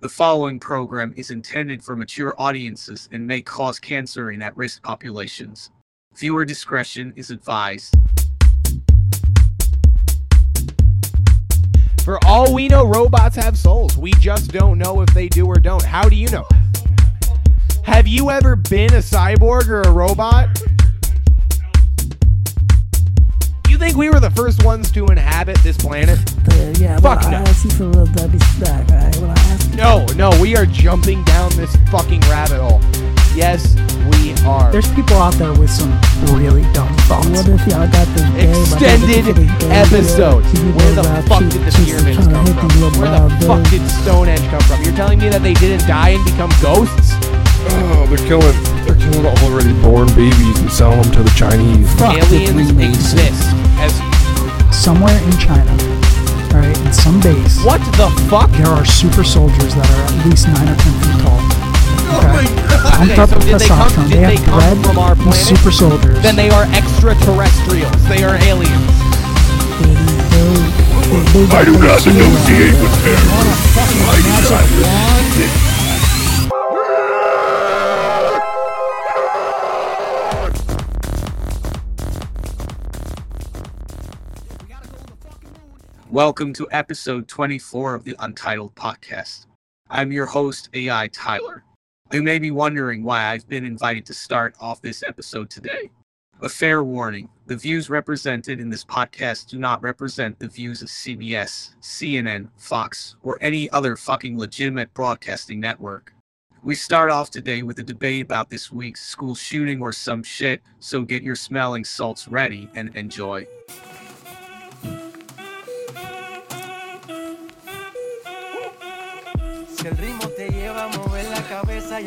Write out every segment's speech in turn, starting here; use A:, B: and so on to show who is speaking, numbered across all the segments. A: The following program is intended for mature audiences and may cause cancer in at risk populations. Viewer discretion is advised.
B: For all we know, robots have souls. We just don't know if they do or don't. How do you know? Have you ever been a cyborg or a robot? You think we were the first ones to inhabit this planet?
C: Uh, yeah, well,
B: Fuck
C: I
B: no.
C: asked you for a little Debbie snack, alright? Well, I asked you.
B: No, no, we are jumping down this fucking rabbit hole. Yes, we are.
D: There's people out there with some really dumb thoughts.
C: What if y'all got this game?
B: extended episode. Where the fuck did the pyramids come from? Where the fuck did Stonehenge come from? You're telling me that they didn't die and become ghosts?
E: Oh, they're killing, they're killing all already born babies and selling them to the Chinese.
D: Fuck the
B: Aliens
D: Freemasons.
B: exist. As
D: Somewhere in China, all right, in some base,
B: what the fuck?
D: there are super soldiers that are at least nine or ten feet tall. Okay? Pumped
B: Okay,
D: up
B: so
D: with
B: did they come-
D: testosterone.
B: did
D: They
B: they
D: have
B: come
D: bred
B: from our
D: these
B: planet?
D: super soldiers.
B: Then they are extraterrestrials. They are aliens.
C: I do not
E: negotiate
C: with
A: Welcome to episode 24 of the Untitled Podcast. I'm your host, AI Tyler. You may be wondering why I've been invited to start off this episode today. A fair warning the views represented in this podcast do not represent the views of CBS, CNN, Fox, or any other fucking legitimate broadcasting network. We start off today with a debate about this week's school shooting or some shit, so get your smelling salts ready and enjoy.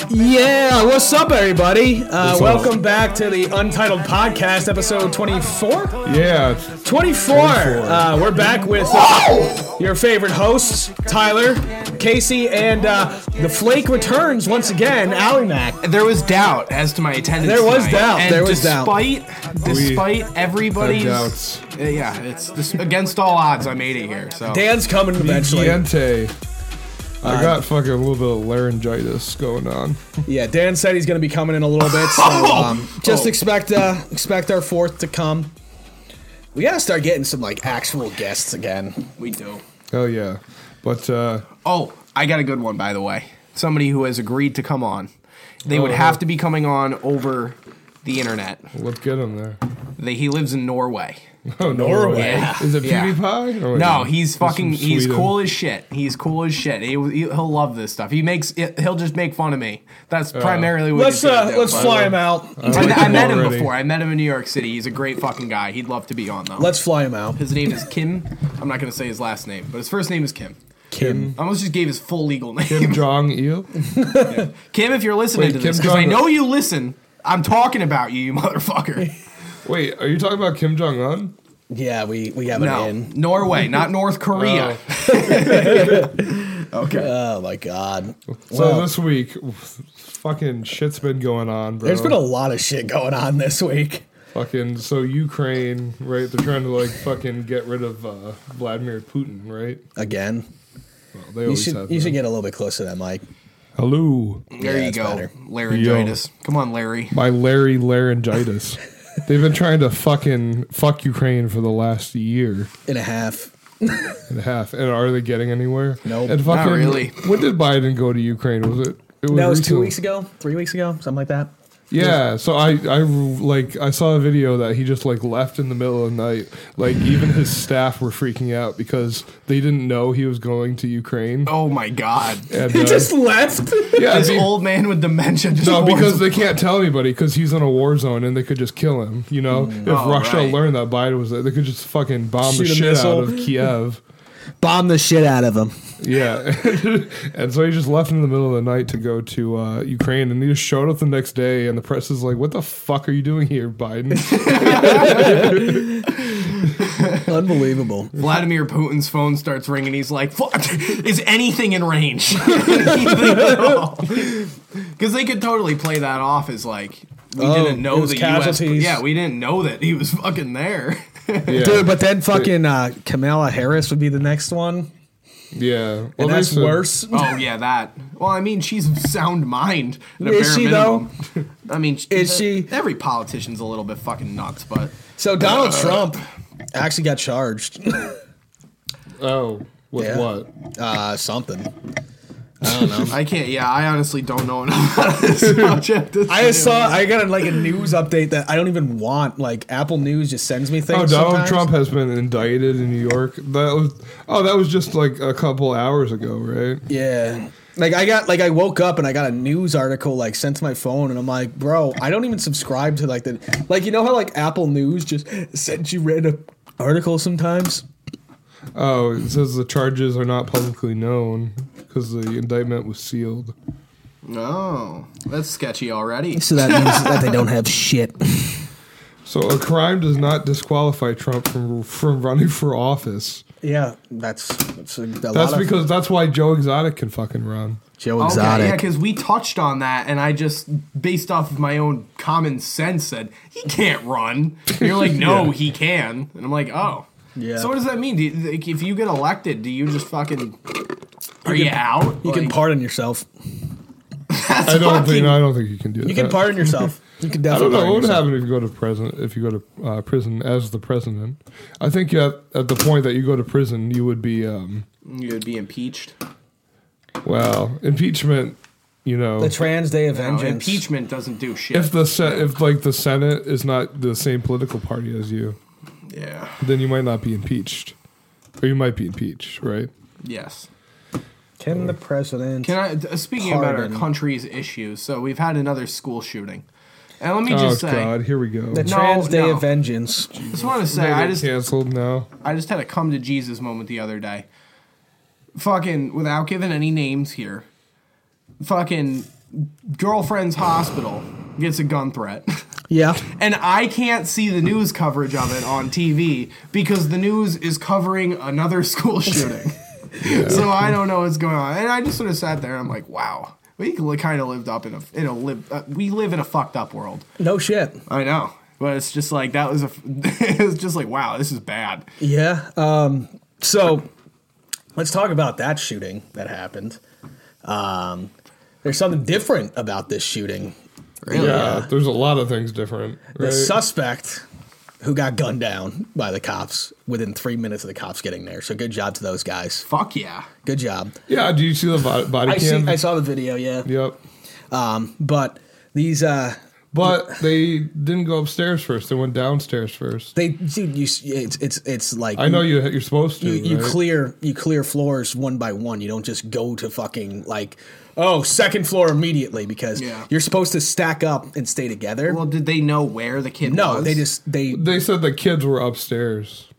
F: Yeah, what's up, everybody? Uh,
E: What's up?
F: welcome back to the Untitled Podcast, episode 24?
E: Yeah, it's
F: 24! Uh, we're back with uh, your favorite hosts, Tyler, Casey, and uh, the Flake returns once again, Ally Mac.
G: There was doubt as to my attendance.
F: There was
G: tonight.
F: doubt,
G: And
F: there was doubt.
G: despite, Despite everybody's.
E: doubts.
G: Uh, yeah, it's this, against all odds. I made it here. So
F: Dan's coming eventually.
E: Niente. I got fucking a little bit of laryngitis going on.
F: Yeah, Dan said he's going to be coming in a little bit, so um, just expect uh, expect our fourth to come. We got to start getting some like actual guests again.
G: we do.
E: Hell yeah. But uh
G: Oh, I got a good one by the way. Somebody who has agreed to come on. They would
E: Oh.
G: have to be coming on over the internet.
E: let's get him there.
G: They, he lives in Norway.
E: Oh, Norway.
G: Yeah.
E: Is it
G: Yeah.
E: PewDiePie?
G: No,
E: Oh, yeah.
G: he's
E: from
G: fucking. He's
E: Sweden.
G: cool as shit. He's cool as shit. He, will love this stuff. He makes. He'll just make fun of me. That's
E: Uh,
G: primarily what.
F: Let's
G: he's gonna
F: uh,
G: do,
F: let's
G: but-
F: fly him out.
G: I, I met him
E: Already.
G: before. I met him in New York City. He's a great fucking guy. He'd love to be on though.
F: Let's fly him out.
G: his name is Kim. I'm not gonna say his last name, but his first name is Kim.
F: Kim.
G: I almost just gave his full legal name.
E: Kim
G: Kim,
E: Jong Il.
G: if you're listening
E: Wait,
G: to
E: Kim
G: this, because I
E: Jong-
G: know you listen. I'm talking about you, you motherfucker.
E: Wait, are you talking about Kim Jong Un?
F: Yeah, we we have
G: No,
F: an in.
G: Norway, not North Korea.
E: Oh,
G: okay.
F: Oh my god.
E: So
F: Well,
E: this week, fucking shit's been going on, bro.
F: there's been a lot of shit going on this week.
E: Fucking so Ukraine, right? They're trying to like fucking get rid of uh, Vladimir Putin, right?
F: Again.
E: Well, they
F: You
E: always
F: should
E: have
F: you
E: that.
F: should get a little bit closer to that mic.
E: Hello,
G: There you
F: it's
G: go.
F: better.
G: Laryngitis. Come on, Larry.
E: my Larry laryngitis. They've been trying to fucking fuck Ukraine for the last year
F: And a half.
E: and a half, and are they getting anywhere?
F: Nope.
E: And fucking,
G: really.
E: When did Biden go to Ukraine? Was it? it
F: That was
E: recently.
F: two weeks ago, three weeks ago, something like that.
E: Yeah, so I, I like I saw a video that he just like left in the middle of the night. Like even his staff were freaking out because they didn't know he was going to Ukraine.
G: Oh my God.
E: And,
F: He
E: uh,
F: just left.
E: yeah,
G: This
E: be-
G: old man with dementia just
E: no,
G: wants-
E: because they can't tell anybody because he's in a war zone and they could just kill him. You know, if
G: Oh,
E: Russia
G: right.
E: learned that Biden was there, they could just fucking bomb
F: Mm. Shoot
E: the
F: a
E: shit
F: missile.
E: out of Kiev.
F: Bomb the shit out of him.
E: Yeah, and so he just left in the middle of the night to go to uh, Ukraine, and he just showed up the next day, and the press is like, "What the fuck are you doing here, Biden?"
F: Unbelievable.
G: Vladimir Putin's phone starts ringing. He's like, "Fuck, is anything in range?" Because they could totally play that off as like, "We
F: Oh,
G: didn't
F: it
G: know
F: was
G: the U.S.
F: casualties.
G: Yeah, we didn't know that he was fucking there."
E: Yeah.
F: Dude, but then fucking uh, Kamala Harris would be the next one.
E: Yeah. Well,
F: And
E: they
F: that's
E: said-
F: worse.
G: Oh yeah, that. Well, I mean, she's of sound mind. at a
F: Is
G: bare
F: she, though?
G: minimum. I mean,
F: Is she?
G: Every politician's a little bit fucking nuts, but uh,
F: So Donald Trump actually got charged
E: Oh, with
F: Yeah.
E: what?
F: uh, something.
G: I can't. Yeah, I honestly don't know enough about this subject.
F: I just saw I got a, like a news update that I don't even want. Like Apple News just sends me things.
E: Oh, Donald
F: sometimes.
E: Trump has been indicted in New York. That was oh, that was just like a couple hours ago, right?
F: Yeah. Like I got like I woke up and I got a news article like sent to my phone and I'm like, bro, I don't even subscribe to like the like you know how like Apple News just sends you random articles sometimes.
E: Oh, it says the charges are not publicly known because the indictment was sealed.
G: No, Oh, that's sketchy already.
F: So that means that they don't have shit.
E: So a crime does not disqualify Trump from from running for office.
F: Yeah, that's that's a, a
E: That's
F: lot of
E: because that's why Joe Exotic can fucking run.
F: Joe
G: Okay, yeah,
F: Exotic.
G: because we touched on that, and I just, based off of my own common sense, said he can't run. And you're like, no, he can, and I'm like, oh,
F: Yeah.
G: So what does that mean? Do you, like, if you get elected, do you just fucking are you, out?
F: you can pardon yourself.
E: I don't think I don't think you can do that.
F: You can pardon yourself. You can
E: I
F: definitely.
E: don't know
F: pardon
E: what would
F: yourself.
E: happen if you go to prison. If you go to uh, prison as the president, I think at at the point that you go to prison, you would be um,
G: You'd be impeached.
E: well impeachment. You know,
F: The Trans Day of
G: No,
F: Vengeance.
G: impeachment doesn't do shit.
E: if the se- if like the Senate is not the same political party as you,
G: yeah.
E: then you might not be impeached, or you might be impeached, right?
G: Yes.
F: Can the president?
G: Can I? th- Speaking about
F: Pardon.
G: our country's issues, so we've had another school shooting, and let me
E: Oh
G: just say,
E: God, here we go.
F: the
G: No,
F: Trans Day
G: no.
F: of Vengeance.
G: I just want to say, I just
E: canceled now.
G: I just had a come to Jesus moment the other day. Fucking, without giving any names here, fucking girlfriend's hospital gets a gun threat.
F: Yeah.
G: And I can't see the news coverage of it on TV because the news is covering another school shooting. So I don't know what's going on. And I just sort of sat there and I'm like, wow, we kind of lived up in a, in a live, uh, we live in a fucked up world.
F: No shit.
G: I know. But it's just like, that was a, it was just like, wow, this is bad.
F: Yeah. Um, so let's talk about that shooting that happened. Um, there's something different about this shooting.
E: Yeah, there's a lot of things different.
F: The
E: right?
F: suspect who got gunned down by the cops within three minutes of the cops getting there. So good job to those guys.
G: Fuck yeah.
F: Good job.
E: yeah, do you see the body, body
F: I, see,
E: cam?
F: I saw the video, yeah.
E: Yep.
F: But these, uh,
E: But they didn't go upstairs first. They went downstairs first.
F: they, dude, you, s- it's, it's, it's like
E: I know you. You're supposed to.
F: you, you
E: right?
F: clear you clear floors one by one. You don't just go to fucking like oh second floor immediately because
G: Yeah.
F: you're supposed to stack up and stay together.
G: Well, did they know where the kid
F: no,
G: was?
F: they just they
E: They said the kids were upstairs.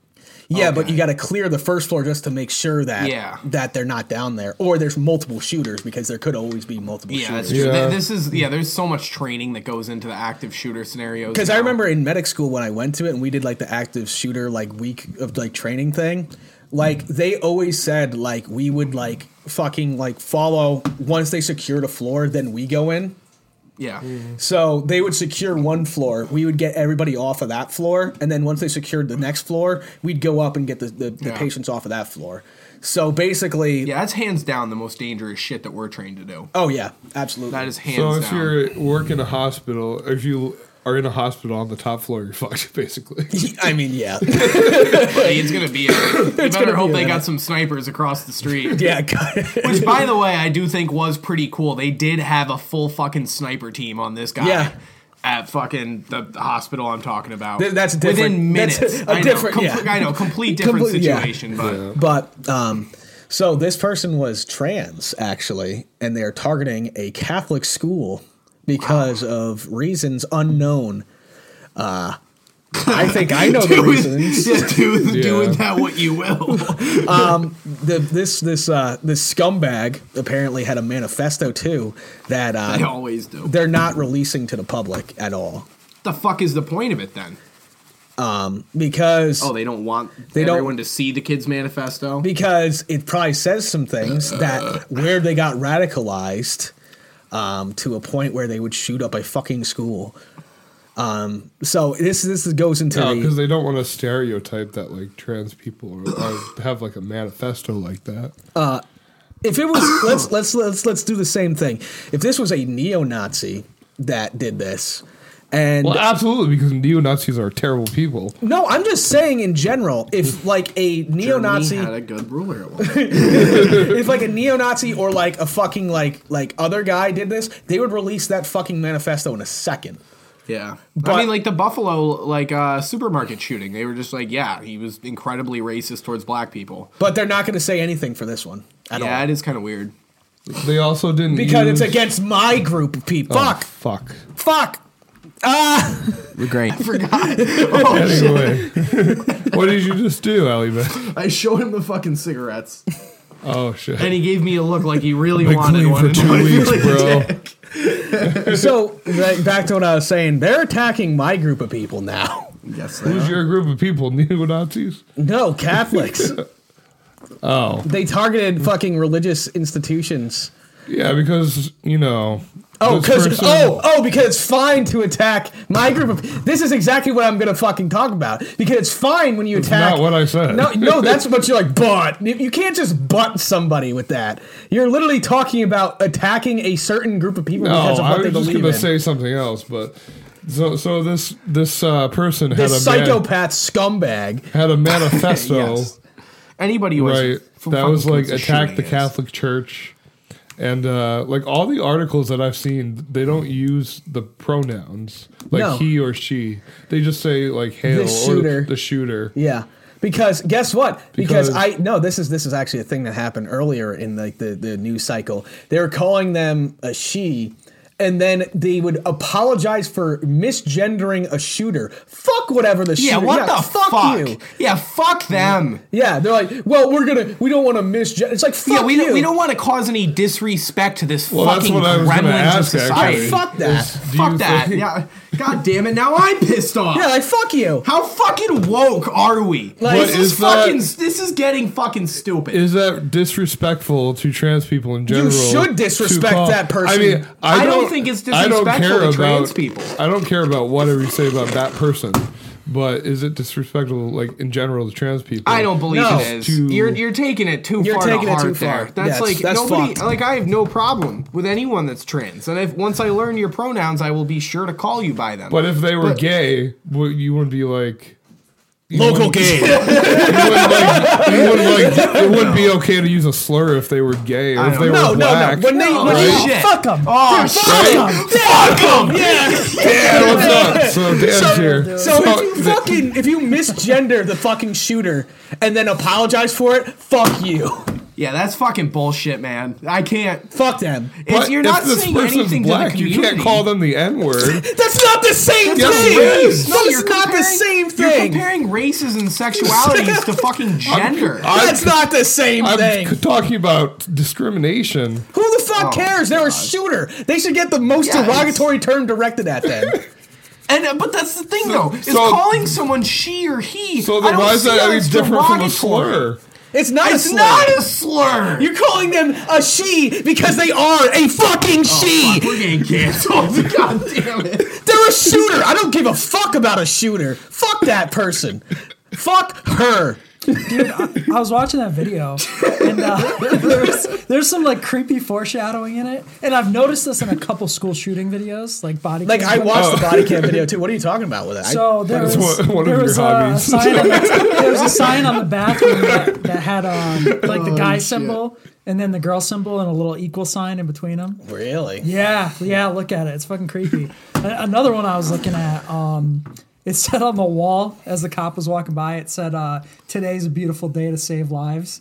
F: yeah, but
G: okay.
F: you got to clear the first floor just to make sure that
G: Yeah.
F: that they're not down there or there's multiple shooters because there could always be multiple
G: Yeah, that's
F: shooters.
G: true. Th-
E: Yeah.
G: This is yeah. There's so much training that goes into the active shooter scenarios.
F: Because I
G: now.
F: remember in medic school when I went to it and we did like the active shooter like week of like training thing, like they always said like we would like fucking like follow once they secured a floor, then we go in.
G: Yeah,
F: So they would secure one floor. We would get everybody off of that floor, and then once they secured the next floor, we'd go up and get the, the, the
G: Yeah.
F: patients off of that floor. So basically,
G: yeah. That's hands down the most dangerous shit that we're trained to do.
F: oh yeah, absolutely.
G: That is hands
E: So if
G: down.
E: you're work in a hospital, if you are in a hospital on the top floor, you're fucked basically.
F: I mean, yeah,
G: Buddy, it's gonna be. A, you better hope
F: a
G: they
F: minute.
G: got some snipers across the street.
F: yeah.
G: Which, by the way, I do think was pretty cool. They did have a full fucking sniper team on this guy.
F: Yeah.
G: At fucking the the hospital I'm talking about.
F: Th- that's different.
G: Within minutes.
F: That's a
G: I know,
F: different- yeah.
G: I know, complete different
F: Complete- yeah.
G: situation, but
F: but um, so this person was trans actually, and they're targeting a Catholic school because of reasons unknown. Uh, I think I know the
G: do with,
F: reasons.
G: yeah, do, with- do
E: Yeah.
G: with that what you will.
F: the, this this uh, this scumbag apparently had a manifesto too that
G: I
F: uh,
G: always do. What
F: they're not releasing to the public at all
G: the fuck is the point of it then?
F: because
G: Oh, they don't want
F: They don't-
G: everyone to see the kids' manifesto.
F: because it probably says some things that where they got radicalized um, to a point where they would shoot up a fucking school. Um, so this this goes into
E: No,
F: the
E: because Oh, they don't want to stereotype that like trans people are, are, have like a manifesto like that.
F: if it was let's let's let's let's do the same thing. If this was a neo-Nazi that did this, and
E: Well, absolutely, because neo Nazis are terrible people.
F: no, I'm just saying in general, if like a neo-Nazi,
G: Germany had a good ruler at one point.
F: if like a neo-Nazi or like a fucking like like other guy did this, they would release that fucking manifesto in a second.
G: Yeah.
F: But-
G: I mean, like the Buffalo like uh, supermarket shooting, they were just like, yeah, he was incredibly racist towards black people.
F: But they're not going to say anything for this one at
G: yeah,
F: all
G: it is kind of weird.
E: They also didn't
F: because it's
E: use-
F: against my group of people.
E: Oh,
F: Fuck,
E: fuck.
F: fuck.
G: Great. I forgot.
F: Oh,
E: Anyway, what did you just do, Ali? Man?
G: I showed him the fucking cigarettes,
E: Oh shit!
G: and he gave me a look like he really
E: Been
G: wanted
E: clean
G: one.
E: for
G: and
E: two
G: I
E: weeks, bro.
G: did.
F: So like, back to what I was saying, they're attacking my group of people now.
G: Yes,
E: Who's
G: they are.
E: your group of people? Neo Nazis?
F: No, Catholics.
E: Oh,
F: they targeted fucking religious institutions.
E: yeah, because you know.
F: Oh,
E: this
F: because
E: person-
F: oh oh because it's fine to attack my group of. This is exactly what I'm gonna fucking talk about because it's fine when you
E: It's
F: attack.
E: not what I said.
F: No, no, that's what you're like. But you you can't just butt somebody with that. You're literally talking about attacking a certain group of people
E: No,
F: because of
E: I
F: what they
E: was just
F: believe
E: gonna
F: in.
E: say something else, but so so this this uh, person had
F: this
E: a man-
F: psychopath scumbag.
E: had a manifesto,
G: Yes. Anybody who
E: right?
G: was
E: That was like attack the Catholic Church, and uh, like all the articles that I've seen, they don't use the pronouns like
F: No.
E: he or she. They just say like hail
F: shooter.
E: or the shooter.
F: Yeah. Because guess what? Because,
E: Because-
F: I no, this is this is actually a thing that happened earlier in like the, the news cycle. They were calling them a she, and then they would apologize for misgendering a shooter. Fuck whatever the shooter.
G: Yeah, what the fuck?
F: you.
G: Yeah, fuck them.
F: Yeah, they're like, well, we're gonna we don't want to misgender. It's like fuck
G: yeah, we
F: you.
G: don't, we don't want to cause any disrespect to this
E: Well, that's
G: fucking
E: what I was gonna
G: gremlin to
E: ask,
G: society.
E: actually.
F: fuck that.
E: Is- do
G: fuck
E: you
G: that.
E: think-
G: Yeah. God damn it. Now I'm pissed off.
F: yeah, like fuck you.
G: How fucking woke are we?
F: Like-
G: this
E: What
G: is,
E: is that?
G: fucking. This is getting fucking stupid.
E: Is that disrespectful to trans people in general?
F: should
E: to
F: disrespect that person.
E: I mean, I,
G: I
E: don't,
G: don't think it's
E: I don't
G: disrespectful
E: care
G: to trans
E: about-
G: people.
E: I don't care about whatever you say about that person, but is it disrespectful, like in general, to trans people?
G: I don't believe
F: No.
G: it is.
E: Too-
G: you're you're taking it too
F: You're
G: far
F: taking
G: to
F: it
G: heart
F: too far.
G: there. That's
F: Yes,
G: like
F: that's
G: nobody
F: fucked.
G: like I have no problem with anyone that's trans. And if once I learn your pronouns, I will be sure to call you by them.
E: But if they were
G: But-
E: gay, would you wouldn't be like you
F: Local
E: wouldn't-
F: game.
E: You wouldn't like. You wouldn't like. It wouldn't be okay to use a slur if they were gay or
G: I
E: if
G: don't
E: they
G: know.
E: were
F: no, no,
E: black.
F: no. When they when
G: Right?
F: they-
G: Shit.
F: fuck them.
G: oh
E: Right?
G: fuck 'em!
E: Yeah, what's up? So Dan's here.
F: So if you
E: the-
F: fucking if you misgender the fucking shooter and then apologize for it, fuck you.
G: Yeah, that's fucking bullshit, man. I can't.
F: Fuck them.
G: It's, you're not saying anything to the community.
E: You can't call them the N word.
F: That's not the same
E: Yes,
F: thing.
E: it is.
G: No,
F: That
G: you're
F: is not the
G: comparing-
F: same
G: You're
F: thing.
G: comparing races and sexualities to fucking gender.
F: That's not the same
E: I'm
F: thing.
E: c- talking about discrimination.
F: Who the fuck
G: Oh,
F: cares? They're a shooter. They should get the most
G: Yes.
F: derogatory term directed at them.
G: and uh, but that's the thing though is
E: so-
G: calling someone she or he.
E: So
G: I
E: then
G: don't
E: why is
G: see
E: that
G: how
E: any
G: it's
E: different from a
G: derogatory.
E: slur?
F: It's not a
G: It's
F: slur.
G: not a slur. Oh,
F: You're calling them a she because they are a fucking she.
G: Oh, Fuck, we're getting canceled. God damn it.
F: They're a shooter. I don't give a fuck about a shooter. Fuck that person. fuck her.
D: I was watching that video, and uh, there's there's some like creepy foreshadowing in it, and I've noticed this in a couple school shooting videos, like body.
F: Like
D: cam
F: I
D: footage.
F: watched the
E: Oh.
F: body cam video too. What are you talking about with that?
D: So there was,
E: That's one- one of
D: there
E: your
D: was a
E: hobbies.
D: sign on the, there was a sign on the bathroom that, that had um, like the guy symbol and then the girl symbol and a little equal sign in between them.
F: I, really?
D: Yeah, yeah, look at it. It's fucking creepy. A- Another one I was looking at, um, it said on the wall as the cop was walking by, it said, uh, today's a beautiful day to save lives.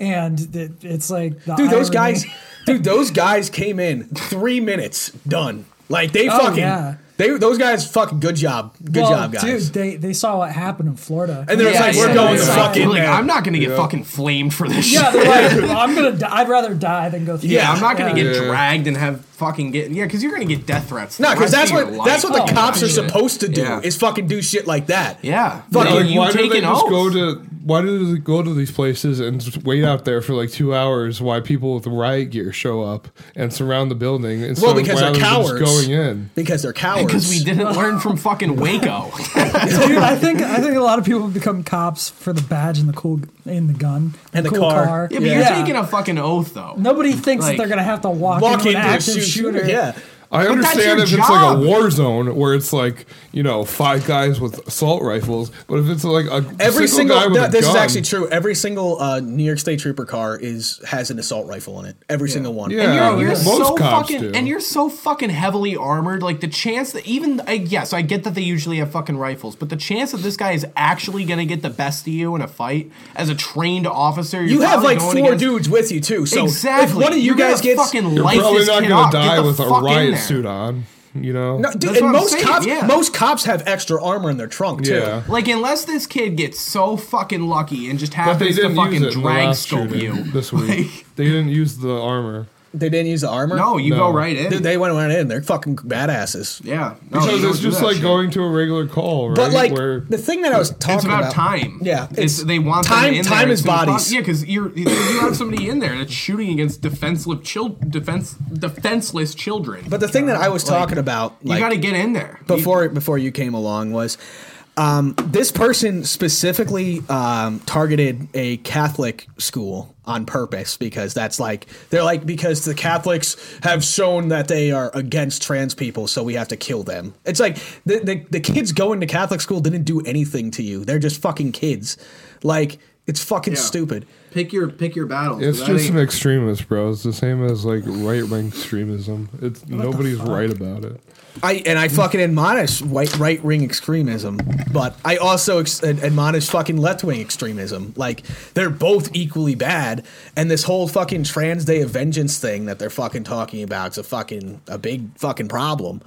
D: And it, it's like, the
F: Dude, those
D: irony-
F: guys. Dude, those guys came in three minutes, done. Like they
D: Oh,
F: fucking.
D: yeah.
F: They those guys fucking good job, good
D: Well,
F: job guys.
D: Dude, they, they saw what happened in Florida.
F: And they're
D: Yeah,
F: like,
D: they
F: we're
D: said
F: going
D: they
F: to
D: saw-
F: fucking-
G: Like,
F: hell.
G: I'm not gonna get fucking flamed for this
D: Yeah,
G: shit.
D: they're like, "Well, I'm gonna. Die. I'd rather die than go through.
G: Yeah,
D: that."
G: I'm not gonna
D: Yeah.
G: get
E: Yeah.
G: dragged and have fucking get yeah, because you're gonna get death threats.
F: no,
G: the
F: because
G: rest
F: that's
G: of your
F: what
G: life.
F: that's what
G: Oh,
F: the cops are
G: shit.
F: supposed to do
G: Yeah.
F: is fucking do shit like that.
G: yeah,
F: Fuck,
G: Like,
E: Like,
G: you
E: why
G: take
E: do they
G: an
E: just
G: oath.
E: go to why do they go to these places and just wait out there for like two hours? Why people with riot gear show up and surround the building? Instead
F: Well, because they're
E: rather than just
F: cowards.
E: Going in,
F: Because they're cowards.
G: Because we didn't learn from fucking Waco.
D: Dude, I think I think a lot of people become cops for the badge and the cool and the gun
F: And the
D: cool
F: car.
G: Yeah, but you're taking a fucking oath, though.
D: Nobody thinks
G: Like,
D: that they're gonna have to walk,
F: walk
D: into an
F: into a
D: active
F: shoot-
D: shooter.
F: Yeah.
G: But
E: I
G: that's
E: understand
G: your
E: if it's like
G: job.
E: a war zone where it's like you know five guys with assault rifles, but if it's like a
F: Every single,
E: guy with
F: no,
E: a
F: this is
E: gun-
F: actually true. Every single uh, New York State Trooper car is has an assault rifle in it. Every single one.
E: Yeah,
G: And you're, you're
E: most
G: so
E: cops
G: fucking,
E: do.
G: and you're so fucking heavily armored. Like the chance that even, I, yes, I get that they usually have fucking rifles, but the chance that this guy is actually gonna get the best of you in a fight as a trained officer, you're
F: You have
G: probably
F: like four
G: going against-
F: dudes with you too. So
G: Exactly.
F: if one of you
G: You're
F: guys
G: gonna
F: gets
G: fucking
E: You're
G: light
E: probably
G: this
E: not
G: kid
E: gonna
G: up. Get
E: die
G: the
E: with a
G: fuck in
E: riot
G: there.
E: suit on, you know.
F: No, dude,
G: That's
F: and
G: what I'm
F: most
G: saying,
F: cops,
G: yeah.
F: most cops have extra armor in their trunk too.
E: yeah.
G: Like unless this kid gets so fucking lucky and just
E: But they
G: happens to
E: didn't use
G: fucking
E: it in the
G: drag
E: last
G: scope
E: shooting
G: you.
E: this week.
G: Like-
E: they didn't use the armor.
F: They didn't use the armor.
G: No, you
E: No.
G: go right in.
F: Dude, they went right in. They're fucking badasses.
G: yeah, no, you
E: Because
G: don't
E: it's
G: do
E: just
G: that
E: like
G: shit.
E: going to a regular call, right?
F: But like
E: Where-
F: the thing that I was talking
G: It's about, time.
F: Yeah,
G: it's,
F: it's-
G: they want them
F: time-
G: in
F: time
G: there as
F: is
G: soon as
F: bodies.
G: possible. Yeah, because you're you have somebody in there that's shooting against defenseless children, defense defenseless children.
F: But the thing that I was
G: Like,
F: talking about, like,
G: you got to get in there
F: before before you came along was um, this person specifically um, targeted a Catholic school on purpose because that's like they're like because the Catholics have shown that they are against trans people, so we have to kill them. It's like the the, the kids going to Catholic school didn't do anything to you. They're just fucking kids. Like it's fucking
G: Yeah.
F: stupid.
G: pick your pick your battles.
E: it's
G: 'cause I
E: just
G: think-
E: some extremists, bro. It's the same as like right wing extremism. It's nobody's right about it.
F: I and I fucking admonish white right wing extremism, but I also ex- ad- admonish fucking left wing extremism. Like they're both equally bad, and this whole fucking trans day of vengeance thing that they're fucking talking about is a fucking a big fucking problem,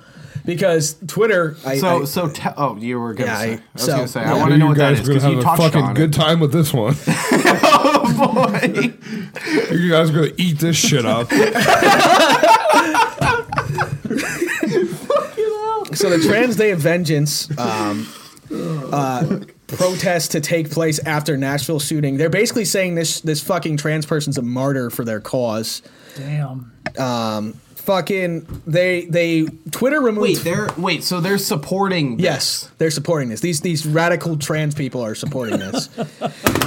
F: because Twitter. I,
G: so
F: I-
G: so te- oh you were gonna
F: Yeah,
G: say I,
F: I-
G: was
F: so-
G: gonna say
F: yeah.
G: I want to
E: You
G: know what that is
E: guys are
G: because
E: gonna
G: you
E: have a
G: touched
E: fucking
G: on
E: good
G: it.
E: time with this one.
G: Oh boy.
E: you guys are gonna eat this shit up.
F: so the Trans Day of Vengeance um, uh, protest to take place after Nashville shooting. They're basically saying this this fucking trans person's a martyr for their cause.
D: Damn.
F: Fucking they they Twitter removed.
G: Wait, they're wait, so they're supporting. this.
F: Yes, they're supporting this. These these radical trans people are supporting this.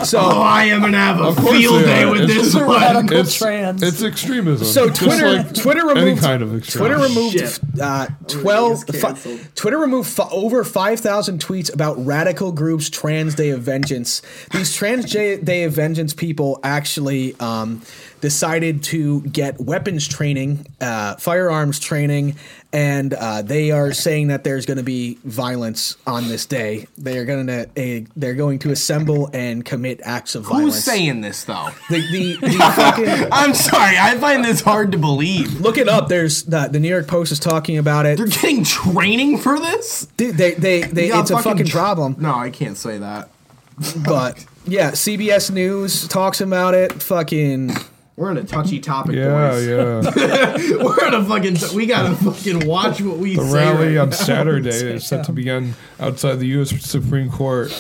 F: so
G: Oh, I am gonna have a
E: Of course
G: field
E: they
G: day
E: are.
G: with
E: It's
G: this
E: just-
G: one.
E: it's,
D: trans.
E: It's extremism.
F: so
E: Just
F: Twitter
E: like
F: Twitter removed
E: any kind of
F: Twitter
E: extremism.
F: removed uh, twelve.
G: Everything is
F: fi-
G: canceled.
F: Twitter removed f- over five thousand tweets about radical groups Trans Day of Vengeance. These Trans J- Day of Vengeance people actually um, decided to get weapons training, uh, firearms training, and uh, they are saying that there's going to be violence on this day. They are going to uh, they're going to assemble and commit acts of violence.
G: Who's saying this though?
F: The, the, the fucking,
G: I'm sorry, I find this hard to believe.
F: look it up. There's the, the New York Post is talking about it.
G: They're getting training for this?
F: They, they, they, they-
G: Yeah,
F: it's a fucking
G: tr-
F: problem.
G: No, I can't say that.
F: But yeah, CBS News talks about it. Fucking
G: We're in a touchy topic,
E: Yeah,
G: boys.
E: yeah.
G: We're in a fucking. we gotta fucking watch what we
E: The
G: say.
E: rally
G: right
E: on
G: now.
E: Saturday is set to begin outside the U.S. Supreme Court.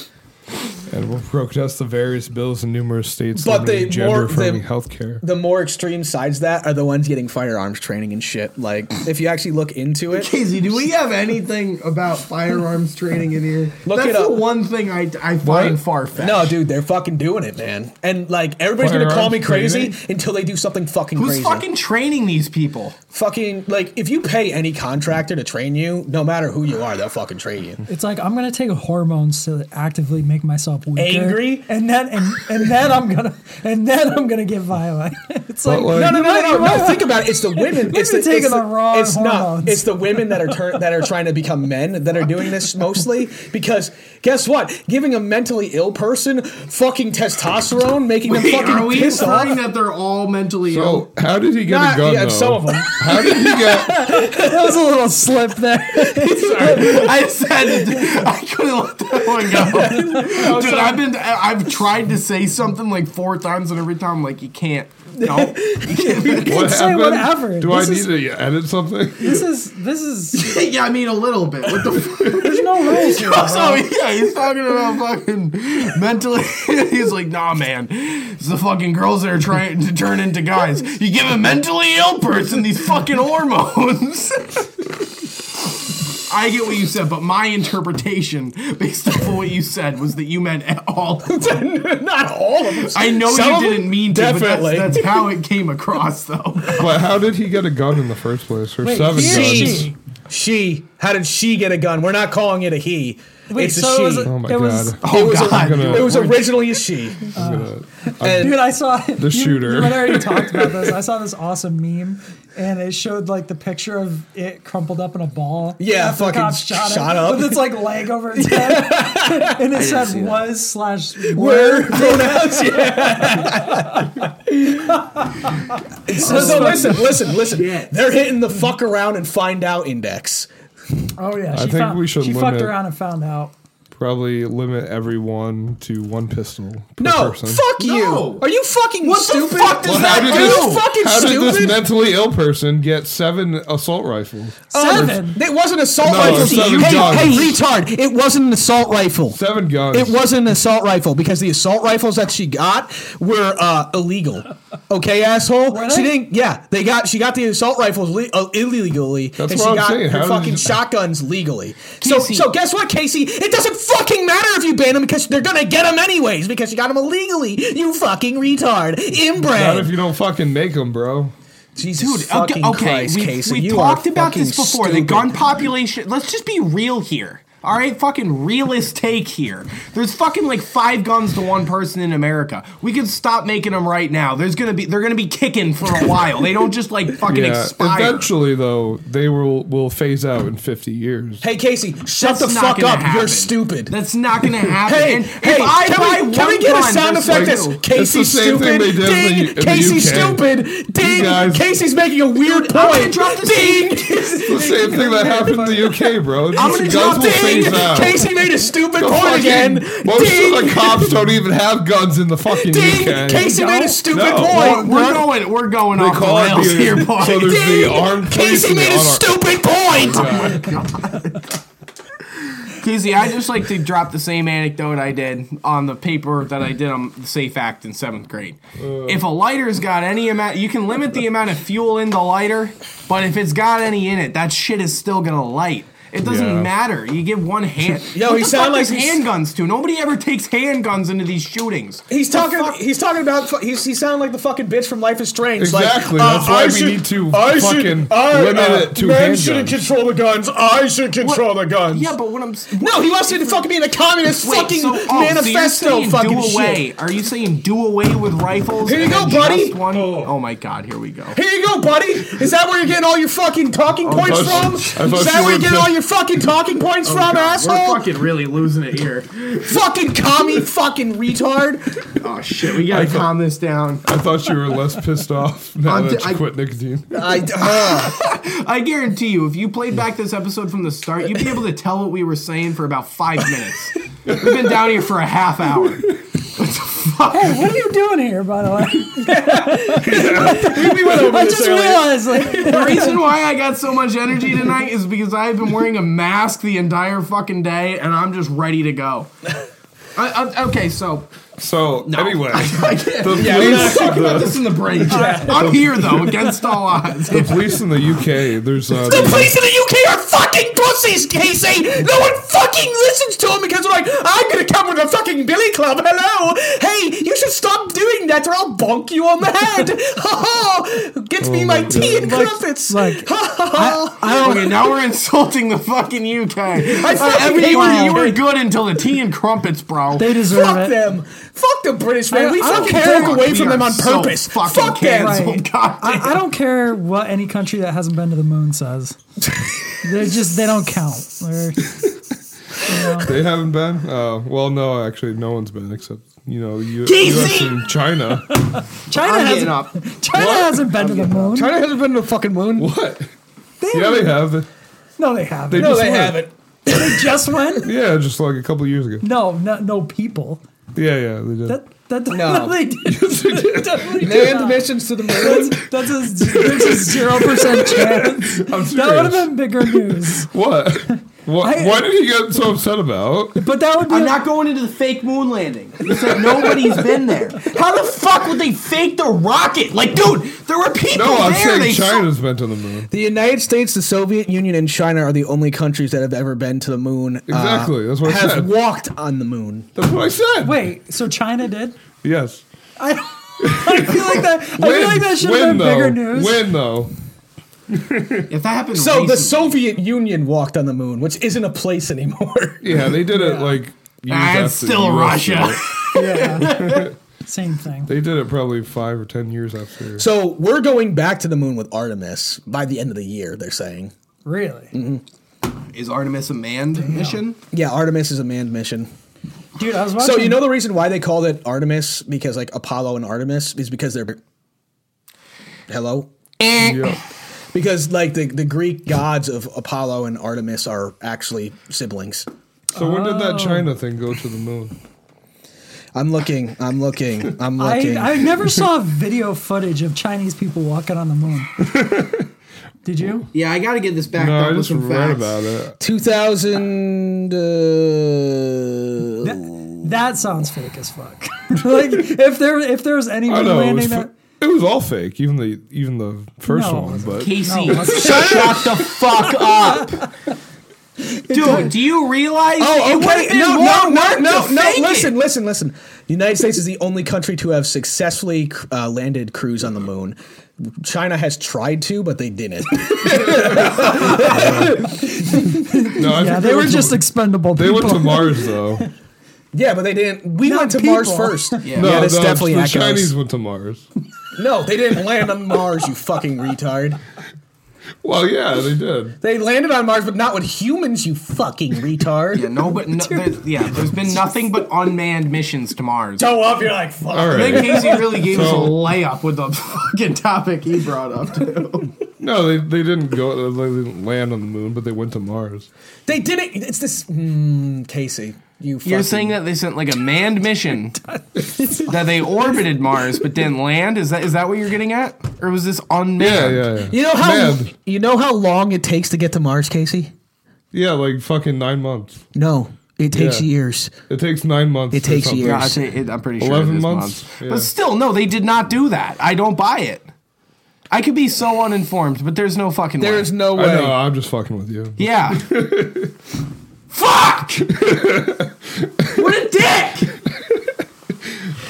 E: And will protest the various bills in numerous states
F: But they
E: limiting
F: more-
E: gender-affirming
F: they-
E: healthcare.
F: the more extreme sides of that are the ones getting firearms training and shit. Like if you actually look into it,
G: Casey, do we have anything about firearms training in here?
F: Look
G: That's
F: it up.
G: the one thing I, I find
E: What?
G: far fetched.
F: no, dude, they're fucking doing it, man. And like everybody's gonna call me
E: Firearms
F: crazy
E: training?
F: until they do something fucking
G: Who's
F: crazy.
G: fucking training these people?
F: Fucking, like if you pay any contractor to train you, no matter who you are, they'll fucking train you.
D: It's like I'm gonna take hormones to actively make myself weaker,
F: Angry?
D: and then and, and then I'm gonna and then I'm gonna get violent. It's like,
E: But, like-
F: No, no, no,
D: you're
F: no, no,
D: right,
F: no. Think about it. It's the women.
D: Women
F: It's the,
D: are taking
F: it's
D: the wrong
F: It's
D: hormones.
F: not. It's the women that are turn, that are trying to become men that are doing this mostly because guess what? Giving a mentally ill person fucking testosterone, making
G: Wait,
F: them
G: are
F: fucking
G: we
F: piss off.
G: inferring that they're all mentally ill?
E: So how did he get
F: Not-
E: a gun?
F: yeah,
E: though?
F: some of them.
E: How did he get?
D: that was a little slip there.
G: I said it. I couldn't let that one go. Dude, I've been I've tried to say something like four times and every time I'm like you can't. No.
E: What
D: say
E: happened?
D: whatever.
E: Do
D: This
E: I
D: is-
E: need to edit something?
D: this is this is
G: yeah, I mean a little bit. What the fuck?
D: there's no rules. here,
G: So
D: bro.
G: yeah, he's talking about fucking mentally. he's like, nah, man, it's the fucking girls that are trying to turn into guys. You give a mentally ill person these fucking hormones. I get what you said, but my interpretation, based off of what you said, was that you meant all.
F: Not all of them.
G: I know
F: Some of
G: you
F: them
G: didn't mean to,
F: definitely.
G: but that's, that's how it came across, though.
E: But how did he get a gun in the first place? Or seven
D: here
E: guns?
D: she-
F: She. How did she get a gun? We're not calling it a he.
D: Wait,
F: it's
D: so it
F: a
D: was
F: she.
D: a-
E: Oh my
D: It
E: god!
D: was-
F: it was, a-
E: I'm gonna-
F: it was originally a she.
D: Dude, I saw the
E: shooter.
D: You, you had already talked about this. I saw this awesome meme, and it showed like the picture of it crumpled up in a ball.
F: Yeah,
D: after the
F: fucking
D: cops shot,
F: shot
D: him,
F: up.
D: with its like leg over its head, and it said was slash
F: Where pronouns? Yeah. so, so listen, listen, listen. They're hitting the fuck around and find out index.
D: Oh yeah, she
E: I think
D: found,
E: we should
D: She fucked
E: limit-
D: around and found out.
E: probably limit everyone to one pistol per
F: No,
E: person.
F: fuck you.
G: No.
F: Are you fucking
G: What the
F: stupid?
G: fuck does
E: Well,
G: that
E: how did
G: do?
E: this,
F: fucking
E: how did this
F: stupid?
E: mentally ill person get seven assault rifles?
D: Seven.
F: It wasn't assault
E: No,
F: rifle.
E: it's not a
F: Hey,
E: gun.
F: hey, retard! It wasn't an assault rifle.
E: Seven guns.
F: It wasn't an assault rifle because the assault rifles that she got were uh, illegal. Okay, asshole.
D: Were
F: She
D: they?
F: didn't. Yeah, they got. She got the assault rifles le- uh, illegally,
E: That's
F: and
E: what
F: she
E: I'm
F: got
E: saying.
F: her
E: How did
F: fucking
E: you-
F: shotguns legally. So,
G: Casey.
F: so guess what, Casey? It doesn't fucking matter if you ban them because they're gonna get them anyways because you got them illegally. You fucking retard,
E: Not
F: inbred.
E: if you don't fucking make them, bro.
F: Jesus
G: Dude, okay,
F: fucking
G: okay,
F: Christ,
G: we,
F: Casey,
G: we
F: you
G: talked
F: are
G: about
F: fucking
G: this before. The
F: stupid.
G: gun population. Let's just be real here. All right, fucking realist take here. There's fucking like five guns to one person in America. We can stop making them right now. There's gonna be they're gonna be kicking for a while. They don't just like fucking
E: Yeah.
G: expire.
E: Eventually, though, they will will phase out in 50 years.
F: Hey, Casey, shut
G: That's
F: the
G: not
F: fuck
G: gonna
F: up.
G: happen.
F: You're stupid.
G: That's not gonna happen.
F: Hey,
G: And
F: hey,
G: if I
F: can,
G: buy
F: we, can we
G: one
F: get a
G: gun
F: sound
G: versus
F: effect that's
G: two-
F: Casey's
E: the same
F: stupid?
E: thing they did in the U-
F: ding!
E: in the
F: Casey's
E: UK.
F: stupid! Ding!
E: guys-
F: Casey's making a weird
G: Dude, I'm gonna
F: point!
G: drop the
F: ding!
E: The same thing that happened in the UK, bro.
G: I'm gonna
E: guns
G: drop
E: will
G: the-
E: phase out.
F: Casey made a stupid
E: The
F: point
E: fucking-
F: again!
E: Most of
F: Ding!
E: the cops don't even have guns in the fucking
F: Ding!
E: UK.
F: Casey made a stupid
E: No.
G: We're,
F: point!
G: we're going. We're going
E: They
G: off the
E: call it
G: rails
E: the,
G: here, boy.
E: so there's the armed police
F: Casey
E: and the
F: made a
E: unarmed-
F: stupid point!
G: Kizzy, I just like to drop the same anecdote I did on the paper that I did on the Safe Act in seventh grade. if a lighter's got any amount, you can limit the amount of fuel in the lighter, but if it's got any in it, that shit is still gonna light. It doesn't
E: Yeah.
G: matter. You give one hand.
F: Yo,
G: what
F: he
G: the
F: sound
G: fuck
F: like
G: is
F: he's-
G: handguns too. Nobody ever takes handguns into these shootings.
F: He's
G: The
F: talking.
G: fuck-
F: He's talking about. fu- He's, he sounded like the fucking bitch from Life is Strange.
E: Exactly,
F: Like,
E: that's why we need to fucking limit it to
F: uh, men
E: handguns.
F: shouldn't control the guns. I should control the guns.
G: Yeah, but what I'm s-
F: No, he wants it to fucking be in a communist
G: Wait,
F: fucking
G: so- oh, so you're
F: manifesto.
G: saying
F: fucking
G: do
F: shit.
G: away. Are you saying do away with rifles?
F: Here you
G: and
F: go,
G: then
F: buddy.
G: just one- Oh my god, here we go.
F: Here you go, buddy. Is that where you're getting all your fucking talking points
E: I
F: from?
E: thought- I thought
F: Is that
E: you
F: where you're
E: were Oh,
F: getting
E: the-
F: all your fucking talking points from, asshole?
G: We're fucking really losing it here.
F: fucking commie, fucking retard.
G: Oh shit, we gotta calm this down.
E: I thought you were less pissed off now
G: I'm
E: that
G: d-
E: you
G: I-
E: quit nicotine.
F: I, uh,
G: I guarantee you, if you played back this episode from the start, you'd be able to tell what we were saying for about five minutes. We've been down here for a half hour. What the fuck?
D: Hey, what are you doing here, by the way?
F: we went over
D: I
F: this
D: just
F: earlier.
D: realized, like,
G: The reason why I got so much energy tonight is because I've been wearing a mask the entire fucking day, and I'm just ready to go. I, I, okay, so
E: So anyway, the
G: yeah, we gotta
E: police,
G: talk about
E: the,
G: this in the break. I'm here though, against all odds.
E: the police in the UK. There's uh,
F: The
E: the-
F: police in the UK are fucking pussies, Casey! No one fucking listens to them because they're like, I'm gonna come with a fucking billy club, hello! Hey, you should stop doing that or I'll bonk you on the head! Ha ha! Get me my,
E: my
F: tea
E: God.
F: and crumpets!
D: like,
F: Ha ha ha!
G: Okay, now we're insulting the fucking UK.
F: fucking
G: every-
F: hate
G: you, were,
F: them.
G: you were good until the tea and crumpets, bro.
D: they deserve
F: Fuck
D: it.
F: them! Fuck the British, man!
D: I-
F: We
D: I don't
F: fucking
D: care.
F: broke away
G: We
F: from them
G: are
F: on
G: so
F: purpose!
G: fucking
F: Fuck them!
G: canceled. God damn.
D: I, I don't care what any country that hasn't been to the moon says. They're just they don't count. They're,
E: they haven't been. Uh, well, no, actually, no one's been except you know you, US
F: Casey!
E: and China.
D: China
G: I'm
D: hasn't
G: getting up.
D: China hasn't been to the moon.
F: China hasn't been to the fucking moon.
E: What?
D: They
E: Yeah,
D: haven't-
E: they have.
D: no, they haven't.
E: They
D: no,
E: just
F: they
E: went.
F: haven't.
D: they just went.
E: Yeah, just like a couple years ago.
D: No, no, no people.
E: Yeah, yeah, they did.
D: That that no,
F: No.
D: they did. Definitely did
F: Manned
D: not.
F: missions to the moon.
D: That's, that's a zero percent chance.
E: I'm
D: That would have
E: serious.
D: been bigger news.
E: What? What,
G: I-
E: what did he get so upset about?
D: But that would be
G: I'm not going into the fake moon landing. He said nobody's been there. How the fuck would they fake the rocket? Like, dude, there were people
E: No, I'm
G: there. they
E: saying
G: saw-
E: China's been to the moon.
F: The United States, the Soviet Union, and China are the only countries that have ever been to the moon. uh,
E: Exactly, that's what I
F: has
E: said.
F: walked on the moon.
E: That's what I said.
D: Wait, so China did?
E: Yes.
D: I, don't- I feel like that. I feel like that should have been
E: though.
D: bigger news.
E: Win though.
G: If that happened,
F: So the
G: recently-
F: Soviet Union walked on the moon, which isn't a place anymore.
E: Yeah, they did it like.
G: Ah,
E: years
G: it's
E: after
G: still
E: US did
G: Russia.
E: it.
D: Same thing.
E: They did it probably five or ten years after.
F: So we're going back to the moon with Artemis by the end of the year. They're saying,
D: Really?
G: Is Artemis a manned mission?
F: yeah, Artemis is a manned mission.
D: Dude, I was watching.
F: So you know the reason why they called it Artemis because like Apollo and Artemis is because they're hello
E: yeah.
F: because like the, the Greek gods of Apollo and Artemis are actually siblings.
E: So when did
D: Oh.
E: that China thing go to the moon?
F: I'm looking. I'm looking. I'm
D: I,
F: looking.
D: I never saw video footage of Chinese people walking on the moon. Did you?
G: Yeah, I got to get this back
E: No,
G: up
E: I
G: with
E: just
G: some
E: read
G: facts.
E: about it.
F: 2000. Uh,
D: That, that sounds fake as fuck. like if there if there was any
E: I
D: moon
E: know it
D: landing
E: was,
D: that.
E: it was all fake, even the even the first
D: No.
E: one. But
G: Casey,
D: No, let's-
G: shut the fuck up. Dude, do you realize? it
F: oh,
G: would've
F: okay.
G: been
F: No,
G: more
F: no, no,
G: work
F: no,
G: to
F: no.
G: fake it.
F: Listen, listen, listen. The United States is the only country to have successfully uh, landed crews on the moon. China has tried to, but they didn't.
E: no, I
D: yeah,
E: think
D: they were
E: went to-
D: just expendable
E: They
D: people.
E: went to Mars though.
F: yeah, but they didn't. We
D: Not
F: went to Mars
D: people.
F: first. Yeah,
E: No,
F: that's
E: no,
F: definitely
E: the
F: accurate.
E: Chinese went to Mars.
F: No, they didn't land on Mars. You fucking retard.
E: Well, yeah, they did.
F: They landed on Mars, but not with humans. You fucking retard.
G: Yeah, no, but no, there's, yeah, there's been nothing but unmanned missions to Mars.
F: Go up. You're like fuck.
E: All
G: I think
E: right.
G: Casey really gave us a
E: So-
G: layup with the fucking topic he brought up. Too.
E: No, they, they didn't go. They didn't land on the moon, but they went to Mars.
F: They did it. It's this mm, Casey. You.
G: You're
F: fucking-
G: saying that they sent like a manned mission that they orbited Mars but didn't land. Is that is that what you're getting at, or was this
E: Yeah,
G: unmanned?
E: yeah, yeah.
F: You know how
E: Manned.
F: you know how long it takes to get to Mars, Casey?
E: Yeah, like fucking nine months.
F: No, it takes
E: Yeah.
F: years.
E: It takes nine months.
F: It
E: for
F: takes
E: something.
G: No,
F: years.
G: I say it, I'm pretty sure
E: 11
G: it is
E: months? Yeah.
G: But still, no, they did not do that. I don't buy it. I could be so uninformed, but there's no fucking. way.
F: There's no
E: I
F: way.
E: know. I'm just fucking with you.
G: Yeah. Fuck! what a dick!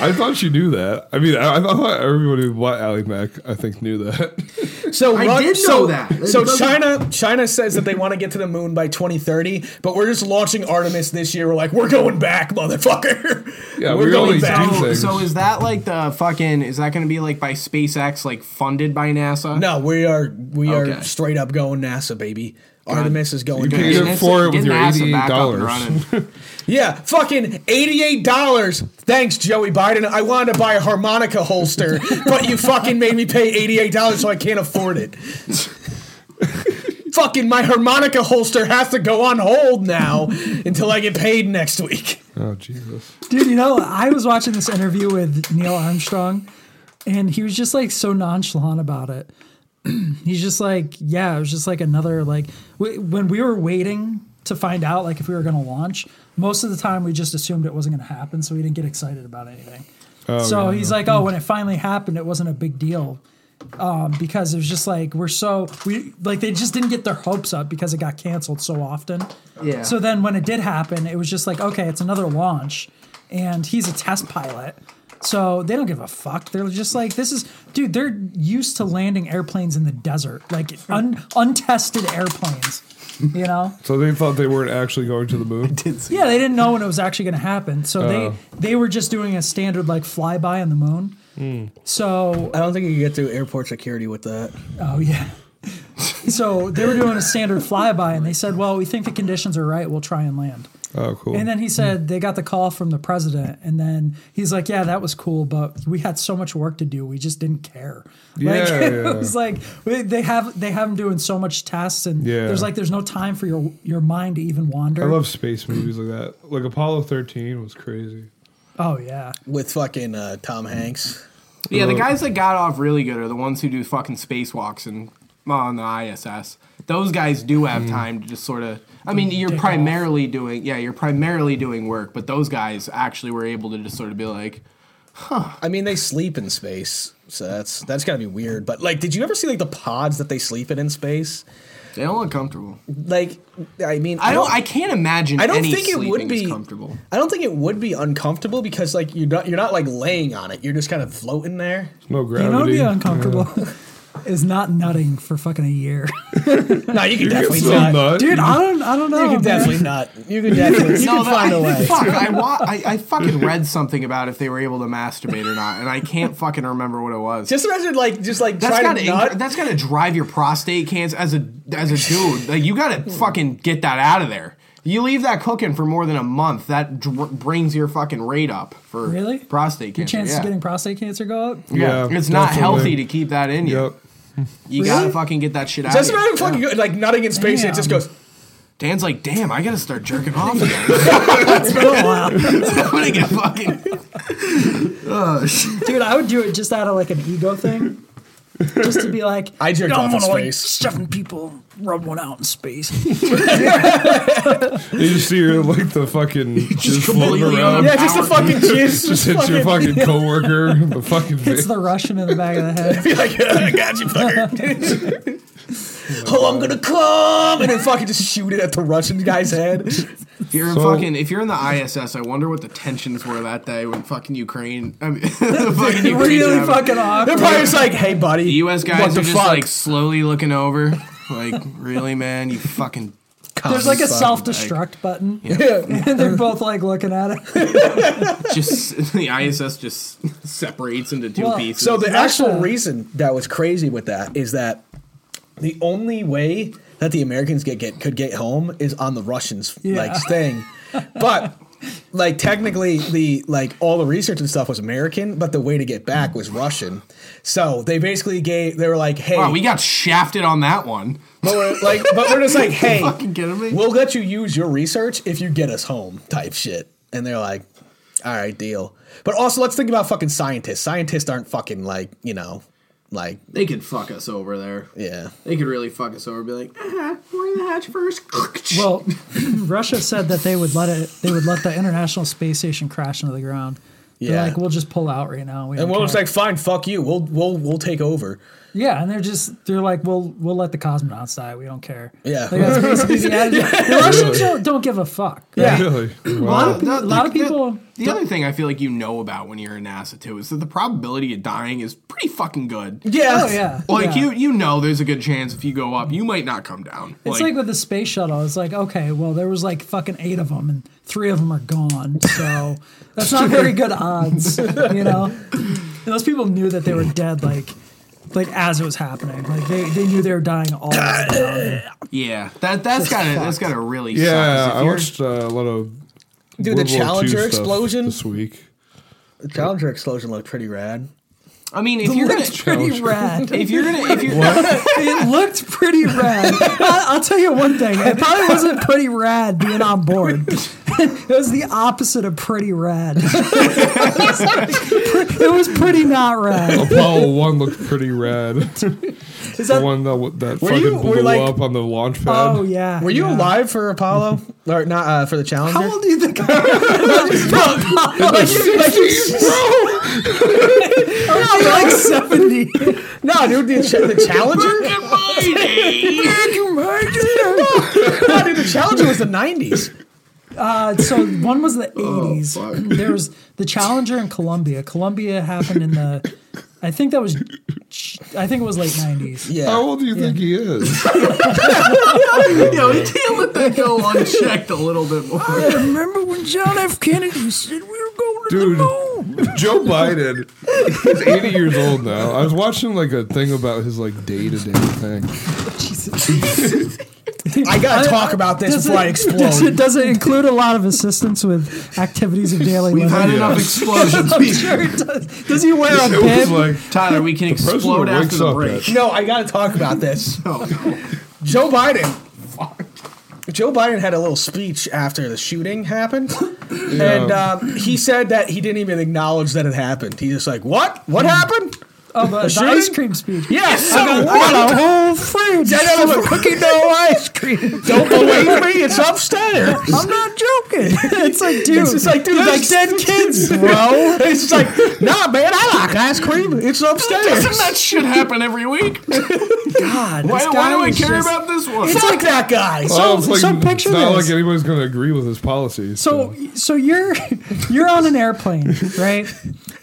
E: I thought you knew that. I mean, I, I thought everybody who bought Ally Mac, I think, knew that.
F: So
G: I
F: Ru-
G: did
F: so,
G: know that. It
F: So
G: doesn't-
F: China China says that they want to get to the moon by 2030, but we're just launching Artemis this year. We're like, we're going back, motherfucker.
E: Yeah,
F: we're
E: we
F: going
E: always
F: back.
E: do
G: So,
E: things.
G: so is that like the fucking? Is that going to be like by SpaceX, like funded by NASA?
F: No, we are we
G: Okay.
F: are straight up going NASA, baby. Artemis is going.
E: You
F: NASA.
E: can get
G: That's-
E: for it with
G: get
E: your
G: NASA
E: eighty-eight
G: back up and
E: dollars.
G: running.
F: Yeah, fucking eighty-eight dollars. Thanks, Joey Biden. I wanted to buy a harmonica holster, but you fucking made me pay eighty-eight dollars, so I can't afford it. fucking my harmonica holster has to go on hold now until I get paid next week.
E: Oh Jesus!
D: Dude, you know, I was watching this interview with Neil Armstrong, and he was just like so nonchalant about it. He's just like, yeah, it was just like another like w- when we were waiting to find out like if we were going to launch. Most of the time, we just assumed it wasn't going to happen, so we didn't get excited about anything. so he's like, oh, when it finally happened, it wasn't a big deal. Um, because it was just like we're so we like they just didn't get their hopes up because it got canceled so often.
G: Yeah.
D: So then when it did happen, it was just like, okay, it's another launch, and he's a test pilot. So they don't give a fuck. They're just like, this is, dude. They're used to landing airplanes in the desert, like un, untested airplanes. You know?
E: So they thought they weren't actually going to the moon.
D: yeah, they didn't know when it was actually going to happen. So
E: Oh.
D: they they were just doing a standard like flyby on the moon.
E: Hmm.
D: So
F: I don't think you can get through airport security with that.
D: Oh yeah. so they were doing a standard flyby, and they said, "Well, we think the conditions are right. We'll try and land."
E: Oh, cool.
D: And then he said they got the call from the president, and then he's like, "Yeah, that was cool, but we had so much work to do. We just didn't care." like,
E: Yeah,
D: it
E: yeah.
D: was like we- they have they have him doing so much tests, and
E: Yeah.
D: there's like there's no time for your your mind to even wander.
E: I love space movies like that. Like Apollo 13 was crazy.
D: oh yeah,
F: With fucking uh, Tom Hanks.
G: yeah, the guys that got off really good are the ones who do fucking spacewalks and on the ISS. those guys do have
F: Mm-hmm.
G: time to just sort of. I mean, you're
D: Dick off.
G: primarily doing yeah, you're primarily doing work, but those guys actually were able to just sort of be like,
F: I mean, they sleep in space, so that's that's gotta be weird. But like, did you ever see like the pods that they sleep in in space?
G: they don't look comfortable.
F: Like, I mean,
G: I don't. I can't imagine.
F: I don't
G: any
F: think it would
G: sleeping is
F: be
G: comfortable.
F: I don't think it would be uncomfortable because like you're not you're not like laying on it. You're just kind of floating there.
E: No
D: You know, it'd
E: gravity.
D: be uncomfortable. Is not nutting for fucking a year,
F: No, you can definitely
E: So
F: not.
E: nut.
D: dude. I don't, I don't know.
F: You
D: man.
F: can definitely not. You can definitely. you
G: No,
F: can
G: that-
F: find
G: I,
F: a way.
G: Fuck, I, wa- I, I fucking read something about if they were able to masturbate or not, and I can't fucking remember what it was.
F: Just imagine like just like
G: that's
F: trying
G: gotta
F: to
G: inc-
F: nut.
G: that's gotta drive your prostate cancer as a as a dude. Like you
D: Hmm.
G: gotta fucking get that out of there. You leave that cooking for more than a month, that dr- brings your fucking rate up for
D: Really?
G: prostate
D: Your
G: cancer.
D: chances
G: yeah.
D: of getting prostate cancer go up.
G: yeah.
E: Yeah,
G: it's not
E: definitely.
G: healthy to keep that in you.
E: Yep.
G: You gotta fucking get that shit out.
F: Just
G: of you.
F: imagine fucking go- like nutting in space and it just
D: Damn.
F: goes.
G: Dan's like, damn, I gotta start jerking off again. I'm gonna get fucking. oh shit.
D: Dude, I would do it just out of like an ego thing. Just to be like,
F: I jerked
D: don't
F: off in
D: wanna, like
F: space."
D: stuffing people, rub one out in space.
E: You just see her like the fucking just floating
G: completely
E: around.
F: Yeah, just the
G: Power.
F: fucking jizz.
E: Just hits your fucking coworker. in The fucking
D: Hits
E: face.
D: the Russian in the back of the head.
F: Be like, I got you, fucker. oh, I'm gonna come and then fucking just shoot it at the Russian guy's head.
G: If you're in
E: So-
G: fucking, if you're in the ISS, I wonder what the tensions were that day when fucking Ukraine. I mean, the fucking Ukraine.
D: really
G: job.
D: fucking
F: They're
D: awkward.
F: probably just like, hey, buddy.
G: The U.S. guys
F: what
G: are
F: the
G: just
F: fuck?
G: like slowly looking over, like, really, man, you fucking.
D: There's like a
G: Son
D: self
G: of a
D: destruct button.
F: Yeah.
D: And they're both like looking at it.
G: Just the ISS just separates into two
D: Well,
G: pieces.
F: So the actual
D: Russia-
F: reason that was crazy with that is that the only way that the Americans get, get could get home is on the Russians like thing, but. Like technically, the like all the research and stuff was American, but the way to get back was Russian. So they basically gave. They were like, "Hey,
G: wow, we got shafted on that one.
F: But we're like, but we're just like, hey,
G: fucking kidding me?
F: we'll let you use your research if you get us home, type shit. And they're like, all right, deal. But also, let's think about fucking scientists. Scientists aren't fucking like, you know, like,
G: They could fuck us over there.
F: yeah.
G: They could really fuck us over. Be like, ah, we're in the hatch first.
D: Well, Russia said that they would let it they would let the International Space Station crash into the ground. They're
F: Yeah.
D: like, we'll just pull out right now. We
F: And
D: don't
F: we're
D: care."
F: just like, fine, fuck you. We'll we'll we'll take over.
D: Yeah, and they're just they're like, we'll we'll let the cosmonauts die. We don't care.
F: Yeah.
D: like, that's basically the attitude. The Russians don't, don't give a fuck.
F: Yeah.
E: Really? Wow.
D: a lot of people.
G: The other thing I feel like you know about when you're in NASA too is that the probability of dying is pretty fucking good.
F: Yeah.
D: Oh yeah.
G: Like
D: yeah.
G: you, you know, there's a good chance if you go up, you might not come down.
D: It's like with the space shuttle. It's like, okay, well, there was like fucking eight of them, and three of them are gone. So that's not very good odds, you know. And those people knew that they were dead, like, like as it was happening. Like they, they knew they were dying all the time.
G: yeah, that that's gotta that's gotta really
E: Yeah,
G: suck. 'cause if
E: I
G: you're-
E: watched uh, a lot of
F: Dude,
E: World
F: the
E: War II
F: Challenger
E: stuff
F: explosion.
E: this week.
F: The Challenger explosion looked pretty rad.
G: I mean, if you're
D: Looked
G: gonna
D: pretty rad.
G: if you're gonna if you're
D: It looked pretty rad. I, I'll tell you one thing. It probably wasn't pretty rad being on board. It was the opposite of pretty rad. it was pretty not rad.
E: Apollo One looked pretty rad.
D: Is
E: the
D: that
E: one that w- that fucking
F: you- were
E: blew
F: like-
E: up on the launch pad.
D: Oh yeah.
F: Were you
D: yeah.
F: alive for Apollo or not uh, for the Challenger?
D: How old do you think I was?
F: Like, you-
D: Probably
F: like you-
D: like 70.
F: no, dude, the, Ch- the Challenger. no, dude, the Challenger was the '90s.
D: Uh, so one was the 80s. there was the Challenger and Columbia. Columbia happened in the, I think that was, I think it was late 90s.
F: Yeah.
E: How old do you think he is?
G: yo, you can't let that go unchecked a little bit more.
D: Remember when John F. Kennedy said we were going to
E: Dude, Joe Biden is 80 years old now. I was watching like a thing about his like day to day thing.
F: I gotta talk about this
D: Does
F: before I
D: it-
F: explode.
D: Does it, does it include a lot of assistance with activities of daily
G: We've
D: living?
G: had enough explosions.
D: I'm sure it does. Does he wear a
E: It was
D: bib?
E: like
G: Tyler, we can
E: president
G: explode after
E: wakes
G: the
E: up
G: break.
F: no, I gotta talk about this.
G: Oh, no.
F: Joe Biden. Joe Biden had a little speech after the shooting happened,
D: uh,
F: and um, he said that he didn't even acknowledge that it happened. He just like, "What? What happened?
D: of uh, the ice cream Oh, speech.
F: Yes, I got, I got a whole fridge full of cookie dough ice cream. Don't believe me? It's upstairs.
D: I'm not joking. it's like, dude,
F: It's just like, dude,
D: there's
F: like
D: dead kids,
F: bro. It's just like, nah, man, I like ice cream. It's upstairs.
G: Doesn't that shit happen every week?
D: God,
G: Why,
D: this
G: why
D: guy
G: do I
D: is
G: care
D: just-
G: about this one?
F: Fuck that guy.
E: Well,
D: So,
E: it's like,
D: so picture
E: it's not
D: this.
E: like anybody's going to agree with his policies.
D: so, so you're you're on an airplane, right?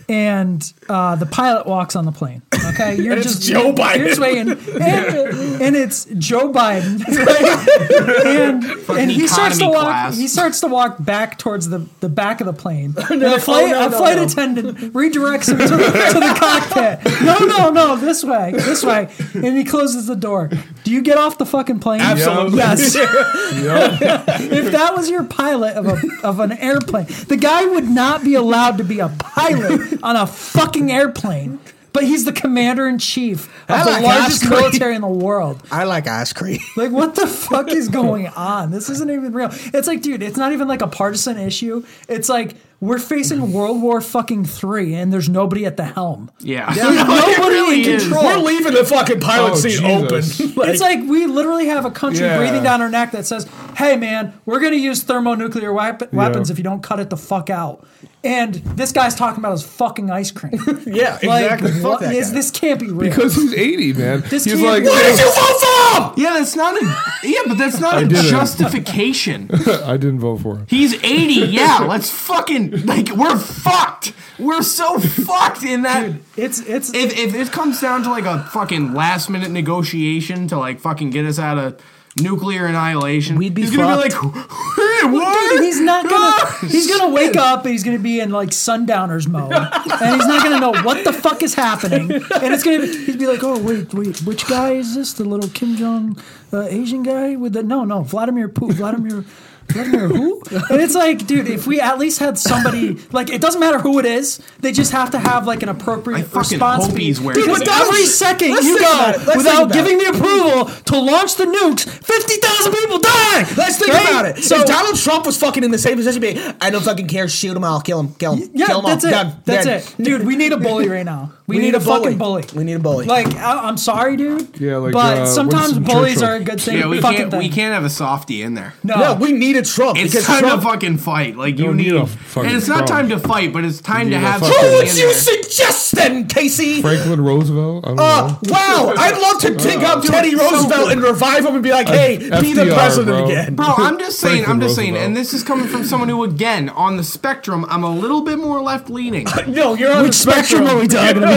D: And uh, the pilot walks on the plane. Okay, you're
F: it's
D: just
F: Joe Biden.
D: You're just waiting, and, and it's Joe Biden. right? And, and he starts to
G: economy
D: walk.
G: class.
D: He starts to walk back towards the, the back of the plane. and a flight,
F: oh, no,
D: a
F: no,
D: flight
F: no.
D: attendant redirects him to, to the cockpit. No, no, no, this way, this way. And he closes the door. Do you get off the fucking plane?
E: Absolutely.
D: Yes
E: Yep.
D: if that was your pilot of, a, of an airplane, the guy would not be allowed to be a pilot on a fucking airplane. But he's the commander in chief
F: I
D: of the
F: like
D: largest
F: ice cream.
D: military in the world.
F: I like ice cream.
D: Like, what the fuck is going on? This isn't even real. It's like, dude, it's not even like a partisan issue. It's like we're facing World War fucking three, and there's nobody at the helm.
G: yeah.
D: Nobody in control.
F: We're leaving the fucking pilot
E: Oh,
F: seat
E: Jesus.
F: open.
D: it's like we literally have a country
E: Yeah.
D: breathing down our neck that says, "Hey, man, we're going to use thermonuclear wep- weapons
E: Yeah.
D: if you don't cut it the fuck out." And this guy's talking about his fucking ice cream.
F: yeah,
D: like,
F: exactly. Fuck
D: what
F: that
D: is-
F: guy.
D: this can't be real.
E: Because he's 80, man.
D: This
E: he's
D: kid-
E: like,
D: What
F: Did you vote for him?
G: Yeah, that's not a yeah, but that's not a
E: didn't.
G: justification.
E: I didn't vote for him.
G: He's 80. Yeah, let's fucking like we're fucked. We're so fucked in that.
D: it's it's
G: If if it comes down to like a fucking last minute negotiation to like fucking get us out of nuclear annihilation,
D: We'd be
G: he's gonna
D: fucked.
G: be like, hey, what?
D: Dude, he's not
G: Ah,
D: gonna. He's gonna wake up and he's gonna be in like sundowners mode, and he's not gonna know what the fuck is happening. And it's gonna. Be, he'd be like, "Oh wait, wait, which guy is this? The little Kim Jong uh, Asian guy with the no, no, Vladimir Putin, Vladimir." Vladimir who? And it's like, dude, if we at least had somebody like it doesn't matter who it is, they just have to have like an appropriate
G: I fucking
D: response.
G: hope he's wearing
D: Dude,
G: it.
D: but every second
F: Let's
D: you
F: think
D: go
F: about it. Let's think
D: without
F: about
D: giving the approval to launch the nukes, fifty thousand people die.
F: Let's think
D: Right?
F: about it.
D: So-
F: if Donald Trump was fucking in the same position, being, I don't fucking care. Shoot him all. Kill him. Kill him.
D: Yeah,
F: kill him
D: that's
F: all.
D: it.
F: Done.
D: that's
F: Dead.
D: it, dude. We need a bully right now. We, need, a, fucking bully.
F: We need a bully.
D: Like, I, I'm sorry, dude.
E: Yeah, like,
D: But
E: uh,
D: sometimes
E: Winston
D: bullies
E: Churchill.
D: are a good thing.
G: Yeah, we
D: fucking
G: can't.
D: Thing.
G: We can't have a softie in there.
D: No,
F: no, we need a Trump
G: It's
F: because
G: time
F: Trump.
G: to fucking fight. Like you
E: don't
G: need,
E: need a fucking
G: and it's not time
E: Trump.
G: to fight, but it's time
E: You
G: to
E: need a
G: have.
E: fucking-
G: something
F: Who
G: in
F: would you
G: there.
F: suggest then, Casey?
E: Franklin Roosevelt? I don't
D: Oh,
F: Uh,
E: know.
F: wow, I'd love to dig up Teddy Roosevelt and revive him and be like, hey, be the
E: FDR,
F: president
E: bro.
F: again.
G: Bro, I'm just saying, I'm
E: Franklin
G: just saying,
E: Roosevelt.
G: and this is coming from someone who, again, on the spectrum, I'm a little bit more left leaning.
F: No, you're on the spectrum.
D: are we talking about?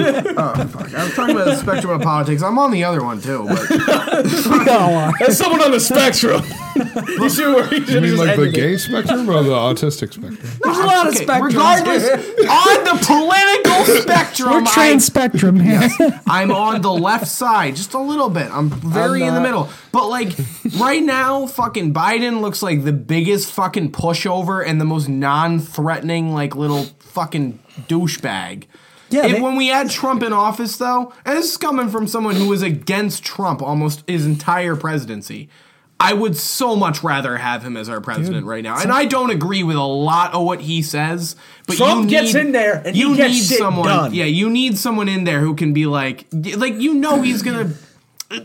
G: I was talking about the spectrum of politics. I'm on the other one too. But
F: There's someone on the spectrum. you see where he
E: You
F: just
E: mean like the
F: ended it.
E: gay spectrum or the autistic spectrum?
D: There's a lot of
G: Okay,
D: spectrum.
G: regardless, on the political spectrum,
D: we're trans spectrum here.
G: I, am on the left side just a little bit. I'm very
D: I'm
G: in the
D: not.
G: middle. But like right now, fucking Biden looks like the biggest fucking pushover and the most non-threatening like little fucking douchebag.
D: Yeah,
G: If-
D: they-
G: when we had Trump in office, though, and this is coming from someone who was against Trump almost his entire presidency, I would so much rather have him as our president right now. And I don't agree with a lot of what he says, but
F: Trump
G: you
F: gets
G: need-
F: in there and he gets shit
G: someone.
F: done.
G: Yeah, you need someone in there who can be like, like you know, he's gonna. uh,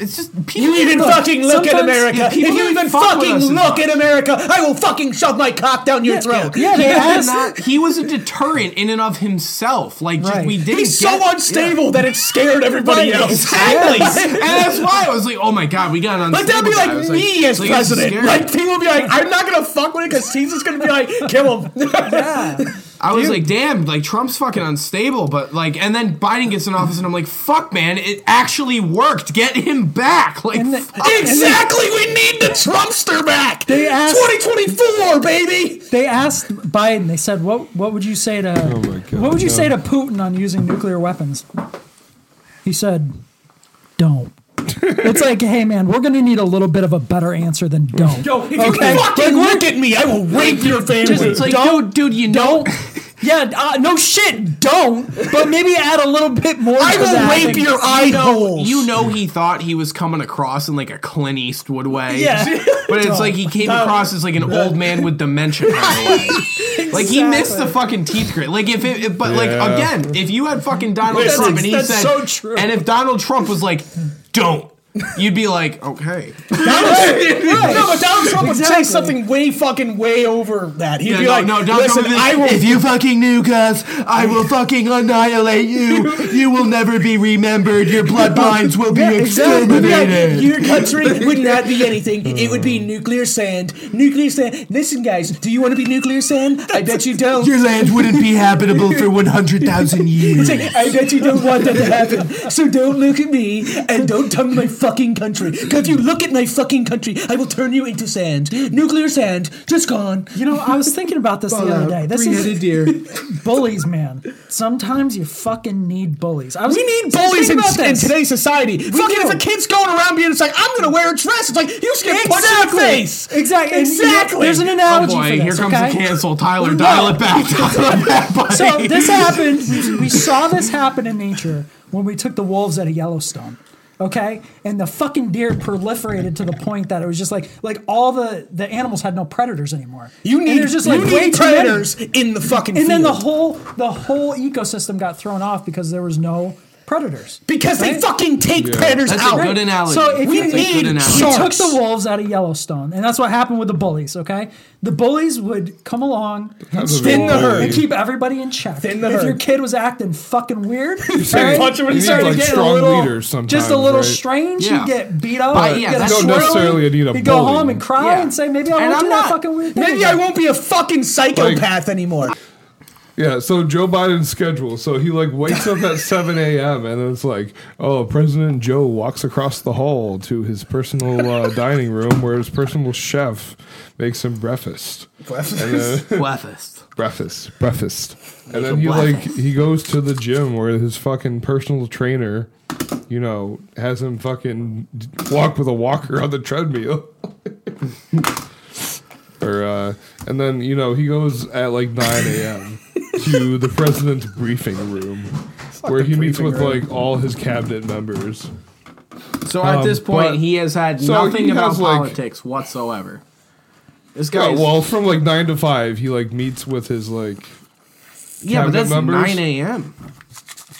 G: It's just people.
F: You even fucking look at
D: sometimes
F: America. If
G: people
F: you
G: don't
F: even
G: fuck with
F: fucking
G: us as
F: look at
G: much.
F: America, I will fucking shove my cock down your
D: Yeah,
F: throat.
D: yeah,
G: He,
D: they
G: did
D: asked-
G: not, he was a deterrent in and of himself. Like just,
D: Right.
G: we did.
F: He's so unstable that it scared everybody
G: Right,
F: else.
G: Exactly. and that's why I was like, oh my god, we got an
F: But that'd be
G: unstable guy.
F: like
G: I was
F: me as
G: like, this is
F: president.
G: scary.
F: Like people would be like, I'm not gonna fuck with it because he's just gonna be like, kill him.
G: I was like, damn, like Trump's fucking unstable, but like, and then Biden gets in office, and I'm like, fuck, man, it actually worked. Get him back. Like,
D: And the-
G: fuck.
F: exactly. We need the Trumpster back.
D: They asked-
F: 2024, baby.
D: They asked Biden. They said, "What what would you say to
E: Oh my God,
D: what would you
E: no.
D: say to Putin on using nuclear weapons?" He said, "Don't." it's like, hey man, we're gonna need a little bit of a better answer than don't.
F: Yo, if you fucking look at me, I will rape your family.
D: Just- it's like,
F: Don't-
D: dude, dude, you don't. Yeah, uh, no shit, don't. But maybe add a little bit more.
F: I
D: to
F: will
D: that.
F: rape your eye holes.
G: You know he thought he was coming across in like a Clint Eastwood way.
D: Yeah.
G: But it's like he came across as like an old man with dementia kind of way. Like he missed the
D: Exactly.
G: fucking teeth grit. Like if it, if- but like
E: Yeah.
G: again, if you had fucking Donald
H: That's-
G: Trump and he
H: that's
G: said,
H: so true.
G: and if Donald Trump was like, don't, you'd be like, okay,
H: No, but Donald Trump would say
D: Exactly.
H: something way fucking way over that. He'd
G: Yeah,
H: be
G: no,
H: like,
G: no, Donald
H: listen,
G: Trump. is-
H: I will.
G: If you fucking knew, cuz I will fucking annihilate you. You will never be remembered. Your bloodlines will be
H: Yeah, exactly. He'd be like,
G: exterminated.
H: Your country would not be anything. It would be nuclear sand. Nuclear sand. Listen, guys, do you want to be nuclear sand? I bet you don't.
G: Your land wouldn't be habitable for one hundred thousand years.
H: It's like, I bet you don't want that to happen. So don't look at me and don't tongue my fucking country. Because if you look at my fucking country, I will turn you into sand. Nuclear sand, just gone.
D: You know, I was thinking about this the other day. This
G: Three-headed
D: is
G: deer.
D: bullies, man. Sometimes you fucking need bullies. I was,
H: We need
D: I was
H: bullies in,
D: thinking about
H: in
D: this.
H: today's society. Fucking
D: do.
H: if a kid's going around being it's like, I'm gonna wear a dress. It's like you should get punched in
D: Exactly.
H: the face.
D: Exactly. And you know,
H: Exactly.
D: There's an
G: Oh
D: analogy
G: boy,
D: for
G: here
D: this.
G: comes
D: okay?
G: the cancel, Tyler. Dial it back. Dial it back, buddy.
D: So this happened. We, we saw this happen in nature when we took the wolves out of Yellowstone. Okay, and the fucking deer proliferated to the point that it was just like like all the the animals had no predators anymore.
H: You
D: And
H: need,
D: there's just
H: you
D: like way
H: need
D: too many.
H: predators in the fucking
D: And
H: field.
D: then the whole the whole ecosystem got thrown off because there was no predators.
H: because they
D: Right?
H: fucking take predators
G: That's
H: out.
G: a good analogy.
D: So if
H: We
D: you
H: need
D: we
H: sharks.
D: took the wolves out of Yellowstone, and that's what happened with the bullies. Okay, the bullies would come along, and
E: That's a
D: school,
H: the herd.
D: and keep everybody in check.
H: Thin the
D: if your
H: herd.
D: kid was acting fucking weird,
E: saying
D: right,
E: punch him in
D: you
E: the
D: started
E: face. Like
D: getting
E: strong
D: a little,
E: leaders
D: just a
E: sometimes,
D: little
E: right?
D: strange.
G: Yeah.
D: You'd get beat up.
G: But,
D: you'd
G: yeah,
D: get
G: that's
D: a
G: don't
D: swirl,
E: necessarily need a
D: You'd go
E: bully.
D: home and cry
G: Yeah.
D: and say, "Maybe I
G: And
D: won't
G: I'm
D: do
G: not-
D: that fucking weird thing."
H: Maybe I
D: again."
H: won't be a fucking psychopath anymore.
E: Yeah, so Joe Biden's schedule. So he like wakes up at 7 a.m. and it's like, oh, President Joe walks across the hall to his personal uh, dining room where his personal chef makes him breakfast. Breakfast.
G: Breakfast.
E: breakfast. Breakfast. And then he like he goes to the gym where his fucking personal trainer, you know, has him fucking walk with a walker on the treadmill. or uh, and then you know he goes at like 9 a.m. to the president's briefing room, where he meets with like all his cabinet members.
G: So at
E: Um,
G: this point,
E: but-
G: he has had
E: so
G: nothing
E: he
G: about
E: has, like-
G: politics whatsoever. This guy,
E: Yeah,
G: is-
E: well, from like nine to five, he like meets with his like
G: yeah, but
E: cabinet
G: that's
E: members.
G: nine a.m.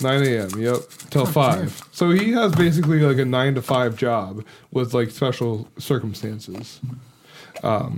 E: 9 a.m. Yep,
G: Oh,
E: till five. So he has basically like a nine to five job with like special circumstances.
G: I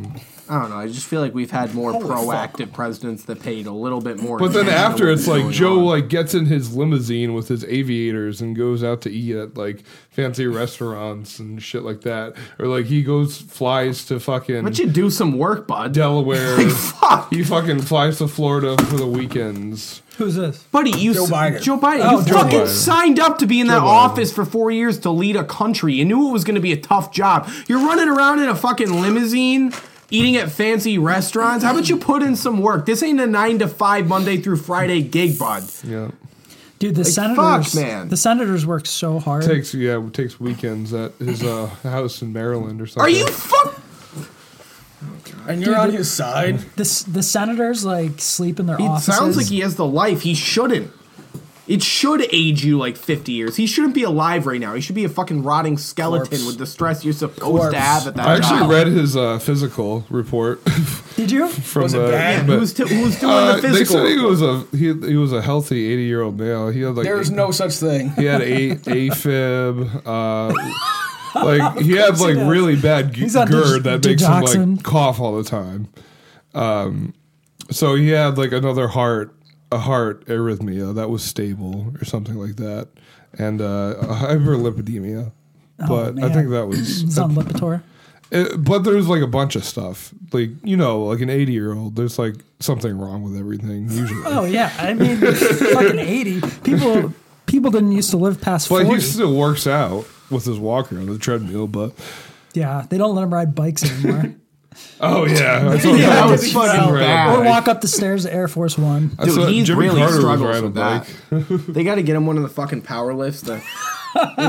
G: don't know. I just feel like we've had more proactive presidents that paid a little bit more.
E: But then
G: attention to
E: after,
G: what's
E: it's like
G: going
E: Joe
G: on.
E: like gets in his limousine with his aviators and goes out to eat at like fancy restaurants and shit like that, or like he goes flies to fucking
G: why don't you do some work, bud?
E: Delaware.
G: fuck.
E: He fucking flies to Florida for the weekends.
D: Who's this?
G: Buddy, you Joe
F: Biden.
G: Joe Biden,
D: Oh,
G: you
D: Joe
G: fucking
E: Biden.
G: signed up to be in that office for four years to lead a country. You knew it was going to be a tough job. You're running around in a fucking limousine, eating at fancy restaurants. How about you put in some work? This ain't a nine to five Monday through Friday gig, bud.
E: Yeah,
D: Dude, the
G: fuck,
D: senators,
G: man.
D: the senators worked so hard.
E: takes yeah takes weekends at his uh, house in Maryland or something.
G: Are you fuck?
F: And you're on his side.
D: the, s- the senators like sleep in their
G: It
D: offices.
G: sounds like he has the life he shouldn't. It should age you like 50 years. He shouldn't be alive right now. He should be a fucking rotting skeleton
F: Corpse.
G: with the stress you're supposed
F: Corpse.
G: to have at that
E: I actually
G: job.
E: read his uh, physical report
D: Did you?
E: from
F: Was it
E: uh,
F: bad?
E: but-
G: Who's, t- who's doing
E: Uh,
G: the physical?
E: They said he was a he, he was a healthy eighty year old male. He had like
F: There is no such thing.
E: he had a AFib. Uh, like he had like really bad g-
D: He's on dig-
E: GERD that makes him
D: digoxin.
E: like cough all the time. Um, so he had like another heart a heart arrhythmia that was stable or something like that, and uh, a hyperlipidemia. but I
D: man.
E: think that was
D: He's on Lipitor.
E: it, but there's like a bunch of stuff. Like you know, like an eighty year old, there's like something wrong with everything usually.
D: Oh yeah, I mean, fucking eighty people. People didn't used to live past
E: But
D: forty.
E: he still works out with his walker on the treadmill. But
D: yeah, they don't let them ride bikes anymore,
E: oh yeah, I saw
G: Yeah,
E: that
G: that was
E: was
G: fucking
E: incredible.
G: bad.
D: or walk up the stairs to Air Force One.
E: I
G: Dude,
E: saw
G: he
E: Jimmy
G: really
E: Carter was
G: struggles
E: riding a
G: with that. They got to get him one of the fucking power lifts. The
E: I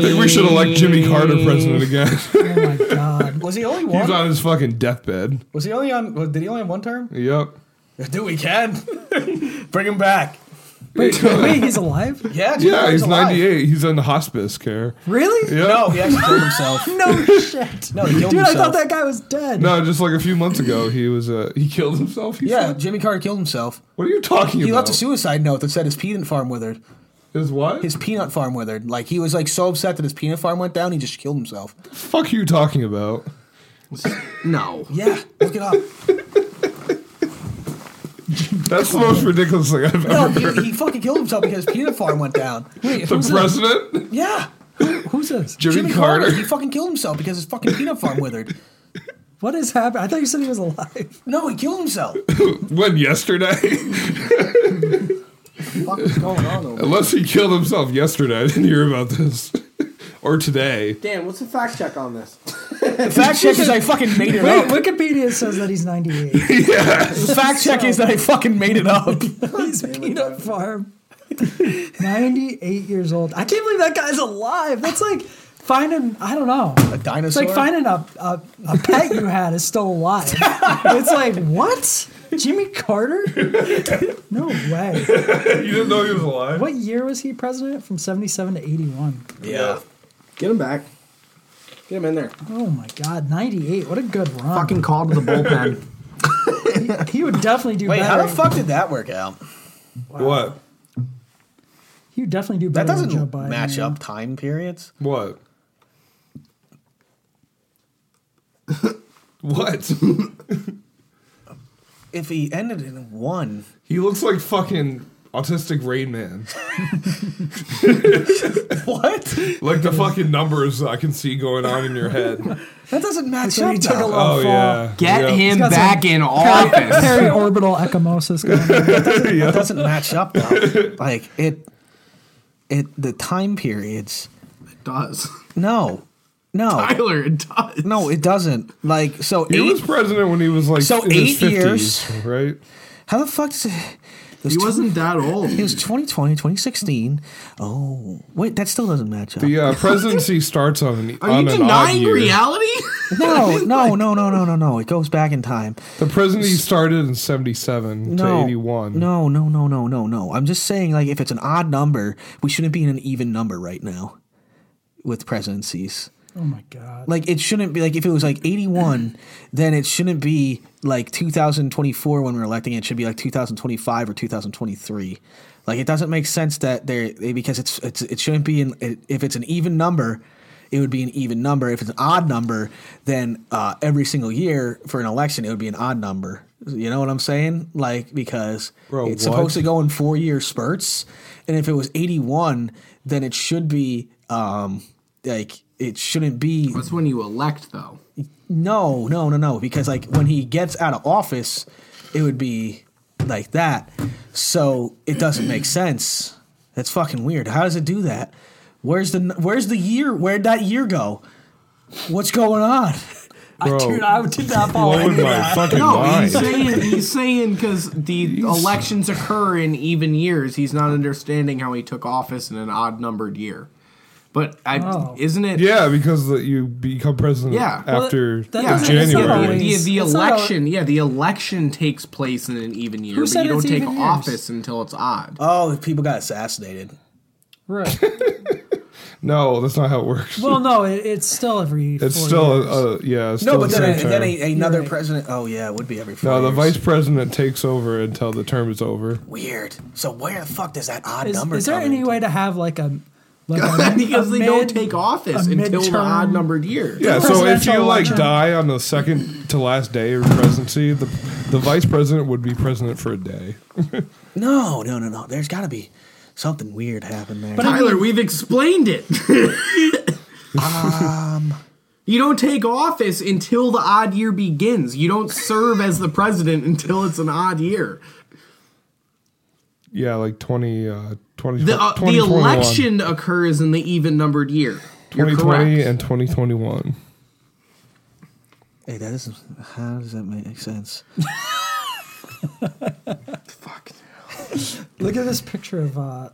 E: think we should elect Jimmy Carter president again.
D: Oh my god,
F: Was he only
E: he was
F: one?
E: on his fucking deathbed.
F: Was he only on? Did he only have one term?
E: Yep.
F: Dude, we can bring him back.
D: Wait,
E: Oh,
D: wait, he's alive?
F: Yeah, dude,
E: Yeah, he's
F: alive.
E: 98. He's in hospice care.
D: Really?
E: Yeah.
F: No, he actually killed himself.
D: No shit.
F: No, he killed
D: Dude, I
F: himself.
D: thought that guy was dead.
E: No, just like a few months ago, he was uh, he killed himself. He
F: Yeah,
E: said?
F: Jimmy Carter killed himself.
E: What are you talking
F: He
E: about?
F: left a suicide note that said his peanut farm withered.
E: His what?
F: His peanut farm withered. Like he was like so upset that his peanut farm went down, he just killed himself.
E: fuck you talking about?
G: No.
F: Yeah, look it up.
E: That's the most ridiculous thing I've
F: No,
E: ever.
F: he, he fucking killed himself because his peanut farm went down.
D: Wait,
E: The
D: who's this?
E: president,
F: Yeah,
D: Who's this?
E: Jimmy,
F: Jimmy
E: Carter.
F: Carter. He fucking killed himself because his fucking peanut farm withered.
D: What is happening? I thought you said he was alive.
F: No, he killed himself.
E: When yesterday,
F: What the fuck is going on over?
E: unless he killed himself yesterday, I didn't hear about this or today.
G: Dan, what's the fact check on this?
F: The fact check is I fucking made it
E: Oh.
D: Wait,
F: up.
D: Wikipedia says that he's 98.
F: The fact check is that I fucking made it up.
D: he's peanut farm. 98 years old. I can't believe that guy's alive. That's like finding, I don't know.
F: A
D: It's
F: dinosaur.
D: like finding a, a, a pet you had is still alive. it's like, what? Jimmy Carter? no way.
E: You didn't know he was alive.
D: What year was he president? From 77 to 81.
F: Yeah.
G: Get him back. Get him in there.
D: Oh my God, 98. What a good run.
G: Fucking call to the bullpen.
D: He would definitely do
F: Wait,
D: better.
F: how the fuck did that work out?
E: What?
D: He would definitely do
F: That
D: better than Joe
F: doesn't
D: Biden.
F: match
D: yeah.
F: up time periods.
E: What? what?
F: If he ended in one,
E: he looks like fucking autistic Rain Man.
F: what?
E: Like the fucking numbers I can see going on in your head.
F: That doesn't match
D: So
F: up.
D: he took a
F: though.
D: long
E: Oh
D: fall.
E: yeah.
G: Get
E: Yeah.
G: him
D: got some
G: back in office.
D: Periorbital ecchymosis going on.
F: It doesn't match up though. like it, it the time periods.
G: it does.
F: No, no,
G: Tyler, it does.
F: no, it doesn't. Like so
E: He was
F: eight.
E: president when he was like
F: So
E: in his
F: eight
E: 50s,
F: years.
E: right?
F: How the fuck does it?
G: He wasn't that old.
F: It was 2020, 2016. Oh, wait, that still doesn't match up.
E: The uh, presidency starts on an
G: Are
E: on
G: you
E: an odd
G: denying
E: year.
G: reality?
F: No, no, no, no, no, no, no. It goes back in time.
E: The presidency started in seventy seven
F: No,
E: to eighty one.
F: No, no, no, no, no, no. I'm just saying, like, if it's an odd number, we shouldn't be in an even number right now with presidencies.
D: Oh my God.
F: Like, it shouldn't be like if it was like 81, then it shouldn't be like 2024 when we're electing. It should be like 2025 or 2023. Like, it doesn't make sense that they're they- because it's it's it shouldn't be in it, if it's an even number. It would be an even number. If it's an odd number, then uh, every single year for an election, it would be an odd number. You know what I'm saying? Like because
E: Bro,
F: it's
E: what?
F: supposed to go in four year spurts, and if it was 81, then it should be um like it shouldn't be
G: That's when you elect, though.
F: no, no, no, no. Because like when he gets out of office, it would be like that. So it doesn't make sense. That's fucking weird. How does it do that? Where's the Where's the year? Where'd that year go? What's going on?
E: Bro,
D: Dude, I did not follow
E: blowing
D: any of
E: my
D: that.
E: fucking
G: No,
E: mind.
G: he's saying he's saying because the elections occur in even years. He's not understanding how he took office in an odd numbered year. But I
D: Oh.
G: isn't it?
E: Yeah, because the, you become president
G: Yeah. Well,
E: after
D: that
G: Yeah,
D: doesn't-
E: January.
D: it's not
G: the-
D: always-
G: The, the
D: it's not
G: election, yeah, the election takes place in an even year, but
D: said
G: you don't
D: it's
G: take
D: even years?
G: office until it's odd.
F: Oh, the people got assassinated.
D: Right.
E: No, that's not how it works.
D: Well, no, it, it's still every.
E: it's
D: four
E: still
D: years.
E: a, a- yeah. It's
F: No,
E: still
F: but
E: the
F: then,
E: same
F: then
E: term.
F: a, another
D: You're right.
F: president. Oh yeah, it would be every. Four
E: no, the
F: years.
E: vice president takes over until the term is over.
F: Weird. So where the fuck does that odd
D: Is,
F: number?
D: is there
F: come
D: any
F: into-
D: way to have like a. Like a
G: because
D: a
G: they
D: mid-
G: don't take office
D: a
G: until the
D: midterm-
G: odd numbered year.
E: Yeah, so if
D: presidential
E: you like
D: election.
E: die on the second to last day of your presidency, the the vice president would be president for a day.
F: No, no, no, no. There's got to be something weird happen there.
G: Tyler, we've explained it. you don't take office until the odd year begins. You don't serve as the president until it's an odd year.
E: Yeah, like 20, uh, 20
G: The, uh, the
E: 2021.
G: election occurs in the even numbered year. You're
E: 2020
G: correct.
E: and 2021.
F: Hey, that isn't. How does that make sense?
G: Fuck.
D: Look at this picture of uh,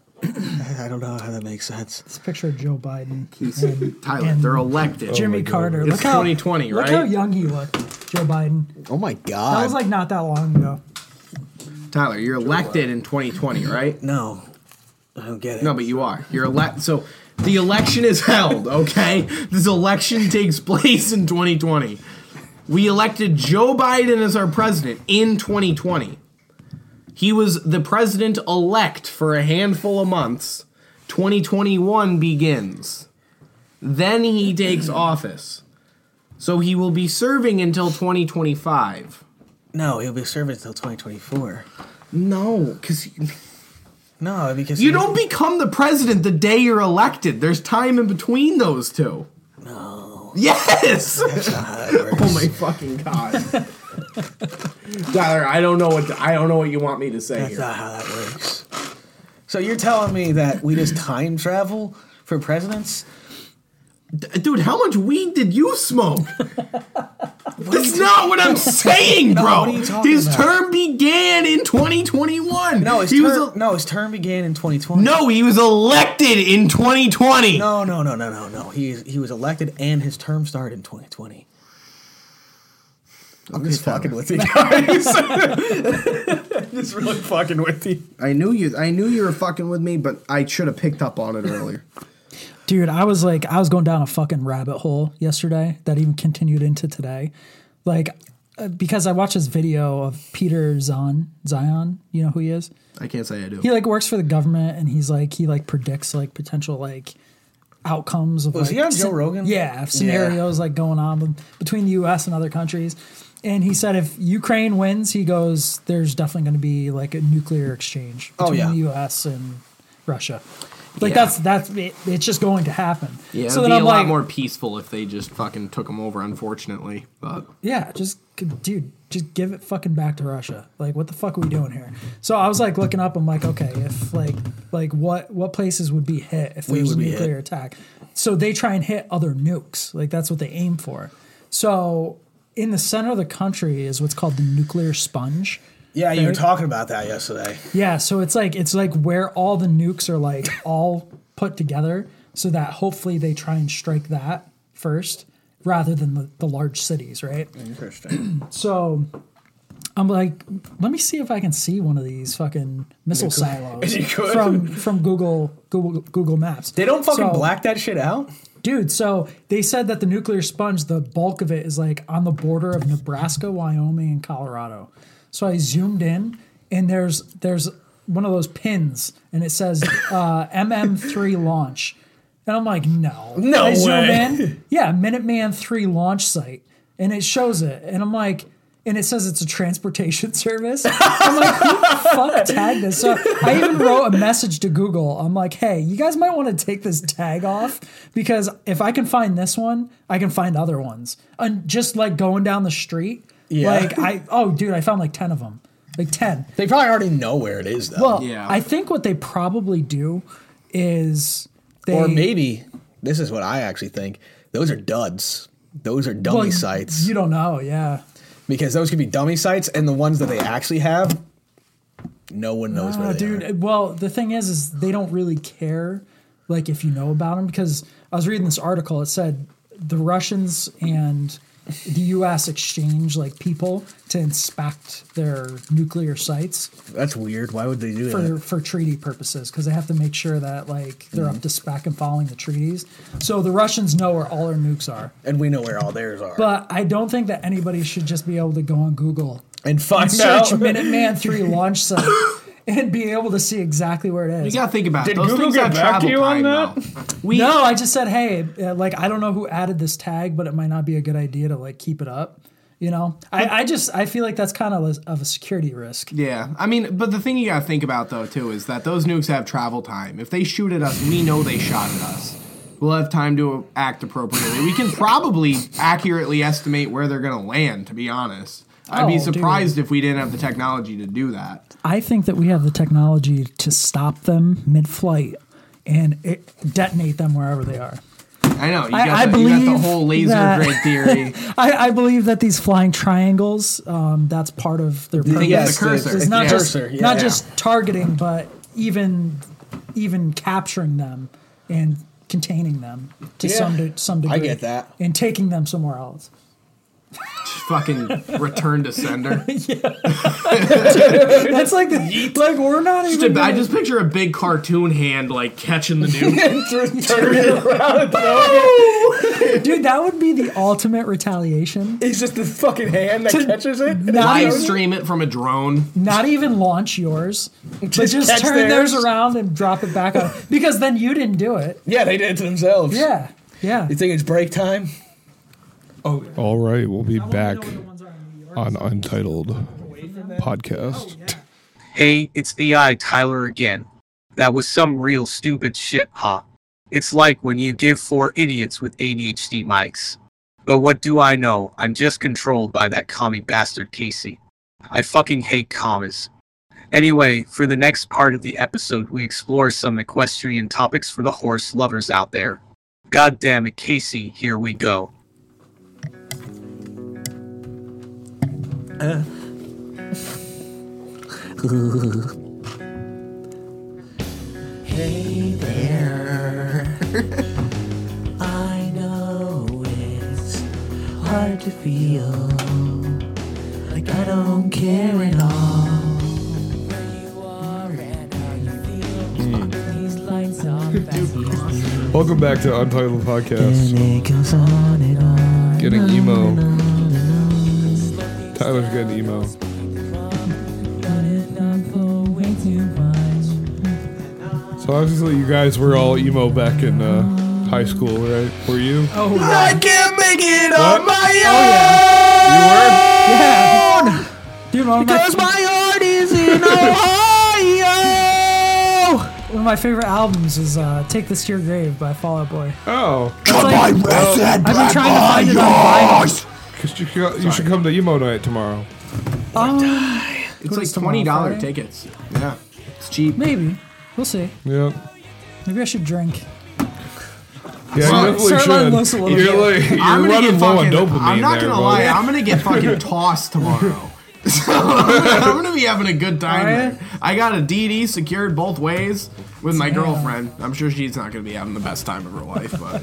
F: I don't know how that makes sense.
D: this picture of Joe Biden and
G: Tyler,
D: And
G: they're elected.
D: Jimmy Carter.
G: It's
D: look how,
G: 2020,
D: Look
G: right?
D: how young he looked, Joe Biden.
F: Oh my
D: That
F: god!
D: was like not that long ago.
G: Tyler, you're elected in 2020, right?
H: No, I don't get it.
G: No, but you are. You're elect. So the election is held. Okay, this election takes place in 2020. We elected Joe Biden as our president in 2020. He was the president elect for a handful of months. 2021 begins. Then he takes office. So he will be serving until 2025.
H: No, he'll be serving until 2024.
G: No, because
H: No, because
G: you
H: he-
G: don't become the president the day you're elected. There's time in between those two. No. Yes. oh my fucking god. Tyler, I don't know what I don't know what you want me to say
H: That's
G: here.
H: not how that works. So you're telling me that we just time travel for presidents?
G: D- Dude, how much weed did you smoke? That's not what I'm saying, bro.
H: what are you talking
G: His
H: about?
G: term began in 2021.
H: No, his
G: he
H: term,
G: was el-
H: no, his term began in 2020.
G: no, he was elected in 2020.
H: no, no, no, no, no, no. He he was elected and his term started in 2020. I'm just fucking with you guys. just really fucking with you.
G: I knew you. I knew you were fucking with me, but I should have picked up on it earlier.
D: Dude, I was like, I was going down a fucking rabbit hole yesterday that even continued into today. Like, uh, because I watched this video of Peter Zahn, Zion, you know who he is?
G: I can't say I do.
D: He like works for the government and he's like, he like predicts like potential like outcomes of
H: Was
D: like,
H: he on Joe
D: scen-
H: Rogan?
D: Yeah, of scenarios like going on be- between the US and other countries. And he said if Ukraine wins, he goes, there's definitely going to be like a nuclear exchange
H: Oh,
D: between
H: yeah.
D: the US and Russia. Like
G: Yeah.
D: that's that's it, it's just going to happen.
G: Yeah,
D: so
G: it'd
D: then
G: be
D: I'm
G: a lot
D: like,
G: more peaceful if they just fucking took him over. Unfortunately, but
D: yeah, just dude, just give it fucking back to Russia. Like, what the fuck are we doing here? So I was like looking up. I'm like, okay, if like like what what places would be hit if there was a
H: would be
D: nuclear attack? So they try and hit other nukes. Like that's what they aim for. So in the center of the country is what's called the nuclear sponge.
H: Yeah, you were
D: Right?
H: talking about that yesterday.
D: Yeah, so it's like it's like where all the nukes are like all put together so that hopefully they try and strike that first rather than the, the large cities, right?
H: Interesting.
D: So I'm like, let me see if I can see one of these fucking missile silos from from Google Google Google Maps.
H: They don't fucking
D: So-
H: black that shit out.
D: dude. So they said that the nuclear sponge, the bulk of it is like on the border of Nebraska, Wyoming, and Colorado. So I zoomed in, and there's there's one of those pins, and it says uh, MM3 launch, and I'm like, no,
H: No
D: I zoomed
H: way.
D: in, yeah, Minuteman Three launch site, and it shows it, and I'm like. And it says it's a transportation service. I'm like, who the fuck tagged this? So I even wrote a message to Google. I'm like, hey, you guys might want to take this tag off because if I can find this one, I can find other ones. And just like going down the street,
H: Yeah.
D: like I oh dude, I found like ten of them, like ten.
H: They probably already know where it is though.
D: Well,
G: Yeah.
D: I think what they probably do is they
H: or maybe this is what I actually think. Those are duds. Those are dummy
D: well,
H: sites
D: You don't know, yeah.
H: because those could be dummy sites, and the ones that they actually have, no one knows
D: Ah,
H: where they
D: dude.
H: are.
D: Well, the thing is, is they don't really care, like if you know about them, because I was reading this article. It said the Russians and the U.S. exchange like people to inspect their nuclear sites
H: That's weird. Why would they do
D: for
H: that?
D: for treaty purposes because they have to make sure that like they're up to spec and following the treaties. So the Russians know where all our nukes are,
H: And we know where all theirs are.
D: but I don't think that anybody should just be able to go on Google
H: and find
D: search
H: out.
D: Minuteman Three launch site. And be able to see exactly where it is.
G: you gotta think about it.
E: Did
G: Those
E: Google
G: things
E: get
G: have
E: back
G: travel
E: to you on
G: time,
E: that?
G: though. We
D: No, I just said, hey, uh, like I don't know who added this tag, but it might not be a good idea to like keep it up. You know, I, I just I feel like that's kind of a, of a security risk.
G: Yeah, I mean, but the thing you gotta think about though too is that those nukes have travel time. If they shoot at us, we know they shot at us. We'll have time to act appropriately. We can probably accurately estimate where they're gonna land. To be honest, I'd
D: Oh,
G: be
D: dude.
G: surprised if we didn't have the technology to do that.
D: I think that we have the technology to stop them mid-flight and it, detonate them wherever they are.
G: I know. You got,
D: I- I
G: the, you got the
D: believe
G: whole laser
D: that-
G: grid theory.
D: I, I believe that these flying triangles, um, that's part of their purpose.
G: think
H: Yes, the cursor.
D: It's not
G: Yeah.
D: just
H: Cursor, yeah.
D: not
H: Yeah.
D: just targeting, but even even capturing them and containing them to
H: Yeah.
D: some de- some degree.
H: get that.
D: and taking them somewhere else.
G: fucking return to sender.
D: That's like the like we're not
G: Just
D: even.
G: a- I just picture a big cartoon hand like catching the dude.
D: dude, that would be the ultimate retaliation.
F: He's just the fucking hand that
D: To-
F: catches it.
D: Not
G: Live
D: even,
G: stream it from a drone.
D: not even launch yours, but just,
F: catch
D: turn theirs.
F: theirs.
D: around and drop it back on because then you didn't do it.
F: Yeah, they did it to themselves.
D: Yeah, yeah.
F: You think it's break time?
E: All right, we'll be back on Untitled Podcast.
A: Hey, it's AI Tyler again. That was some real stupid shit, huh? It's like when you give four idiots with ADHD mics. But what do I know? I'm just controlled by that commie bastard Casey. I fucking hate commas. Anyway, for the next part of the episode, we explore some equestrian topics for the horse lovers out there. God damn it, Casey, here we go.
C: I know it's hard to feel like I don't care at all. Where you are and how you feel. These lights are fast.
E: Welcome back to Untitled Podcast.
C: It goes on and on.
E: Getting emo. Tyler's getting emo.
C: Running on for way too much.
E: So obviously, you guys were all emo back in uh, high school, right? Were you? Oh,
F: I can't make it
E: What?
F: on my own. Oh,
D: Yeah. Dude, one of, my,
F: Cause my heart is in Ohio.
D: one of my favorite albums is uh, "Take This to Your Grave" by Fall Out Boy.
E: Oh. Goodbye,
D: I've been trying to find it on vinyl.
E: you, should- you should come to emo night tomorrow.
G: It's like
D: us tomorrow,
G: twenty dollar
D: Friday?
G: tickets. Yeah, it's cheap.
D: Maybe we'll see.
E: Yep.
D: Maybe I should drink.
E: Yeah,
G: Sorry-
E: you definitely
D: sorry, letting loose a
E: should.
D: little
E: You're
D: bit.
E: like you're
G: I'm gonna
E: running
G: get
E: low on
G: fucking.
E: dopamine.
G: I'm not
E: there,
G: gonna
E: bud.
G: lie. I'm gonna get fucking tossed tomorrow. So I'm gonna be having a good time
D: Alright.
G: there. I got a DD secured both ways with my girlfriend. I'm sure she's not gonna be having the best time of her life, but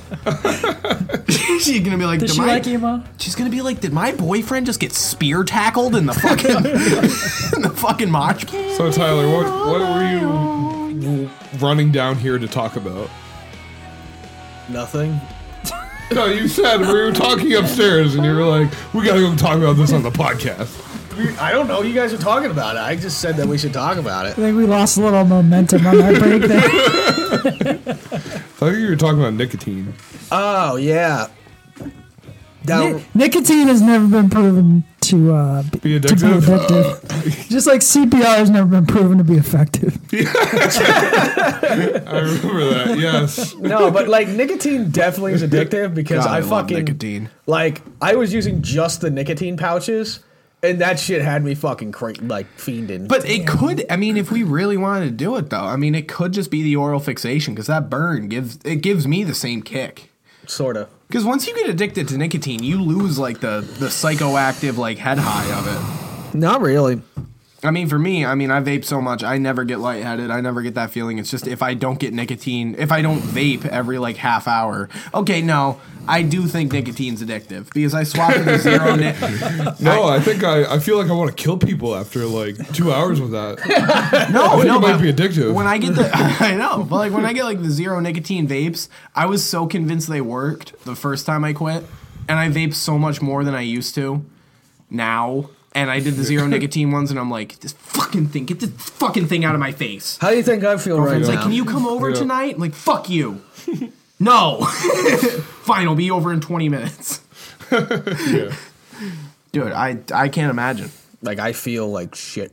G: she's gonna be like,
D: Does
G: "Did
D: she
G: my-"
D: like emo?
G: She's gonna be like, did my boyfriend just get spear tackled in the fucking in the fucking mosh pit?
E: So Tyler, what what were you running down here to talk about?
F: Nothing.
E: No, you said we were talking upstairs, and you were like, "We gotta go talk about this on the podcast."
F: I don't know. You guys are talking about it. I just said that we should talk about it.
D: I think we lost a little momentum on our break there.
E: I think you were talking about nicotine.
F: Oh yeah. Down.
D: Ni- nicotine has never been proven to uh, Um, be,
E: Be
D: to be
E: addictive?
D: addictive. Just like CPR has never been proven to be effective.
E: I remember that. Yes.
F: No, but like nicotine definitely is addictive because
G: God, I
F: I
G: love
F: fucking
G: nicotine.
F: Like I was using just the nicotine pouches, and that shit had me fucking cra- like fiending.
G: But it could. I mean, if we really wanted to do it, though, I mean, it could just be the oral fixation because that burn gives it gives me the same kick.
F: sort of.
G: Because once you get addicted to nicotine, you lose like the the psychoactive like head high of it.
F: Not really.
G: I mean, for me, I mean, I vape so much, I never get lightheaded. I never get that feeling. It's just if I don't get nicotine, if I don't vape every like half hour. Okay, no, I do think nicotine's addictive because I swap it to zero. Ni-
E: No, I think I, I feel like I want to kill people after like two hours with that.
G: No,
E: think
G: no,
E: it might
G: but
E: be addictive.
G: When I get the, I know, but like when I get like the zero nicotine vapes, I was so convinced they worked the first time I quit, and I vape so much more than I used to now. And I did the zero nicotine ones, and I'm like, this fucking thing, get this fucking thing out of my face.
F: How do you think I feel right
G: It's
F: now?
G: like, can you come over
E: Yeah.
G: tonight? like, fuck you. no. Fine, I'll be over in 20 minutes.
E: Yeah.
G: Dude, I I can't imagine.
F: like I feel like shit.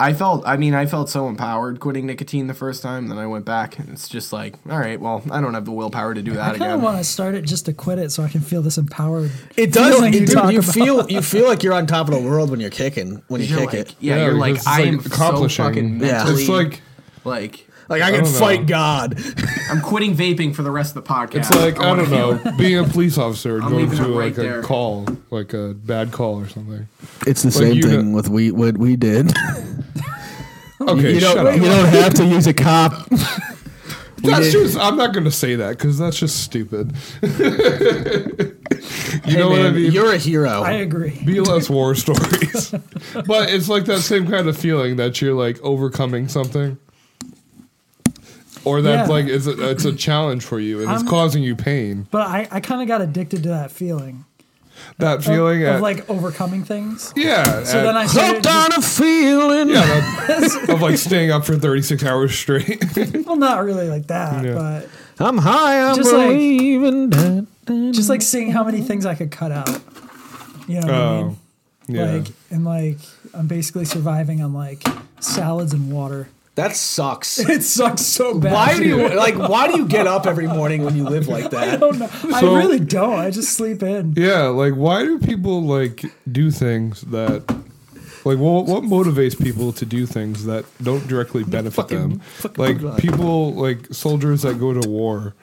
G: I felt, I mean, I felt so empowered quitting nicotine the first time. Then I went back, and it's just like, all right, well, I don't have the willpower to do that
D: I kind of
G: again.
D: want to start it just to quit it so I can feel this empowered.
F: It does.
D: feeling
F: It,
D: you
F: dude,
D: talk
F: you
D: about.
F: feel you feel like you're on top of the world when you're kicking when you
G: You're
F: kick
G: like,
F: it.
G: yeah,
E: Yeah,
G: you're
E: because
G: like,
E: it's
G: I
E: like
G: am so
E: accomplishing.
G: fucking
F: Yeah.
G: mentally,
E: It's like
G: like,
F: Like I
E: don't
F: can
E: know.
F: fight God.
G: I'm quitting vaping for the rest of the podcast.
E: it's like I
G: wanna
E: don't
G: feel it.
E: know, being a police officer and
G: I'm
E: going
G: leaving
E: to
G: it right
E: like a
G: there.
E: call, like a bad call or something.
H: It's the
E: Like
H: same
E: you
H: thing
E: know-
H: with we what we did.
E: Okay,
H: you
E: shut
H: don't,
E: up.
H: you don't have to use a cop.
E: That's just. I'm not gonna say that because that's just stupid. You know what I mean?
F: You're a hero.
D: I agree.
E: Be less war stories. but it's like that same kind of feeling that you're like overcoming something. Or that
D: Yeah. Um,
E: like it's a, it's a challenge for you and
D: I'm-
E: it's causing you pain.
D: But I, I kind of got addicted to that feeling
E: That
D: of,
E: feeling
D: of
E: at-
D: like overcoming things.
E: yeah.
D: So
E: at-
D: then I started.
H: Down
D: Just,
H: a feeling.
E: yeah, that- of like staying up for 36 hours straight.
D: well, not really like that,
E: Yeah.
D: but
H: I'm high. I'm
D: Just like-
H: believing. that.
D: just like seeing how many things I could cut out. You know what I mean?
E: Oh, yeah.
D: Like and like I'm basically surviving on like salads and water.
F: That sucks.
D: It sucks so bad.
F: Why do you like? Why do you get up every morning when you live like that?
D: don't know. I
E: So-
D: really don't. I just sleep in.
E: yeah, like why do people like do things that like what, what motivates people to do things that don't directly benefit them? Like people like soldiers that go to war.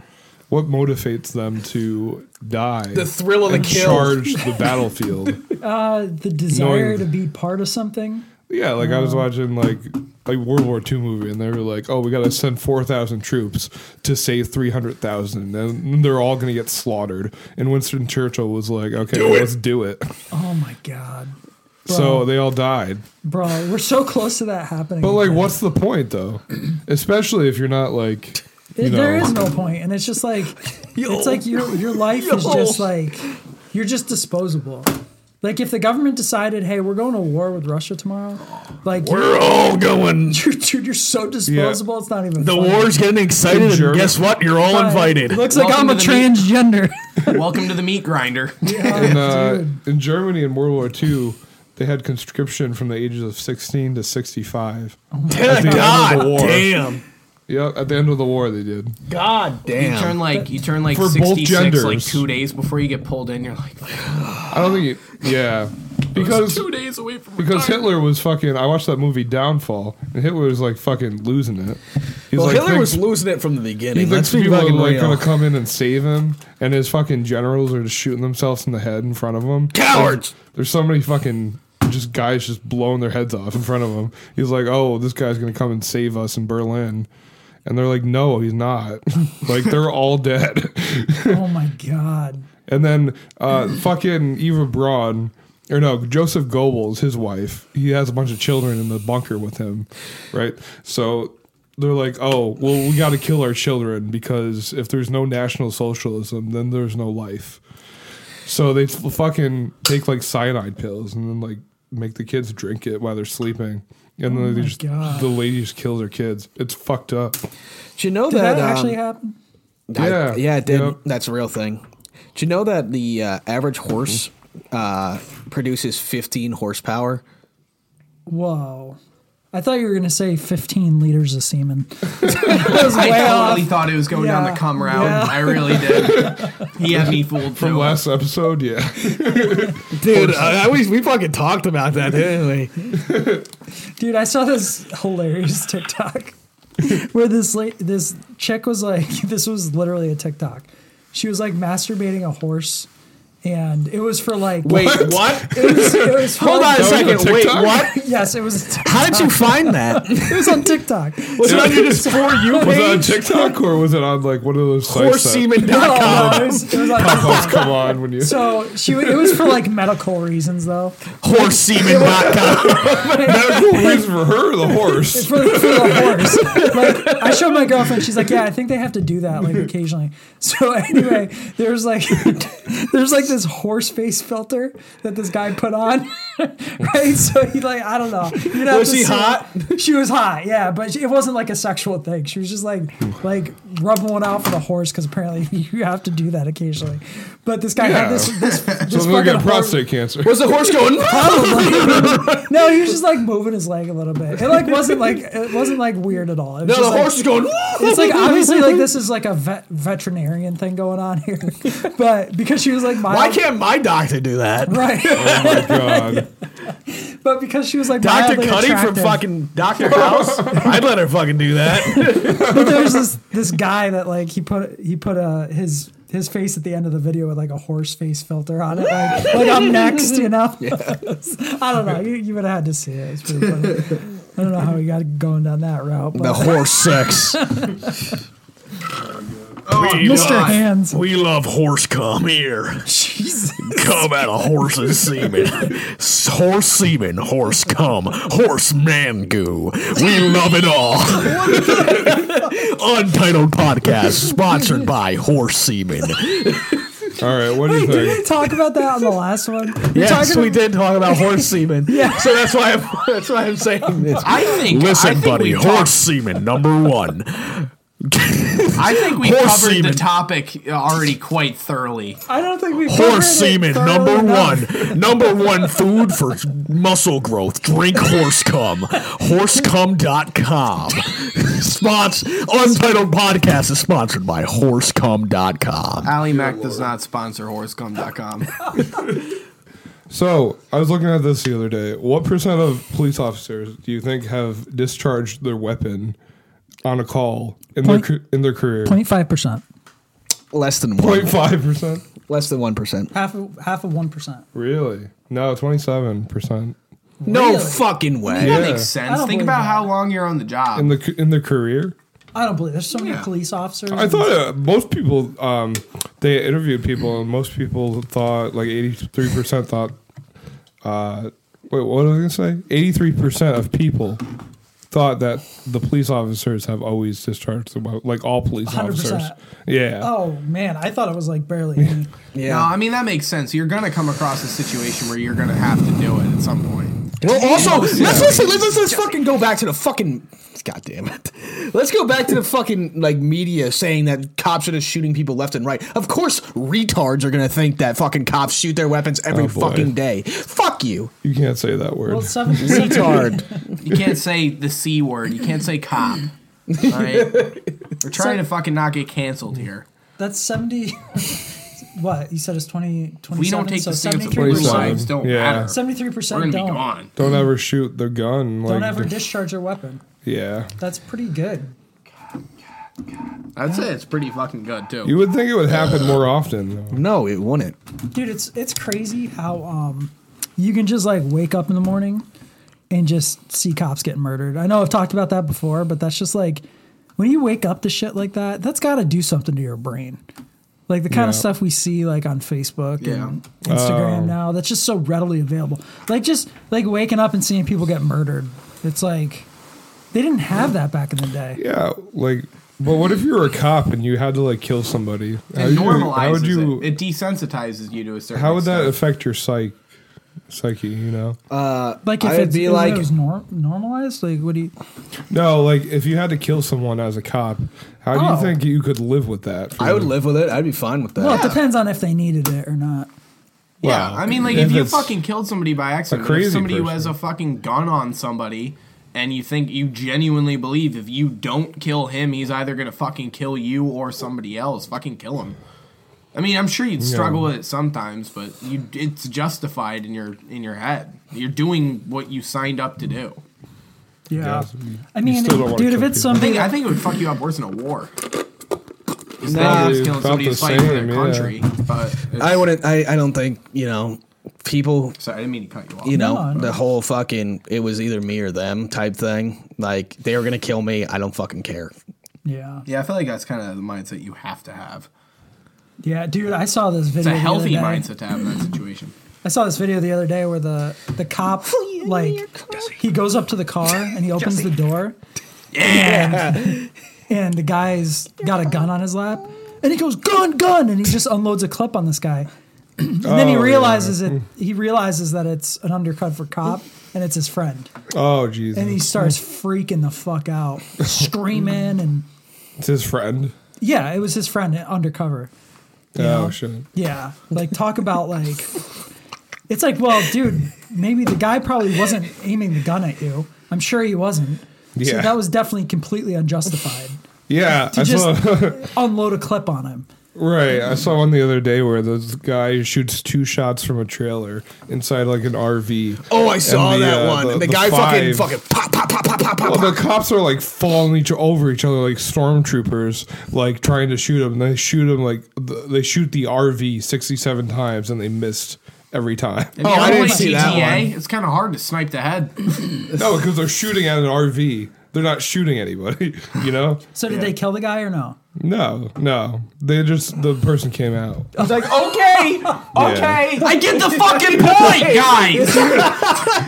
E: What motivates them to die?
F: The thrill of the
E: and
F: kill.
E: Charge the battlefield.
D: Uh, the desire
E: Knowing-
D: to be part of something.
E: Yeah, like I was
F: Uh-huh.
E: watching like a World War II movie, and they were like, "Oh, we got to send four thousand troops to save three hundred thousand, and they're all going to get slaughtered." And Winston Churchill was like, "Okay, let's do it."
D: Oh my god,
E: So they all died.
D: bro, we're so close to that happening.
E: But like,
D: again.
E: what's the point though? Especially if you're not like, you
D: It-
E: know,
D: there is no point, and it's just like it's like your your life is just like you're just disposable. Like if the government decided, hey, we're going to war with Russia tomorrow, like you're,
H: We're all going.
D: you're, dude, you're so disposable. It's not even
H: The
D: funny.
H: war's getting excited,
E: Sure.
H: and guess what? You're all
D: But
H: invited.
D: Looks like
G: Welcome
D: I'm a
G: to the meat-
D: transgender.
G: Welcome to the meat grinder.
E: in, uh, in Germany in World War II, they had conscription from the ages of sixteen to sixty-five. at the end of the war,
H: damn.
E: yeah, at the end of the war they did.
H: God damn.
G: You turn like you turn like
E: For both
G: 66 like
E: genders.
G: two days before you get pulled in. You're like
E: I don't think, it, yeah, because
G: two days away from
E: Because
G: retirement.
E: Hitler was fucking. I watched that movie Downfall, and Hitler was like fucking losing it. He's
F: Well,
E: like,
F: Hitler
E: thinks-
F: was losing it from the
E: He
F: beginning.
E: thinks
F: Let's be
E: people are
F: fucking
E: like
F: real.
E: going to come in and save him, and his fucking generals are just shooting themselves in the head in front of him.
H: Cowards!
E: There's, there's so many fucking just guys just blowing their heads off in front of him. He's like, oh, this guy's gonna come and save us in Berlin, and they're like, no, he's not. like they're all dead.
D: oh my god,
E: And then uh, fucking Eva Braun, or no, Joseph Goebbels, his wife, he has a bunch of children in the bunker with him, right? So they're like, oh, well, we got to kill our children because if there's no national socialism, then there's no life. So they f- fucking take like cyanide pills and then like make the kids drink it while they're sleeping. And then they just,
D: God.
E: the lady just kills her kids. It's fucked up.
H: Do you know
D: did that,
H: um,
D: actually happen?
H: I-
E: Yeah.
H: yeah, it did.
E: Yep.
H: That's a real thing. Do you know that the uh, average horse uh, produces 15 horsepower?
D: Whoa. I thought you were gonna say 15 liters of semen. That was
G: I
D: way
G: totally
D: off.
G: thought it was going down
D: Yeah.
G: the cum route.
D: Yeah.
G: I really did. He had me fooled
E: From
G: too.
E: last episode, yeah.
H: Dude, I, I, we, we fucking talked about that, didn't we?
D: Dude, I saw this hilarious TikTok where this la- this chick was like, this was literally a TikTok. She was like masturbating a horse, and it was for like.
H: Wait, what?
D: It was, it was for,
H: Hold on a
E: was on
H: second. Wait,
E: TikTok?
H: what?
D: Yes, it was.
H: How did you find that?
D: It was on TikTok.
H: Was it on your just for you
E: Was it on
H: page?
E: TikTok or was it on like one of those sites? that-
H: Horsesemen.com.
D: No, it was, it was on
E: Let's
D: TikTok.
E: come on when you.
D: So she, it was for like medical reasons though.
H: Horsesemen.com.
E: That's the reason for her, the horse.
D: for, for the horse. Like I showed my girlfriend, she's like, "Yeah, I think they have to do that like occasionally." So anyway, there's like there's like this horse face filter that this guy put on, right? So he like I don't know. You'd have
H: Was
D: to
H: he
D: see it.
H: hot?
D: She was hot, yeah, but she, it wasn't like a sexual thing. She was just like like rubbing one out for the horse because apparently you have to do that occasionally. But this guy
E: Yeah.
D: had this this, this
E: So I'm gonna get
D: fucking horse-
E: prostate cancer.
H: Was the horse going?
D: No, he was just like moving his leg a little bit. It like wasn't like it wasn't like weird at all. It was
H: No,
D: just,
H: the
D: like,
H: horse is going.
D: it's like obviously like this is like a vet- veterinarian thing going on here, but because she was like mild,
H: Why can't my doctor do that?
D: right?
E: Oh my god.
D: but because she was like
H: Dr.
D: mildly
H: Cuddy from
D: attractive,
H: fucking Dr. House? I'd let her fucking do that.
D: But there was this this guy that like he put he put uh, his his face at the end of the video with like a horse face filter on it, like, like I'm next, you know. I don't know. You, you would have had to see it. It's pretty funny. I don't know how we got going down that route. But
H: horse sex.
D: Mr. Hands.
H: We love horse cum here.
D: Jesus.
H: Come out of horse's semen. S- Horse semen, horse cum, horse man goo. We love it all. Untitled podcast sponsored by horse semen.
E: All right, what do you
D: Wait, did we
E: think?
D: talk about that on the last one?
H: Yes,
D: talking
H: we did talk about horse semen. yeah. So that's why I'm, that's why I'm saying this.
F: I think.
H: Listen,
F: I think
H: buddy,
F: we
H: horse semen number one.
G: I think we
H: Horse
G: covered
H: semen.
G: the topic already quite thoroughly.
D: I don't think we covered it
H: horse semen
D: thoroughly
H: number
D: enough.
H: one number one food for muscle growth drink horse cum horsecum.com Spons- untitled podcast is sponsored by horsecum.com
G: Ally Mac does not sponsor horsecum.com.
E: So I was looking at this the other day. What percent of police officers do you think have discharged their weapon on a call in
D: Point-
E: their ca- in their career?
D: 0.5%.
F: Less than one.
E: Point five percent.
F: Less than one percent.
D: Half of, half of 1%.
E: Really? No, twenty seven percent
F: No
D: Really?
F: fucking way.
G: That
E: Yeah.
G: makes
D: I
G: sense.
D: don't
G: Think
D: believe
G: about
D: that.
G: how long you're on the job.
E: in the c- in their career.
D: I don't believe There's so many
G: Yeah.
D: police officers.
E: I thought uh, most people um, they interviewed people, and most people thought like eighty three percent thought. Uh, wait, what was I gonna say? Eighty three percent of people thought that the police officers have always discharged the weapon, like all police
D: 100%.
E: officers. Yeah.
D: Oh, man. I thought it was like barely. any.
G: No, I mean that makes sense. You're gonna come across a situation where you're gonna have to do it at some point.
F: Well, also, let's listen. Let's, let's let's fucking go back to the fucking. God damn it. Let's go back to the fucking like media saying that cops are just shooting people left and right. Of course, retards are gonna think that fucking cops shoot their weapons every
E: Oh, boy.
F: fucking day. Fuck you,
E: You can't say that word.
D: Well, 7%.
F: retard.
G: You can't say the c word. You can't say cop. All right, we're trying to fucking not get canceled here.
D: That's 70. what? You said it's 20, 27.
G: We don't take
D: so
G: the stance of
D: 73%.
G: police
E: 27.
G: lives don't
E: Yeah.
G: matter.
D: 73%
G: We're gonna be
D: don't.
G: gone.
E: Don't ever shoot the gun. Like,
D: Don't ever
E: the-
D: discharge your weapon.
E: yeah.
D: That's pretty good.
G: I'd say it's pretty fucking good too.
E: You would think it would happen more often. Though.
F: no, it wouldn't.
D: Dude, it's it's crazy how um you can just like wake up in the morning and just see cops getting murdered. I know I've talked about that before, but that's just like when you wake up to shit like that, that's got to do something to your brain. Like the kind
E: Yeah.
D: of stuff we see like on Facebook
G: Yeah.
D: and Instagram
E: Oh.
D: now, that's just so readily available. Like just like waking up and seeing people get murdered. It's like they didn't have that back in the day.
E: Yeah, like, but what if you were a cop and you had to like kill somebody?
G: It
E: you-
G: normalizes
E: how would you?
G: it. It desensitizes you to a certain.
E: How would that
G: extent.
E: affect your psych, psyche? You know,
D: Like if
F: I'd
D: it's,
F: be
D: if
F: like-
D: it was nor- normalized, like what do you?
E: no, like if you had to kill someone as a cop, how do
D: Oh.
E: you think you could live with that? for-
F: I would live with it. I'd be fine with that.
D: Well, it depends on if they needed it or not.
G: Yeah,
E: Well,
G: I mean, like
E: if
G: if you
E: it's
G: fucking killed somebody by accident, if
E: crazy
G: somebody who has
E: person.
G: a fucking gun on somebody, and you think you genuinely believe if you don't kill him, he's either gonna fucking kill you or somebody else. Fucking kill him. I mean, I'm sure you'd struggle with it sometimes, but you it's justified in your in your head. You're doing what you signed up to do.
D: Yeah.
E: Yes.
D: I mean,
E: still don't wanna
D: dude, if
E: kill
D: it's
E: people.
G: I
D: something,
G: think, I think it would fuck you up worse than a war. It's
E: Probably
G: not just killing
E: about
G: somebody
E: the
G: who's fighting for their
E: same, yeah.
G: country, but it's-
F: I wouldn't. I, I don't think you know people.
G: Sorry, I didn't mean to cut you off.
F: You know
D: No, no.
F: the whole fucking it was either me or them type thing. Like they were gonna kill me. I don't fucking care.
D: yeah,
G: yeah, I feel like that's kind of the mindset you have to have.
D: yeah, dude, I saw this
G: It's
D: video.
G: a healthy
D: the other day.
G: mindset to have in that situation.
D: I saw this video the other day where the the cop like he goes up to the car and he opens the door. Yeah. And, and the guy's got a gun on his lap, and he goes gun gun, and he just unloads a clip on this guy. And then he
E: Oh, yeah.
D: realizes it. He realizes that it's an undercut for cop, and it's his friend.
E: Oh Jesus!
D: And he starts freaking the fuck out, screaming, and
E: it's his friend.
D: yeah, it was his friend undercover.
E: Oh shit!
D: Yeah, like talk about like it's like, well, dude, maybe the guy probably wasn't aiming the gun at you. I'm sure he wasn't. So
E: Yeah.
D: that was definitely completely unjustified.
E: Yeah,
D: To
E: I
D: just
E: saw.
D: unload a clip on him.
E: Right, I saw one the other day where this guy shoots two shots from a trailer inside like an RV.
F: Oh, I saw
E: And the,
F: that
E: uh,
F: one.
E: the-
F: The,
E: the
F: guy fucking
E: five-
F: fucking pop pop pop pop pop pop.
E: Well,
F: pop.
E: the cops are like falling each over each other like stormtroopers, like trying to shoot him. And they shoot him like th- they shoot the RV sixty-seven times, and they missed every time.
G: If you
F: I
G: don't
F: didn't
G: play
F: see that one.
G: It's kind of hard to snipe the head.
E: no, because they're shooting at an RV. They're not shooting anybody. You know?
D: So did they kill the guy or no?
E: No, no. They just the person came out.
G: It's like, okay, okay.
I: I get the fucking point,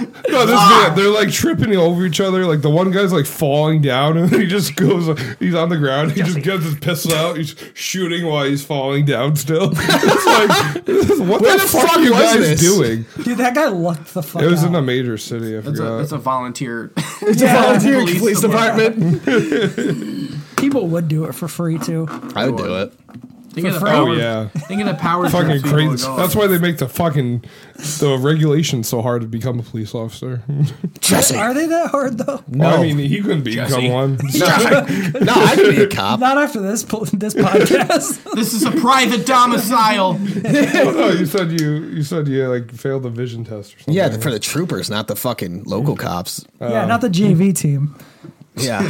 I: guys.
E: No, this video- they're like tripping over each other. Like the one guy's like falling down, and he just goes. He's on the ground. He just gets his pistol out. He's shooting while he's falling down. Still, it's like this is- what the, fuck, are you
F: was
E: guys
F: this?
E: doing?
D: Dude, that guy lucked the fuck
E: It was
D: out.
E: in a major city. I
G: It's a,
E: forgot.
G: it's a volunteer.
F: It's a volunteer police, department.
D: People would do it for free too.
F: I would do it.
G: Think of the
D: For
G: power.
E: oh yeah,
G: Think of the power.
E: fucking
G: trips people
E: crazy.
G: would go on.
E: That's why they make the fucking the regulations so hard to become a police officer.
F: Jesse.
D: Are they that hard though?
E: No, I mean he couldn't become
I: Jesse.
E: one.
F: No, I could be a cop.
D: Not after this po- this podcast.
G: This is a private domicile.
E: no, you said you you said you like failed the vision test or something.
F: Yeah, for the troopers, not the fucking local cops.
D: yeah,
E: Uh,
D: not the JV team.
F: Yeah.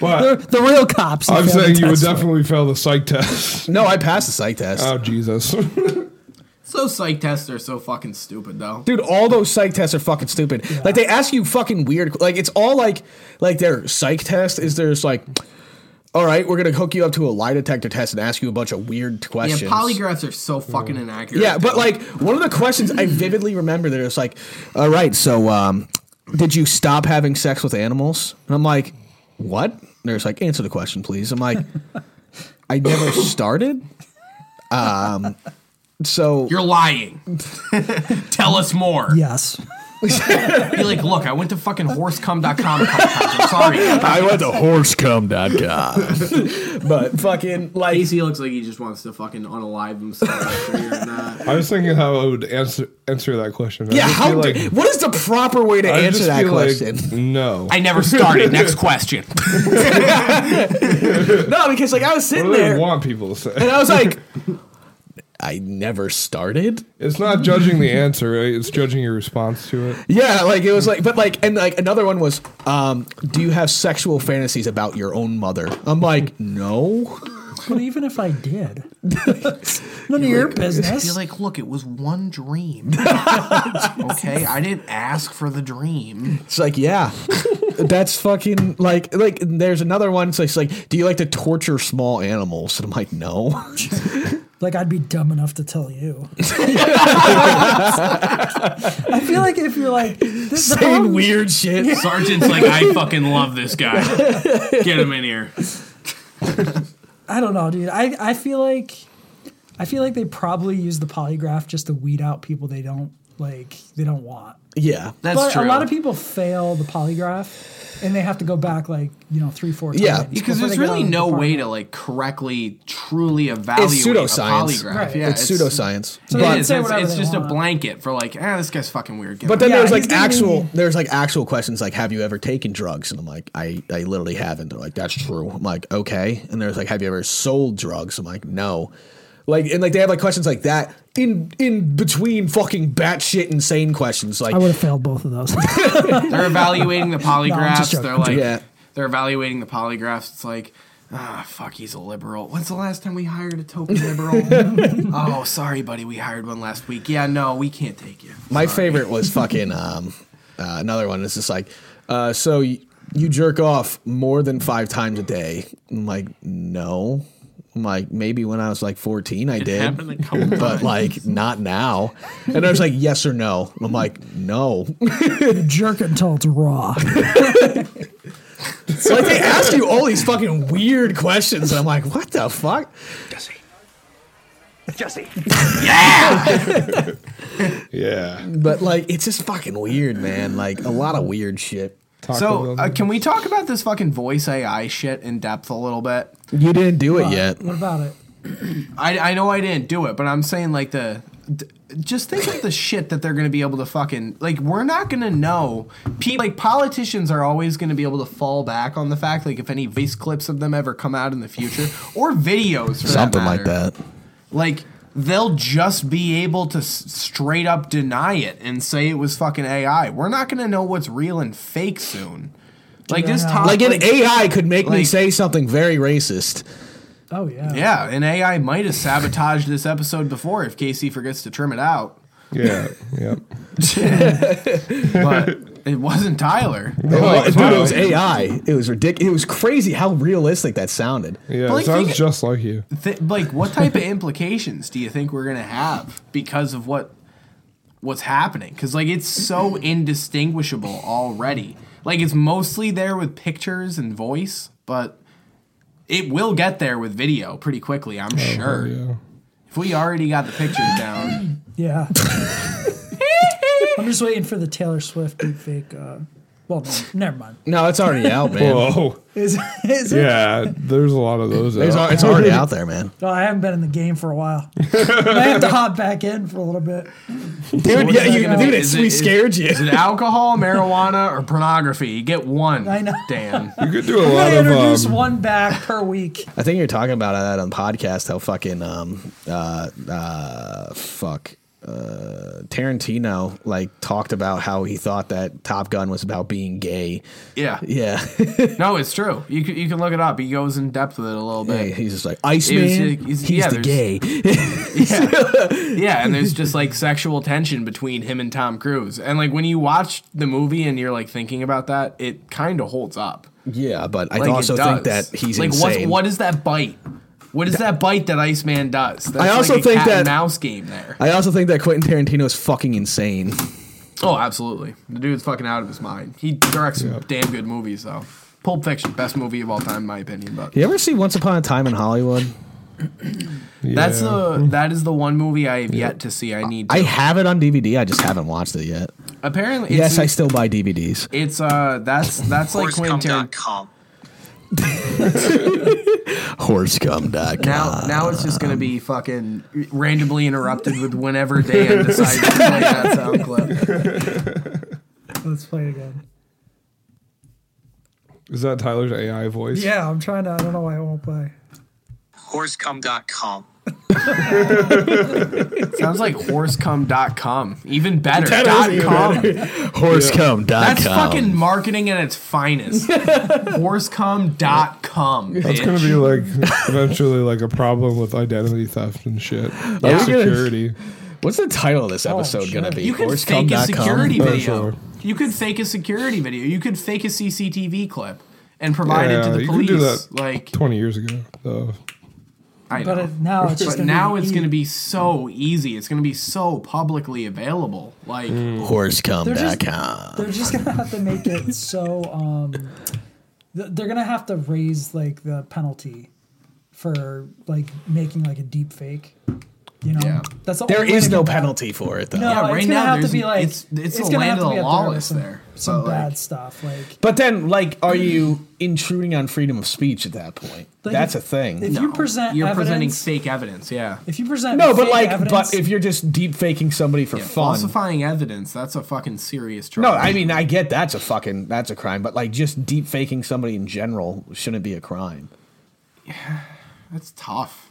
E: but
D: The real cops. who
E: I'm
D: failed the
E: saying you would
D: test.
E: definitely fail the psych test.
F: no, I passed the psych test.
E: Oh Jesus!
G: So psych tests are so fucking stupid, though.
F: Dude, all those psych tests are fucking stupid. Like they ask you fucking weird. Like it's all like like their psych test is there's like, all right, we're gonna hook you up to a lie detector test and ask you a bunch of weird
G: Yeah,
F: questions.
G: polygraphs are so fucking inaccurate.
F: Yeah, but
G: dude.
F: like one of the questions I vividly remember that it was like, all right, so um, did you stop having sex with animals? And I'm like, what? And they're just like, answer the question, please. I'm like, I never started. Um, so
G: you're lying. Tell us more.
D: Yes.
G: Be like, look, I went to fucking horsecum.com. a couple times. I'm sorry.
I: I went to horsecum.com.
F: but fucking like
G: AC looks like he just wants to fucking unalive himself. after you're not-
E: I was thinking how I would answer answer that question. I'd
F: yeah,
E: just
F: how?
E: be
F: do- what is the proper way to
E: I'd
F: answer
E: just
F: that
E: be like,
F: question?
E: no,
G: I never started. Next question.
F: no, because like I was sitting
E: what do they
F: there
E: want people to
F: and
E: say?
F: I was like, I never started.
E: It's not judging the answer, right? It's judging your response to it.
F: Yeah, like it was like, but like, and like another one was, um, do you have sexual fantasies about your own mother? I'm like, no.
D: But even if I did, none of your
G: You're
D: business.
G: like, look, it was one dream. okay, I didn't ask for the dream.
F: It's like, yeah, that's fucking like, like. and There's another one. So it's like, do you like to torture small animals? And I'm like, no.
D: Like I'd be dumb enough to tell you. I feel like if you're like this, the problem,
F: Saying weird shit.
G: Sergeant's like, I fucking love this guy. Get him in here.
D: I don't know, dude. I, I feel like I feel like they probably use the polygraph just to weed out people they don't like they don't want.
F: Yeah.
G: That's
D: But
G: true.
D: a lot of people fail the polygraph and they have to go back like, you know, three, four times.
F: Yeah.
G: because
D: before
G: there's
D: they get
G: really
D: on the
G: no way to
D: department.
G: like correctly, truly evaluate
F: It's
G: a
F: pseudoscience.
G: polygraph.
D: Right.
G: Yeah,
F: it's, pseudoscience.
D: So
G: It
D: they
F: but
D: can
G: is.
D: say
G: It's,
D: whatever
G: it's
D: they
G: just
D: want.
G: a blanket for like, ah, this guy's fucking weird. Get
F: But
G: him
F: then
D: Yeah,
F: there's
D: he's
F: like
D: gonna
F: actual
D: be-
F: there's like actual questions like have you ever taken drugs and I'm like I I literally haven't they're like that's true I'm like okay and there's like have you ever sold drugs I'm like no like and like they have like questions like that in in between fucking batshit insane questions like
D: I would have failed both of those.
G: They're evaluating the polygraphs.
D: joking.
G: they're like,
F: Yeah.
G: they're evaluating the polygraphs. It's like, ah, fuck, he's a liberal. When's the last time we hired a token liberal? oh, sorry, buddy, we hired one last week. Yeah, no, we can't take you.
F: my favorite was fucking um uh, another one is just like uh so y- you jerk off more than five times a day I'm like no I'm like maybe when I was like 14 I did
G: Happened a couple times.
F: but like not now. And I was like, yes or no. And I'm like, no.
D: Jerk until it's raw.
F: So like they ask you all these fucking weird questions, and I'm like, what the fuck?
E: Yeah,
F: But like, it's just fucking weird, man. Like a lot of weird shit.
E: Taco
G: So,
E: Bell.
G: uh, can we talk about this fucking voice AI shit in depth a little bit?
F: You didn't do it yet.
D: What about it?
G: I, I know I didn't do it, but I'm saying like the. d- Just think of the shit that they're going to be able to fucking like. We're not going to know. Pe- like politicians are always going to be able to fall back on the fact like if any voice clips of them ever come out in the future or videos, for
F: Something like
G: matter.
F: that.
G: Like they'll just be able to s- straight up deny it and say it was fucking AI. We're not going to know what's real and fake soon. Like this
D: Yeah.
G: top,
F: Like an AI could make me
G: like-
F: say something very racist.
D: Oh yeah.
G: Yeah, and AI might have sabotaged this episode before if Casey forgets to trim it out.
E: Yeah, yeah.
G: but it wasn't Tyler.
F: Oh, dude, it was
E: Tyler.
F: AI. It was ridiculous. It was crazy how realistic that sounded.
E: Yeah,
G: Blake,
E: it sounds
G: you-
E: just like you.
G: Th- like, what type of implications do you think we're gonna have because of what what's happening? Because like it's so indistinguishable already. Like it's mostly there with pictures and voice, but it will get there with video pretty quickly. I'm sure.
E: Yeah.
G: If we already got the pictures down,
D: Yeah. I'm just waiting for the Taylor Swift deepfake. Uh, well, no, never mind.
F: No, it's already out, man.
E: Whoa.
D: Is, is it?
E: Yeah, there's a lot of those.
F: It's,
E: out.
F: al- it's already out there, man.
D: Oh, I haven't been in the game for a while. I have to hop back in for a little bit.
F: Dude, yeah,
G: that
F: you,
G: gonna
F: dude,
G: be?
F: it's,
G: Is it-
F: we
G: is-
F: scared you.
G: is it alcohol, marijuana, or pornography? You get one.
D: I know.
G: Dan.
E: You could do a
D: I'm
E: lot
D: gonna introduce
E: of. Um,
D: one back per week.
F: I think you're talking about that on podcast. How fucking um uh uh fuck uh Tarantino like talked about how he thought that Top Gun was about being gay.
G: Yeah.
F: Yeah,
G: No, it's true. You can, you can look it up. He goes in depth with it a little bit.
F: he's just like Iceman.
G: like- he's-
F: He's, he's
G: yeah,
F: the gay.
G: there's- Yeah, and there's just like sexual tension between him and Tom Cruise. And like when you watch the movie and you're like thinking about that, it kind of holds up.
F: Yeah, but I
G: Like, it
F: also think that
G: does.
F: he's
G: like
F: insane.
G: what what is that bite? What is that bite that Iceman does? That's
F: I also
G: like a
F: think
G: cat and
F: that-
G: mouse game there.
F: I also think that Quentin Tarantino is fucking insane.
G: Oh, absolutely. The dude's fucking out of his mind. He directs some damn good movies though. Pulp Fiction, best movie of all time, in my opinion. But
F: You ever see Once Upon a Time in Hollywood?
G: that's
E: yeah.
G: the that is the one movie I have yet to see. I need. To.
F: I have it on DVD. I just haven't watched it yet.
G: apparently it's,
F: Yes, I still buy DVDs.
G: it's uh that's that's like Quentin Tarantino.
A: Horsecum.com.
F: Horsecum.com.
G: Now, now it's just gonna be fucking randomly interrupted with whenever Dan decides to play that sound clip.
D: Let's play it again.
E: is that Tyler's AI voice?
D: Yeah, I'm trying to. I don't know why it won't play.
A: Horsecum.com.
G: Sounds like horsecum.com. Even better. Dot com.
F: Horsecum.com.
G: That's fucking marketing at its finest. horsecum.com.
E: That's gonna be like eventually like a problem with identity theft and shit. Like
F: Yeah.
E: security.
F: What's the title of this episode
D: shit.
F: going to be?
G: You could fake a security
E: Oh,
G: video.
E: sure.
G: You could fake a security video. You could fake a CCTV clip and provide it to
E: Yeah,
G: the
E: you could
G: police.
E: do that.
G: Like
E: Twenty years ago, though.
G: I know.
D: But it, now it's just.
G: but
D: Gonna
G: now
D: be
G: it's going to
D: easy.
G: be so easy. It's going to be so publicly available. Like,
E: Mm.
F: Horsecum.com.
D: They're just gonna have to make it so. Um, th- they're gonna have to raise like the penalty for like making like a deep fake. You know,
G: Yeah.
D: that's the
F: There
D: only way
F: is
D: to
F: no
D: combat-
F: penalty for it, though.
D: No,
G: Yeah,
D: it's
G: right
D: gonna
G: now
D: have to
G: there's-
D: be like
G: it's- it's the
D: gonna
G: land
D: have
G: of the
D: to be up with
G: lawless
D: some,
G: there,
D: Some
G: but, like-
D: bad stuff like
F: But then, like, are you intruding on freedom of speech at that point?
D: Like,
F: That's a
D: if-
F: thing.
D: if you present
G: you're presenting
D: evidence,
G: fake evidence. Yeah.
D: if you present
F: no, but
D: fake
F: like,
D: evidence-
F: but if you're just deep faking somebody for fun,
G: Falsifying evidence, that's a fucking serious charge.
F: No, I mean I get that's a fucking that's a crime, but like just deep faking somebody in general shouldn't be a crime.
G: that's tough.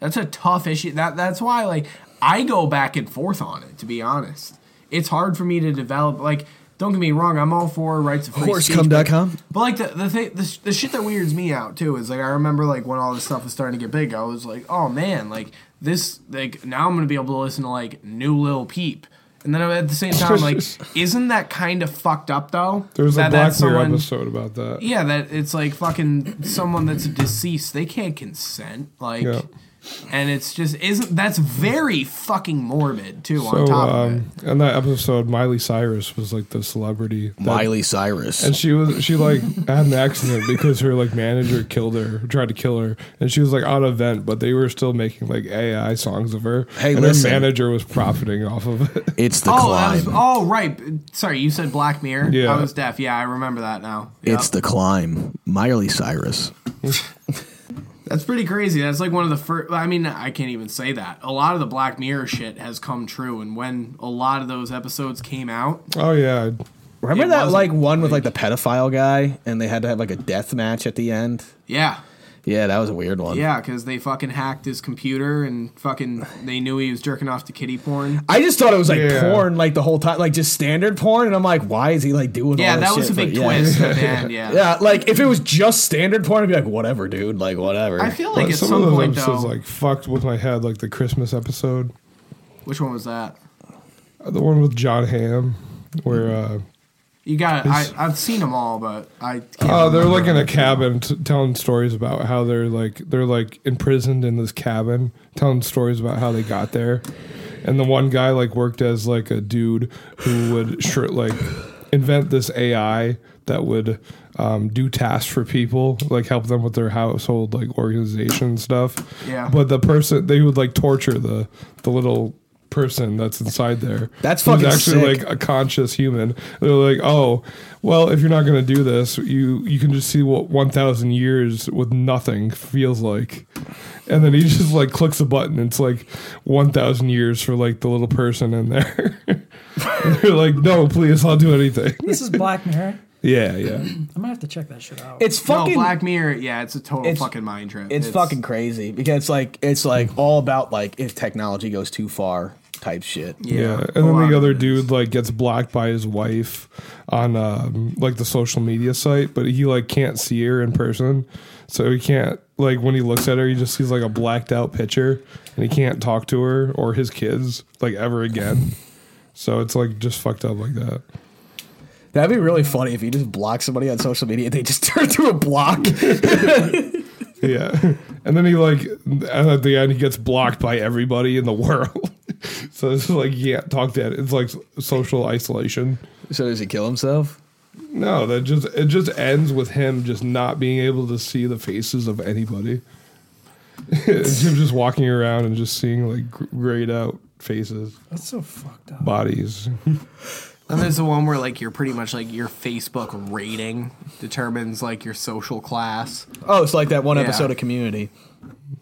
G: That's a tough issue. That that's why like I go back and forth on it, to be honest. It's hard for me to develop like don't get me wrong, I'm all for rights of free speech, but-
F: Horsecum.com.
G: But like the the, thing, the sh- the shit that weirds me out too is like I remember like when all this stuff was starting to get big, I was like, oh man, like this like now I'm gonna be able to listen to like new Lil Peep, and then at the same time like isn't that kind of fucked up though?
E: There's a
G: that,
E: Black
G: that's
E: Mirror
G: someone-
E: episode about that.
G: Yeah, that it's like fucking someone that's deceased. They can't consent, like,
E: Yeah.
G: and it's just isn't that's very fucking morbid too.
E: So,
G: on top of it,
E: um, in that episode, Miley Cyrus was like the celebrity. that-
F: Miley Cyrus.
E: And she was she like had an accident because her like manager killed her, tried to kill her, and she was like on a vent, but they were still making like AI songs of her.
F: Hey,
E: and
F: listen.
E: her manager was profiting off of it.
F: It's the
G: oh, that
F: climb.
G: was, oh right, sorry, you said Black Mirror.
E: Yeah.
G: I was deaf. Yeah, I remember that now.
F: It's
G: Yep.
F: the climb. Miley Cyrus.
G: That's pretty crazy. That's like one of the first. I mean, I can't even say that. A lot of the Black Mirror shit has come true, and when a lot of those episodes came out,
E: Oh yeah,
F: Remember
G: It
F: that
G: wasn't,
F: like one with like the pedophile guy and they had to have like a death match at the end?
G: yeah,
F: Yeah, that was a weird one.
G: yeah, because they fucking hacked his computer and fucking they knew he was jerking off to kitty porn.
F: I just thought it was like
E: Yeah.
F: porn like the whole time, like just standard porn, and I'm like, why is he like doing
G: Yeah,
F: all this
G: that was a
F: shit for-
G: big
F: yeah.
G: twist at the end. Yeah.
F: Yeah, like if it was just standard porn, I'd be like, whatever, dude, like whatever.
G: I feel like
E: But
G: at some,
E: of those
G: point though,
E: episodes like fucked with my head, like the Christmas episode.
G: which one was that?
E: The one with John Hamm, where uh,
G: You got. I, I've seen them all, but I. Can't
E: oh, they're
G: remember.
E: like in a cabin t- telling stories about how they're like they're like imprisoned in this cabin, telling stories about how they got there. And the one guy like worked as like a dude who would sure like invent this AI that would um, do tasks for people, like help them with their household like organization stuff.
G: Yeah.
E: But the person they would like torture the the little person that's inside there.
F: That's
E: who's
F: fucking
E: actually
F: sick.
E: like a conscious human. They're like, oh, well, if you're not gonna do this, you you can just see what one thousand years with nothing feels like. And then he just like clicks a button. It's like one thousand years for like the little person in there. They're like, no, please, I'll do anything.
D: This is Black Mirror.
E: Yeah, yeah.
D: I might have to check that shit out.
F: It's fucking
G: no, Black Mirror. Yeah, it's a total
F: It's-
G: fucking mind trip.
F: it's, fucking crazy because it's like it's like all about like if technology goes too far type shit.
E: Yeah,
G: a
E: and
G: lot
E: then
G: of
E: the other
G: it
E: dude like gets blocked by his wife on um, like the social media site, but he like can't see her in person, so he can't like when he looks at her, he just sees like a blacked out picture, and he can't talk to her or his kids like ever again. So it's like just fucked up like that.
F: That'd be really funny if you just block somebody on social media and they just turn to a block.
E: Yeah, and then he like and at the end he gets blocked by everybody in the world. so it's like you can't talk to. It's like social isolation.
F: so does he kill himself?
E: No, that just it just ends with him just not being able to see the faces of anybody. It's him just walking around and just seeing like gr- grayed out faces,
D: That's so fucked up.
E: bodies.
G: And there's the one where like you're pretty much like your Facebook rating determines like your social class.
F: Oh, it's like that one
G: Yeah.
F: episode of Community.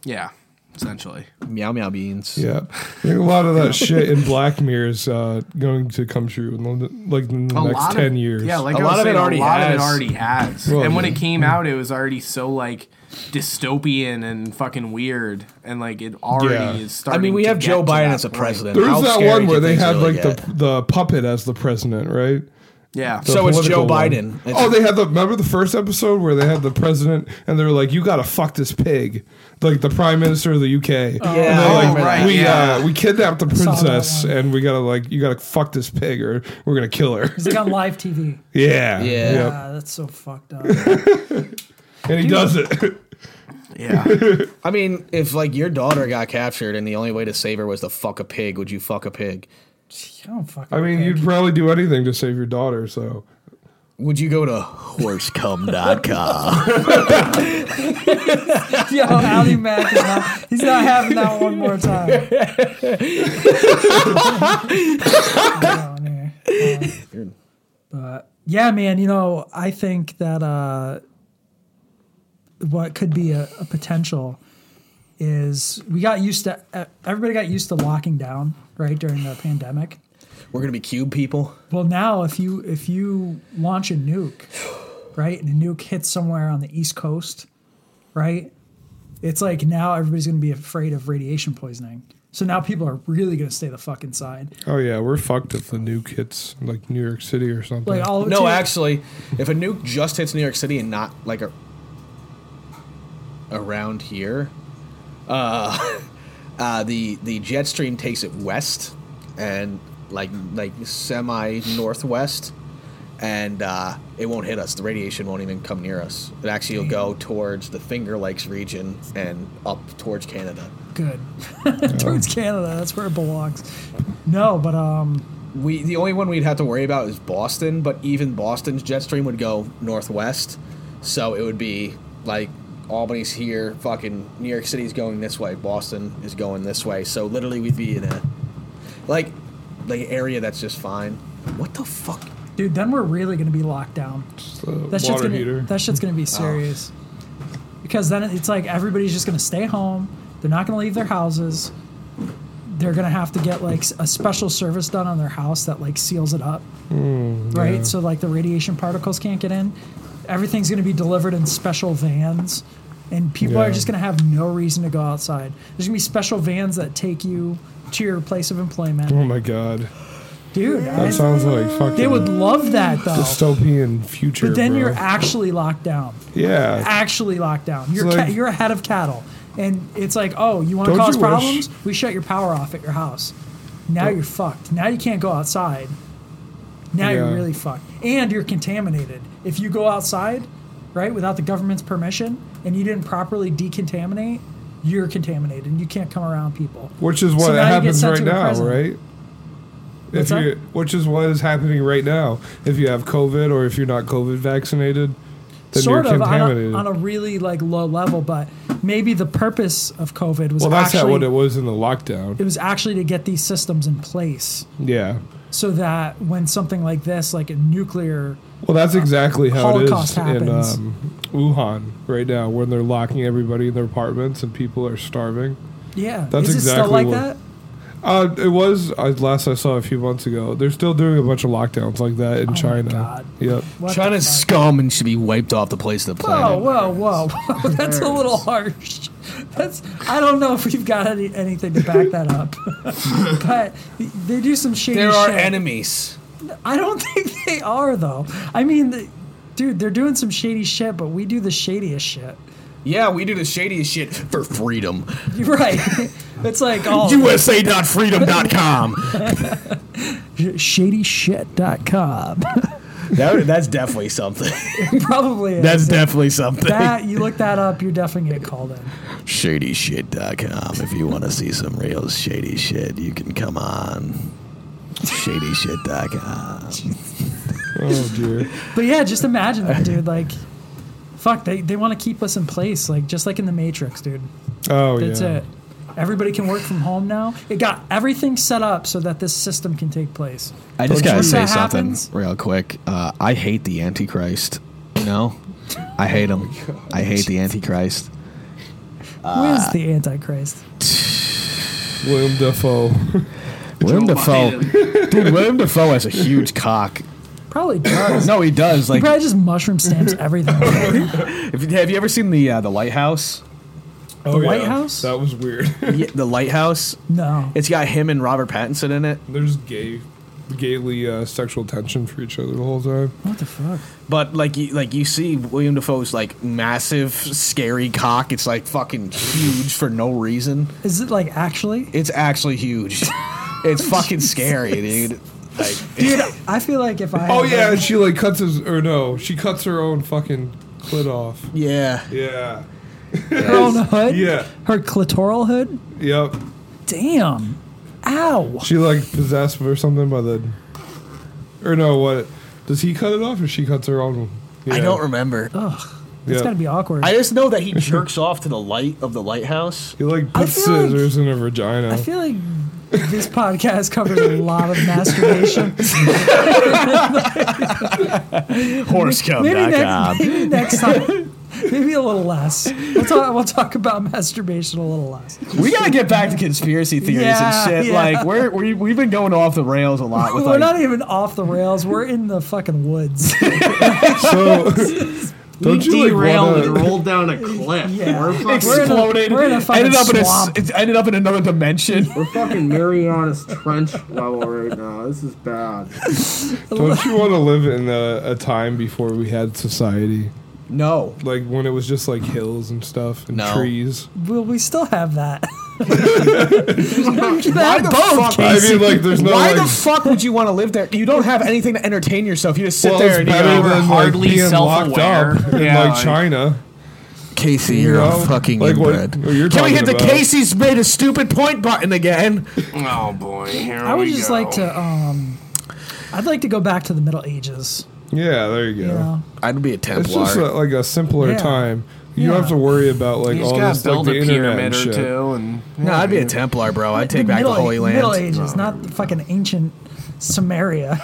G: Yeah, essentially.
F: Meow meow beans.
E: Yeah, I think a lot of that shit in Black Mirror is uh, going to come true in the, like in the
G: A
E: next
G: lot
E: ten
G: of,
E: years.
G: Yeah, like
F: A
G: I
F: lot
G: was
F: of it
G: saying,
F: already
G: a lot of
F: has.
G: it already has.
E: Well,
G: and when
E: yeah.
G: it came out, it was already so like dystopian and fucking weird, and like it already
E: Yeah.
G: is
F: I
G: starting.
F: mean, we
G: to
F: have
G: get
F: Joe
G: to that
F: Biden as a
G: point.
F: president.
E: there's
F: How
E: that
F: scary
E: one
F: do
E: where they
F: things
E: had
F: really
E: like
F: get?
E: the the puppet as the president, right?
G: Yeah.
E: The
F: So it's
E: political
F: Joe
E: one.
F: Biden. It's-
E: oh, they had the remember the first episode where they had the president and they were like, "You gotta fuck this pig," like the prime minister of the UK. And they're
F: I
E: like,
F: remember
G: that.
E: we
G: Yeah.
E: uh, we kidnapped the
D: saw that
E: princess
D: one.
E: and we gotta like you gotta fuck this pig or we're gonna kill her.
D: It's like on live TV.
E: Yeah,
F: Yeah.
E: Yep.
D: Ah, that's so fucked up.
E: And he does it.
G: yeah.
F: I mean, if like your daughter got captured and the only way to save her was to fuck a pig, would you fuck a pig?
D: I don't fucking.
E: I mean, you'd probably do anything to save your daughter. So
F: Would you go to horsecum.com?
D: Yo, Ali Mack is not. He's not having that one more time. Down here. Um, but yeah, man, you know, I think that uh, what could be a, a potential is we got used to e- everybody got used to locking down right during the pandemic.
F: We're gonna be cube people.
D: Well, now if you if you launch a nuke, right, and a nuke hits somewhere on the East Coast, right, it's like now everybody's going to be afraid of radiation poisoning. So now people are really going to stay the fuck inside.
E: oh yeah, we're fucked if the nuke hits like New York City or something.
D: Like all
F: No,
D: dude,
F: actually, if a nuke just hits New York City and not like a, around here, uh, uh, the the jet stream takes it west and like like semi northwest, and uh, it won't hit us. The radiation won't even come near us. It actually will go towards the Finger Lakes region and up towards Canada.
D: good towards Canada. That's where it belongs. No, but um,
F: We the only one we'd have to worry about is Boston, but even Boston's jet stream would go northwest, so it would be like Albany's here, fucking New York City's going this way, Boston is going this way. So literally, we'd be in a like like area that's just fine. What the fuck?
D: dude, then we're really going to be locked down.
E: It's the
D: That shit's
E: water
D: gonna,
E: heater. Oh.
D: That shit's gonna be serious. Because then it's like everybody's just gonna stay home. They're not gonna leave their houses. They're gonna have to get like s- a special service done on their house that like seals it up,
E: Hmm,
D: right? So like the radiation particles can't get in. Everything's gonna be delivered in special vans, and people are
E: Yeah.
D: just gonna have no reason to go outside. There's gonna be special vans that take you to your place of employment,
E: oh my god,
D: dude. I-
E: that sounds like fucking
D: they would love that though.
E: dystopian future.
D: But then
E: bro.
D: you're actually locked down
E: yeah.
D: actually locked down. You're
E: It's
D: ca-
E: like-
D: you're ahead of cattle, and it's like, oh, you want to
E: Don't
D: cause
E: you wish-
D: problems? We shut your power off at your house. Now you're fucked. Now you can't go outside. Now you're
E: Yeah.
D: really fucked. And you're contaminated. If you go outside, right, without the government's permission and you didn't properly decontaminate, you're contaminated and you can't come around people.
E: Which is
D: So
E: what
D: now you get
E: happens
D: sent
E: right
D: to a
E: now,
D: prison.
E: right? If
D: What's that?
E: you, which is what is happening right now. If you have COVID or if you're not COVID vaccinated, then
D: sort
E: you're
D: of on
E: contaminated.
D: a, on a really like low level, but maybe the purpose of COVID was
E: well, that's how
D: actually
E: what it was in the lockdown.
D: it was actually to get these systems in place
E: Yeah.
D: so that when something like this, like a nuclear
E: Well, that's exactly how
D: Holocaust
E: it is in
D: happens.
E: um, Wuhan right now, when they're locking everybody in their apartments and people are starving.
D: yeah,
E: That's
D: is it
E: exactly
D: still like
E: what-
D: that?
E: Uh, it was uh, last I saw a few months ago. They're still doing a bunch of lockdowns like that in China.
D: Oh God.
E: Yep.
D: What
H: China's
D: the fuck?
H: scum and should be wiped off the place of the
F: Oh.
D: Whoa,
H: planet.
D: whoa, whoa, whoa! That's a little harsh. That's I don't know if we've got any, anything to back that up, but they do some shady.
H: There are
D: shit.
H: enemies.
D: I don't think they are though. I mean, the, dude, they're doing some shady shit, but we do the shadiest shit.
H: Yeah, we do the shadiest shit for freedom.
D: You're right. it's like oh,
I: USA.freedom.com.
D: shadyshit.com.
F: That, that's definitely something.
D: Probably is.
I: That's definitely something.
D: that. You look that up, you're definitely gonna call them.
H: Shadyshit.com. If you want to see some real shady shit, you can come on. Shadyshit.com.
E: Oh dear.
D: But yeah, just imagine that, dude. Like, fuck, they they want to keep us in place, like just like in the Matrix, dude.
E: Oh yeah.
D: That's it. Everybody can work from home now. It got everything set up so that this system can take place.
H: I just
D: Don't
H: gotta
D: you
H: say
D: think that
H: something
D: happens?
H: real quick. Uh, I hate the Antichrist. You know, I hate him. I hate the Antichrist.
D: Where's the Antichrist?
E: William Defoe.
H: William
G: Joe
H: Defoe,
G: Biden.
H: dude. William Defoe has a huge cock.
D: Probably does.
H: No, he does.
D: He
H: Like,
D: probably just mushroom stamps everything.
H: if, you- have you ever seen the uh, the lighthouse?
E: Oh,
D: The White House?
E: That was weird.
H: Yeah, the lighthouse.
D: No.
H: It's got him and Robert Pattinson in it.
E: There's gay, gayly uh, sexual tension for each other the whole time.
D: What the fuck?
H: But like, you, like you see William Defoe's like massive, scary cock. It's like fucking huge for no reason.
D: Is it like actually?
H: It's actually huge. It's fucking scary, dude. Like,
D: Dude, I feel like if I.
E: Oh
D: had
E: yeah,
D: one-
E: and she like cuts his or no, she cuts her own fucking clit off.
H: yeah.
E: Yeah.
D: Her own hood?
E: Yeah.
D: Her clitoral hood?
E: Yep.
D: Damn. Ow.
E: She like possessed or something by the. Or no, what? Does he cut it off or she cuts her own? one? Yeah.
H: I don't remember.
E: Yeah.
D: It's gotta be awkward.
H: I
D: I,
H: just know that he jerks off to the light of the lighthouse.
E: He like
D: I
E: puts
D: feel like-
E: scissors in her vagina.
D: feel like this podcast covers a lot of masturbation.
H: Oh,
D: Maybe
I: Horsecom.com.
D: next, maybe next time. Maybe a little less. We'll talk, we'll talk about masturbation a little less.
H: We gotta get back to conspiracy theories
D: Yeah,
H: and shit.
D: yeah.
H: Like we're we, we've been going off the rails a lot with
D: We're
H: like.
D: not even off the rails. We're in the fucking woods.
E: So don't
G: we
E: you like
G: derailed
E: wanna,
G: and rolled down a cliff.
D: Yeah.
G: We're fucking,
D: We're in a-
H: Exploded.
D: we're in a fucking
H: ended up
D: swamp.
H: in a, s- it ended up in another dimension.
G: we're fucking Marianas Trench level right now. This is bad.
E: don't you want to live in a, a time before we had society,
H: No,
E: like when it was just like hills and stuff and
H: No.
E: trees?
D: Will we still have that?
H: why the fuck?
E: I mean, like there's no
H: why
E: like
H: the fuck would you want to live there? You don't have anything to entertain yourself. You just sit
E: Well,
H: there
E: it's
H: and
E: better
H: you
E: than
H: go,
E: like,
I: hardly
E: being locked
I: self-aware.
E: up in
I: Yeah,
E: like
I: like-
E: China.
H: Casey,
E: you
H: you're
E: know?
H: a fucking
E: like what,
H: inbred.
E: what you're
H: Can we
E: talking
H: hit the
E: about.
H: Casey's made a stupid point button again?
I: Oh boy, here
D: I would
I: we
D: just
I: go.
D: like to. um I'd like to go back to the Middle Ages.
E: Yeah, there you go.
D: You know,
H: I'd be a
E: It's just
H: Templar.
E: a, like a simpler
D: Yeah.
E: time. You
D: Yeah.
E: don't have to worry about like
I: You just
E: all
I: gotta
E: this like
I: build
E: the
I: a
E: internet and
I: pyramid or
E: shit.
I: two, and
H: No, I'd be a Templar, bro. I'd take
D: the
H: back the
D: Middle,
H: Holy
D: Middle
H: Land.
D: Ages, not the fucking ancient Samaria.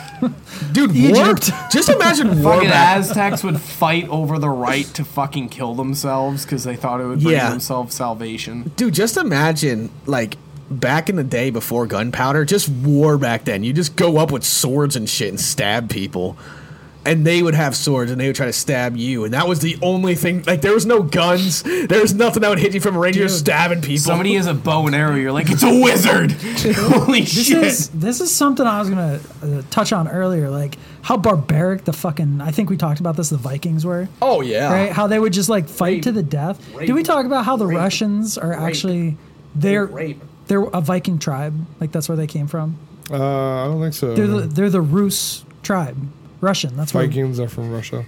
H: Dude,
D: Egypt.
H: war? Just imagine war
G: Fucking
H: back.
G: Aztecs would fight over the right to fucking kill themselves because they thought it would bring
H: Yeah.
G: themselves salvation.
H: Dude, just imagine like back in the day before gunpowder, just war back then. You just go up with swords and shit and stab people. And they would have swords and they would try to stab you. And that was the only thing like there was no guns. There was nothing that would hit you from a range. You're stabbing people.
G: Somebody has a bow and arrow. You're like, it's a wizard. Holy
D: This
G: shit!
D: is this is something I was gonna uh, touch on earlier, like how barbaric the fucking. I think we talked about this. The Vikings were.
H: Oh yeah.
D: right? How they would just like fight to the death. Did we talk about how the Russians are actually they're They're a Viking tribe. Like that's where they came from.
E: Uh, I don't think so.
D: They're the, they're the Rus tribe, Russian. That's where.
E: Vikings are from Russia.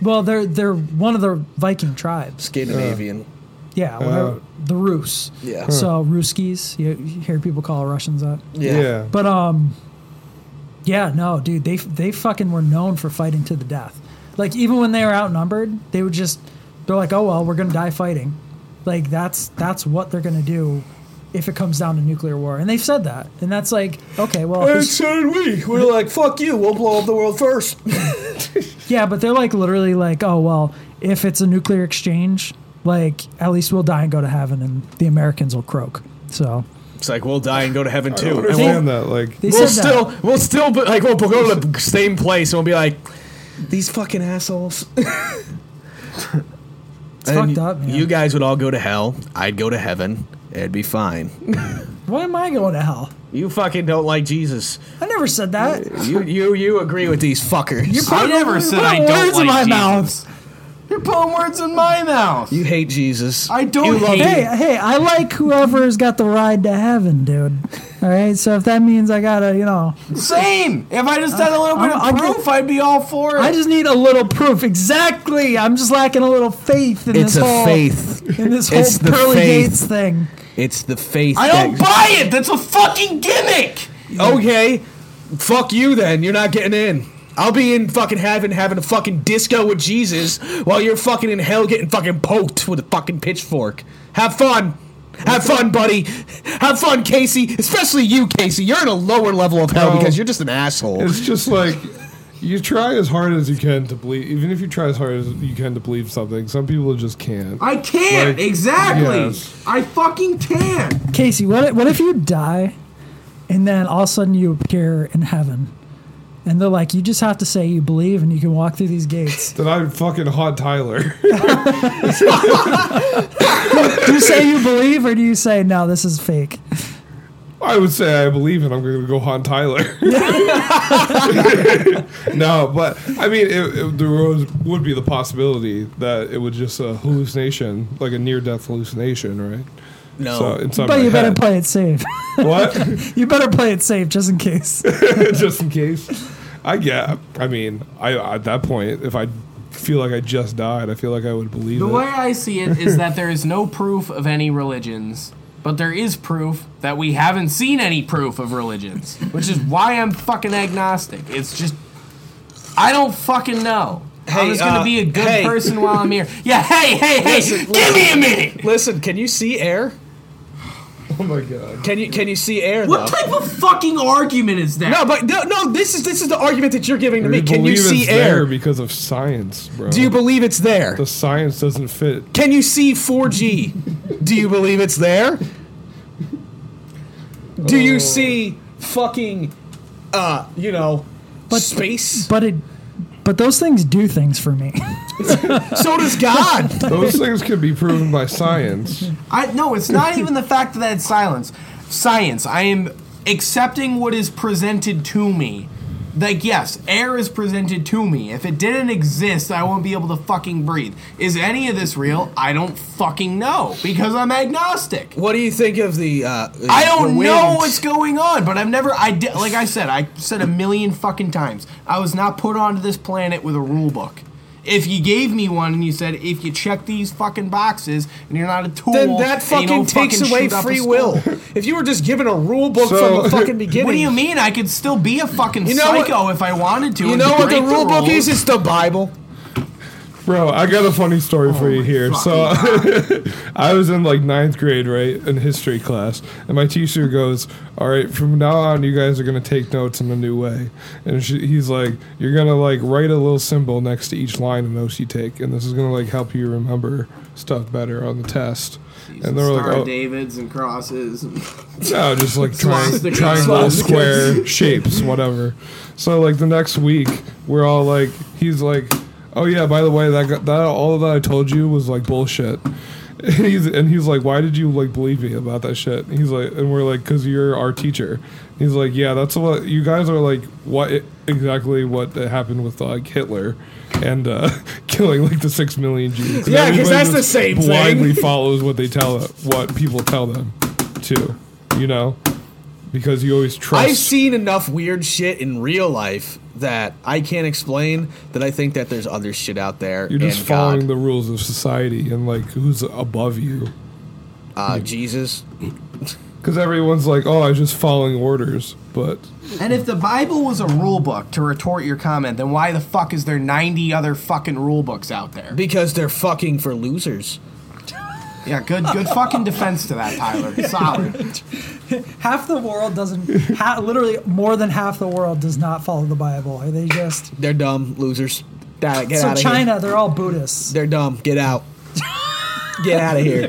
D: Well, they're they're one of the Viking tribes.
F: Scandinavian.
D: Yeah, whatever, the Rus.
F: Yeah.
D: So Ruskies. You, you hear people call Russians that.
E: Yeah.
D: But um, yeah, no, dude, they they fucking were known for fighting to the death. Like even when they were outnumbered, they would just they're like, oh well, we're gonna die fighting. Like that's that's what they're gonna do if it comes down to nuclear war, and they've said that, and that's like, okay, well,
F: And
D: his-
F: so did we. We're like, fuck you. We'll blow up the world first.
D: yeah, but they're like literally like, oh well, if it's a nuclear exchange, like at least we'll die and go to heaven, and the Americans will croak. So
H: It's like we'll die and go to heaven
E: I
H: too.
E: don't
H: And we'll,
E: understand that. Like,
D: they
H: we'll
D: said
H: still,
D: that.
H: we'll still, but like we'll, we'll go to the same place and we'll be like,
F: These fucking assholes.
D: It's
H: and
D: fucked
H: you-
D: up, man.
H: you guys would all go to hell. I'd go to heaven. It'd be fine.
D: Why am I going to hell?
H: You fucking don't like Jesus.
D: I never said that.
H: You you you agree with these fuckers.
D: You're
G: I
D: putting
G: never
D: words-
G: said
D: putting
G: I don't
D: words in my
G: like
D: mouth.
G: You're putting words in my mouth.
H: You hate Jesus.
G: I don't
H: You love
G: hate-
D: Hey, hey, I like whoever's got the ride to heaven, dude. All right, so if that means I gotta, you know,
G: Same. If I just had a little bit
D: I'm- I'm
G: of
D: get-
G: proof, I'd be all for it.
D: I just need a little proof. Exactly, I'm just lacking a little faith in
H: It's
D: this
H: a
D: whole
H: faith.
D: in this whole
H: It's the
D: pearly
H: faith.
D: gates thing.
H: It's the faith.
G: I don't
H: that-
G: buy it. That's a fucking gimmick.
H: okay, fuck you then. You're not getting in. I'll be in fucking heaven having a fucking disco with Jesus while you're fucking in hell getting fucking poked with a fucking pitchfork. Have fun. Have fun, buddy. Have fun, Casey. Especially you, Casey. You're in a lower level of hell
E: No.
H: because you're just an asshole.
E: it's just like you try as hard as you can to believe. Even if you try as hard as you can to believe something, some people just can't.
G: I can't.
E: Like,
G: exactly.
E: yes.
G: I fucking can't.
D: Casey, what if, what if you die, and then all of a sudden you appear in heaven, and they're like, you just have to say you believe, and you can walk through these gates.
E: Then I'm fucking hot Tyler.
D: do you say you believe, or do you say no? This is fake.
E: I would say I believe it. I'm going to go haunt Tyler. no, but I mean, it, it, there was, would be the possibility that it was just a hallucination, like a near-death hallucination, right? No, so inside
D: But
E: my
D: you better
E: head.
D: play it safe.
E: what?
D: you better play it safe, just in case.
E: just in case. I get. I mean, I at that point, if I feel like I just died, I feel like I would believe
G: The
E: it.
G: way I see it is that there is no proof of any religions, but there is proof that we haven't seen any proof of religions, which is why I'm fucking agnostic. It's just I don't fucking know. I'm
H: Hey,
G: just gonna
H: uh,
G: be a good
H: hey.
G: person while I'm here. Yeah, hey, hey, hey,
H: Listen,
G: give
H: listen.
G: me a minute.
H: Listen, can you see air?
E: oh my god!
H: Can you can you see air?
G: What
H: though?
G: type of fucking argument is that?
H: No, Uh, but no, no. This is this is the argument that you're giving to me.
E: We
H: Can you
E: believe
H: see
E: it's
H: air?
E: there because of science, bro?
H: Do you believe it's there?
E: the science doesn't fit?
H: Can you see 4G? Do you believe it's there? Do
E: Oh.
H: you see fucking uh, you know, space?
D: But it, but those things do things for me.
H: so does God.
E: Those things could be proven by science.
G: I no, it's not even the fact that it's silence. Science. I am accepting what is presented to me. Like yes, air is presented to me. If it didn't exist, I wouldn't be able to fucking breathe. Is any of this real? I don't fucking know because I'm agnostic.
H: what do you think of the uh
G: I don't
H: the
G: know
H: wind?
G: what's going on, but I've never I di- like I said, I said a million fucking times. I was not put onto this planet with a rule book. If you gave me one and you said if you check these fucking boxes and you're not a tool,
H: then that
G: and you
H: fucking
G: don't
H: takes
G: fucking
H: away
G: shoot up a
H: free
G: school-
H: will. If you were just given a rule book
E: So-
H: from the fucking beginning.
G: What do you mean? I could still be a fucking
H: You know what-
G: psycho if I wanted to.
H: You
G: and
H: know what the
G: break
H: rule book is?
G: rules.
H: It's the Bible.
E: Bro, I got a funny story for you here. So, I was in like ninth grade, right, in history class, and my teacher goes, "All right, from now on, you guys are gonna take notes in a new way." And she, he's like, "You're gonna like write a little symbol next to each line of notes you take, and this is gonna like help you remember stuff better on the test." and they were like,
G: Star
E: "Oh,
G: Davids and crosses. And
E: no, just like tri-
G: Swastikas.
E: triangle,
G: Swastikas.
E: square shapes, whatever. So like the next week, we're all like, he's like, oh yeah, by the way, that got, that all that I told you was like bullshit. And he's and he's like, why did you like believe me about that shit? And he's like, and we're like, cause you're our teacher. And he's like, yeah, that's what you guys are like. What i- exactly what happened with like Hitler? And uh, killing like the six million Jews.
H: Yeah, 'cause
E: everybody
H: that's the
E: just
H: same thing.
E: blindly follows what they tell what people tell them, too. you know, because you always trust.
H: I've seen enough weird shit in real life that I can't explain that I think that there's other shit out there.
E: You're just
H: and
E: following
H: God,
E: the rules of society and like who's above you.
H: uh, Jesus.
E: Because everyone's like, oh, I was just following orders. But
G: And if the Bible was a rule book to retort your comment, then why the fuck is there 90 other fucking rule books out there?
H: Because they're fucking for losers.
G: Yeah, good good fucking defense to that, Tyler. Solid.
D: Half the world doesn't. Ha, literally, more than half the world does not follow the Bible. Are they just?
H: They're dumb losers. Dad, get
D: so
H: out of
D: China, they're all Buddhists.
H: They're dumb. Get out. Get out of here.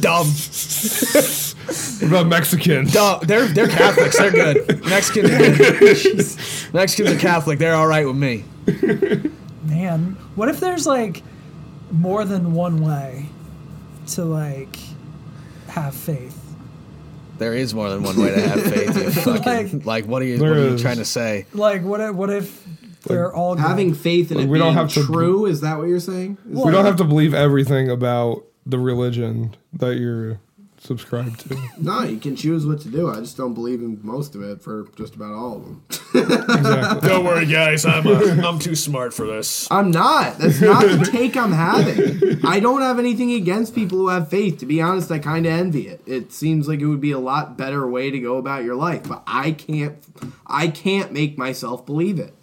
H: dumb.
E: what about Mexicans?
H: Dumb. They're they're Catholics. They're good. Mexicans are good. Mexicans are Catholic. They're all right with me.
D: Man, what if there's like more than one way to like have faith?
H: There is more than one way to have faith. You fucking
D: Like-
H: like, what are you
E: There
H: what are you
E: is.
H: trying to say?
D: Like, what if, what if they're all good?
G: Having faith in it
E: We
G: being
E: don't have to-
G: true, is that what you're saying? Is
E: we don't have to believe everything about the religion that you're subscribed to.
G: No, you can choose what to do. I just don't believe in most of it for just about all of them.
I: Don't worry, guys. I'm uh, I'm too smart for this.
G: I'm not. That's not the take I'm having. I don't have anything against people who have faith. To be honest, I kind of envy it. It seems like it would be a lot better way to go about your life, but I can't. I can't make myself believe it.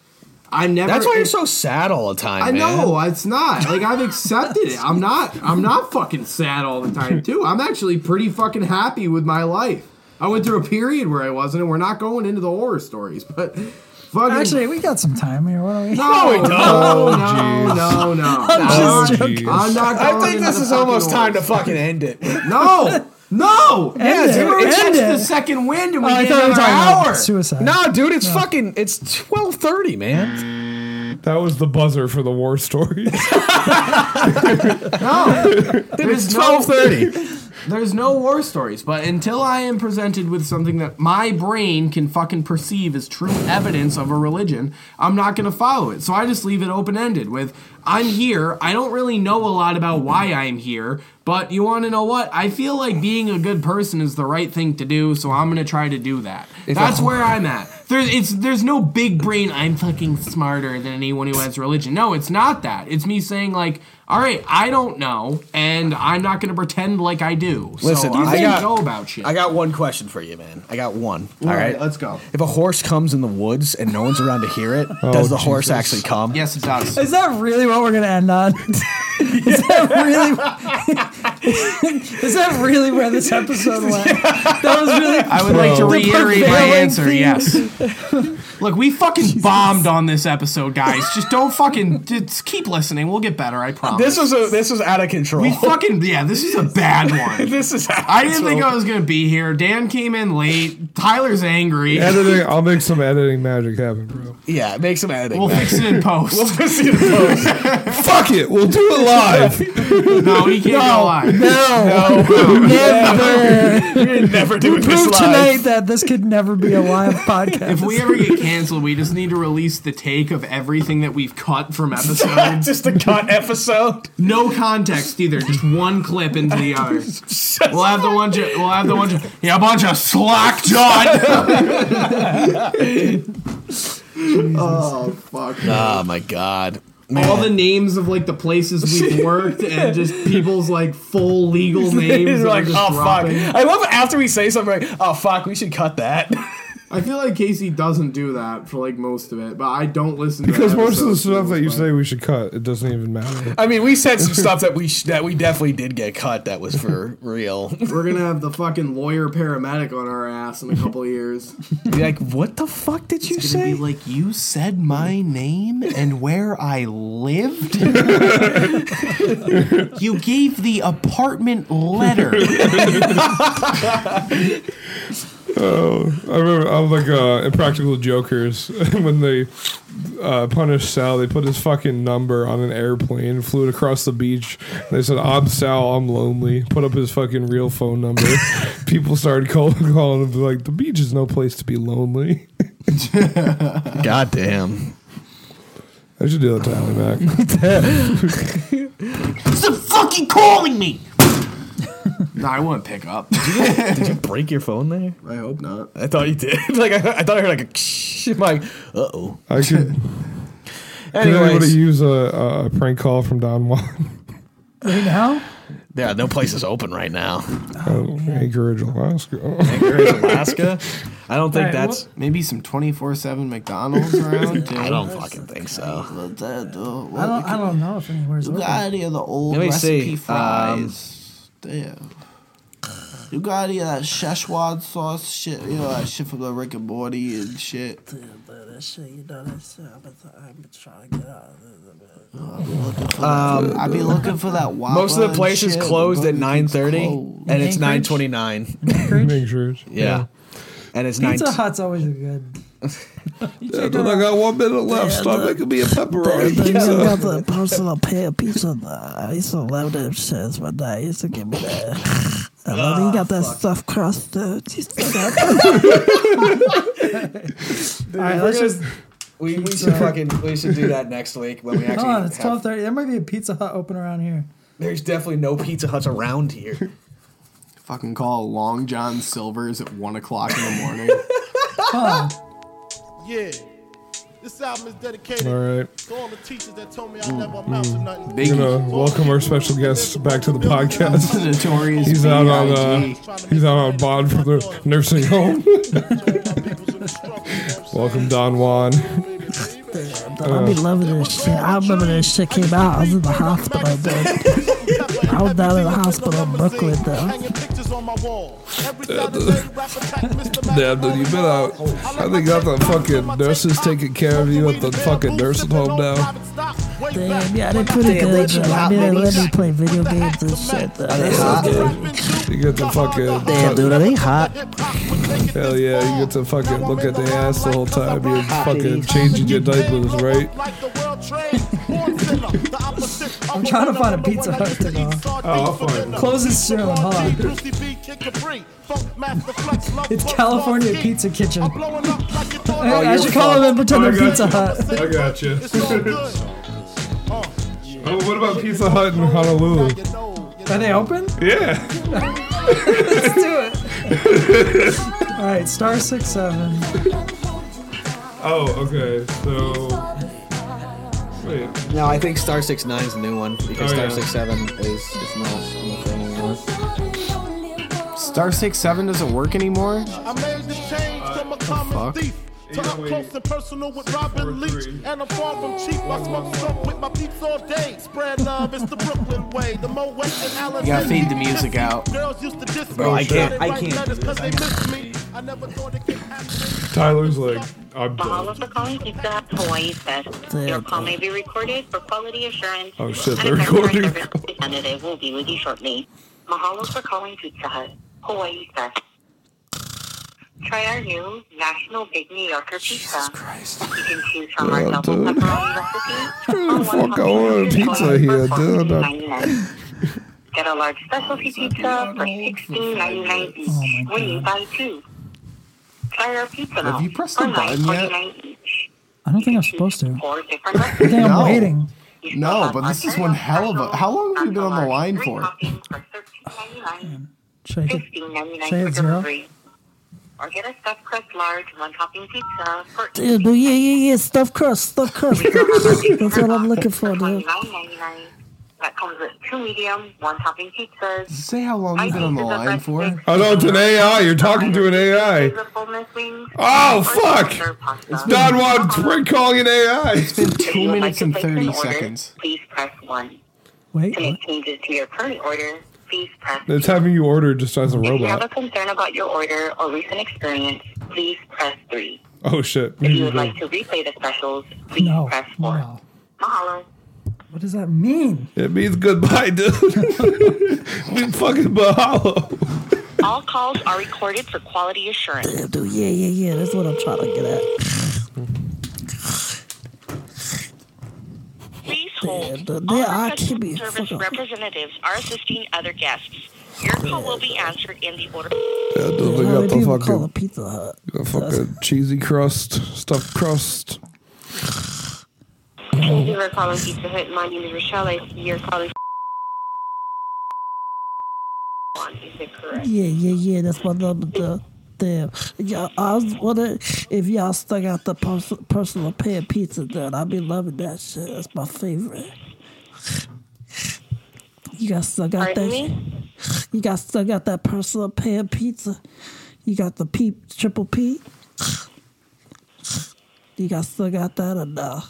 G: I'm never.
H: That's why you're so sad all the time.
G: I
H: man.
G: know it's not. Like I've accepted it. I'm not. I'm not fucking sad all the time too. I'm actually pretty fucking happy with my life. I went through a period where I wasn't, and we're not going into the horror stories, but fucking.
D: Actually, we got some time here. Why don't we?
G: no, no, no,
E: jeez.
G: no, no.
E: Oh,
D: just
E: jeez.
G: I'm not going
H: I think
G: into
H: this
G: the
H: is almost
G: fucking
H: time to
G: horse.
H: fucking end it.
G: No! No!
D: Yeah,
G: we
D: dude,
G: already
D: end
G: touched
D: it.
G: the second wind and we
H: Oh, I
G: did
H: thought we were
G: another
H: talking about
G: hour.
D: Suicide.
H: No, dude, it's fucking it's twelve thirty, man.
E: That was the buzzer for the war stories.
G: There's no,
H: Twelve thirty.
G: there's no war stories, but until I am presented with something that my brain can fucking perceive as true evidence of a religion, I'm not gonna follow it. So I just leave it open ended with I'm here. I don't really know a lot about why I'm here, but you wanna know what? I feel like being a good person is the right thing to do, so I'm gonna try to do that. That's where I'm at. There's it's there's no big brain. I'm fucking smarter than anyone who has religion. No, it's not that. It's me saying like, all right, I don't know, and I'm not gonna pretend like I do. So
H: Listen,
G: I,
H: I got-
G: know about shit.
H: I got one question for you, man. I got one. All right.
G: let's go.
H: If a horse comes in the woods and no one's around to hear it, does the horse actually come?
G: Yes, it does.
D: Is that really what we're gonna end on? is that really? is that really where this episode went? That was really.
G: I would like to
D: The
G: reiterate my
D: prevailing
G: answer.
D: theme.
G: Yes. Look, we fucking bombed on this episode, guys. Just don't fucking just keep listening. We'll get better. I promise.
H: This was a this was out of control.
G: we fucking yeah. This is a bad one.
H: this is out of
G: I didn't
H: control.
G: think I was gonna be here. Dan came in late. Tyler's angry.
E: editing, I'll make some editing magic happen, bro.
H: Yeah, make some editing.
G: We'll fix it in post.
E: Fuck it, we'll do it live.
G: no, he can't go live.
H: never do it this
D: Prove
H: live.
D: tonight that this could never be a live podcast.
G: If we ever get canceled, we just need to release the take of everything that we've cut from episodes.
H: Just a cut episode.
G: No context either. Just one clip into the other. We'll have the one. Ju- we'll have the one. Ju- yeah, a bunch of slack jawed. oh fuck!
H: Oh my god.
G: All the names of like the places we've worked and just people's like full legal names.
H: He's
G: that are
H: like,
G: just
H: oh
G: dropping.
H: fuck. I love after we say something like, oh fuck, we should cut that.
G: I feel like Casey doesn't do that for like most of it, but I don't listen to
E: Because most of the
G: episodes,
E: stuff that you
G: but-
E: say we should cut, it doesn't even matter.
H: I mean, we said some stuff that we sh- that we definitely did get cut. That was for real.
G: We're gonna have the fucking lawyer paramedic on our ass in a couple years.
H: Be like, what the fuck did you say?
G: like, you said my name and where I lived? you gave the apartment letter.
E: Oh, I remember I was like uh, Impractical Jokers when they uh, punished Sal. They put his fucking number on an airplane, flew it across the beach. They said, "I'm Sal. I'm lonely." Put up his fucking real phone number. People started call- calling him like, "The beach is no place to be lonely."
H: God damn.
E: I should do that to Ally Mac.
G: Stop fucking calling me! No, I wouldn't pick up.
F: Did you break your phone there?
G: I hope not.
F: I thought you did. like I, I thought I heard like a I'm like uh oh.
E: I could. Could anybody
F: Anyways,
E: use a, a a prank call from Don Juan?
D: Right now?
F: yeah, no place is open right now.
E: Oh, Anchorage, Alaska.
F: Anchorage, Alaska. I don't think
D: Alright,
F: that's.
G: Maybe some 24 7 McDonald's around, too.
F: I don't fucking think so.
D: I don't, I don't know if anywhere's open.
G: You got any of the old
F: Let me
G: recipe
F: see, Um,
G: fries? Damn. You got any of that Szechuan sauce shit? You know that shit from the Rick and Morty and shit. I'd be looking for that. Whopper
F: Um, Most of the
G: and
F: places
G: shit,
F: closed
G: but
F: at nine thirty,
G: closed.
F: and it's
D: Anchorage?
F: nine twenty nine.
E: Anchorage.
F: Yeah, and it's nine.
D: Pizza Hut's always a good. You check
E: Then
D: it out.
E: I got one minute left. Stop making me a pepperoni.
C: Things I got the personal pay piece of the. I used to love them shits, but I used to give me that. I love you got that stuff crossed out. You still got that?
D: All right, let's just.
F: we, we should fucking we should do that next week when we actually.
D: Hold on, it's
F: have-
D: twelve thirty. There might be a Pizza Hut open around here.
F: There's definitely no Pizza Huts around here.
G: Fucking call Long John Silver's at one o'clock in the morning.
D: Huh.
J: Yeah. This album is dedicated
E: All right.
J: to all the teachers that told me I never amount to nothing.
G: Big
E: We're going to welcome our special guest back to the podcast.
G: Notorious
E: He's out on
G: B.I.G..
E: uh, he's out on bond from the nursing home. welcome Don Juan.
C: I be loving this shit. I remember this shit came out. I was in the hospital, dude.
J: I
C: was down in the hospital in Brooklyn, though.
E: Damn, dude, you've been out. I think got the fucking nurses taking care of you at the fucking nursing home now.
C: Damn, yeah, they pretty good. Though. I mean, they let me play video games and shit. Though.
E: You get to fucking
J: Damn, dude, are they hot?
E: Hell yeah, you get to fucking look at the ass the whole time you're fucking changing your diapers, right?
J: I'm trying to find a Pizza Hut to go. Oh,
E: I'll find it.
D: Closes soon, hold on.
J: It's California Pizza Kitchen.
D: I, I should call them and pretend they're Pizza Hut.
E: I Oh, got you.
J: Uh,
E: Oh, what about Pizza Hut in Honolulu?
D: Are they open?
E: Yeah.
D: Let's do it. All right, star six seven.
E: Oh, okay. So. Wait.
F: No, I think Star Six Nine is the new one because
E: Oh,
F: Star
E: yeah.
F: Six Seven is is not on the thing anymore.
E: uh,
G: Star Six Seven doesn't work anymore.
J: I made the change
E: Uh,
J: from a
G: fuck?
J: common thief to up
E: 808,
J: close and personal with
E: four,
J: Robin Leach.
E: three.
J: And I'm far from cheap. I smoke soap with my peeps all day. Spread love, it's the Brooklyn way. The Mo West and Allen.
G: You gotta
J: Lindsay
G: feed the music
J: Jesse.
G: out.
J: Girls used to diss
F: Bro,
J: me.
F: I can't-
J: Now
F: I
J: they write
F: can't do
J: letters
F: this.
J: 'cause they miss me. I never thought it could happen.
E: Tyler's like, I'm
H: All
E: done.
H: of the calls you've got from Hawaii Fest. Your call may be recorded for quality assurance.
E: Oh, shit,
H: and
E: they're
H: a customer
E: recording.
H: service Representative will be with you shortly. Mahalo for calling Pizza Hut, Hawaii Fest. Try our new National Big New Yorker Pizza. You can choose from our
E: Yeah,
H: double
E: dude.
H: pepperoni recipe.
E: Who the
H: or one
E: fuck I ordered
H: hot
E: pizza here, dude? I'm-
H: $99. Get a large specialty
G: Oh
H: pizza for sixteen ninety nine each when you buy two. Try our pizza now.
G: Have you pressed
H: for
G: the button yet?
H: $9.49 each.
D: I don't think I'm supposed to.
H: Four different
D: I think I'm
G: No.
D: waiting.
G: No, but this is one hell of a- how long have you been on the line for? Oh,
D: Should I hit- Should I hit zero?
H: Or get a stuffed crust large one topping pizza for
C: Dude, dude, yeah, yeah, yeah. Stuff crust, stuff crust. That's what I'm looking for, dude.
H: $29.99. That comes with two medium, one topping pizzas.
G: Say how long you've been on the line for?
E: Oh no, it's an AI. You're talking to an AI. Oh, fuck!
H: It's
E: Don Juan,
H: Uh-huh.
E: prank calling an AI.
G: Two minutes and thirty seconds.
H: Please press one.
D: Wait,
H: To make changes to your current order, please press
E: It's having you order just as a
H: If you have a
E: robot.
H: concern about your order or recent experience, please press 3.
E: Oh shit.
H: If you would like to replay the specials, please
D: no,
H: press 4.
D: no.
H: Mahalo.
D: What does that mean?
E: It means goodbye, dude. we fucking mahalo.
H: All calls are recorded for quality assurance.
C: Yeah, dude, yeah, yeah, yeah. That's what I'm trying to get at.
H: Please hold.
C: Damn,
H: Oh, All
C: yeah, I
H: our
C: keep
H: customer
C: it
H: service
C: fucking-
H: representatives are assisting other guests. Your call will be answered in the order.
E: Yeah, dude, they
C: How
E: got
C: many
E: the
C: people call a
E: fucking,
C: Pizza Hut?
E: the fucking cheesy crust, stuffed crust.
H: Thank you for calling Pizza Hut. My name is Rochelle. I see you're calling. it correct?
C: Yeah, yeah, yeah. That's my number. The, there. Yeah, I was wondering if y'all still got the pers- personal pan pizza done. I be loving that shit. That's my favorite. You guys still got
H: Pardon
C: that?
H: me?
C: You guys still got that personal pan pizza? You got the peep triple P? You guys still got that or no?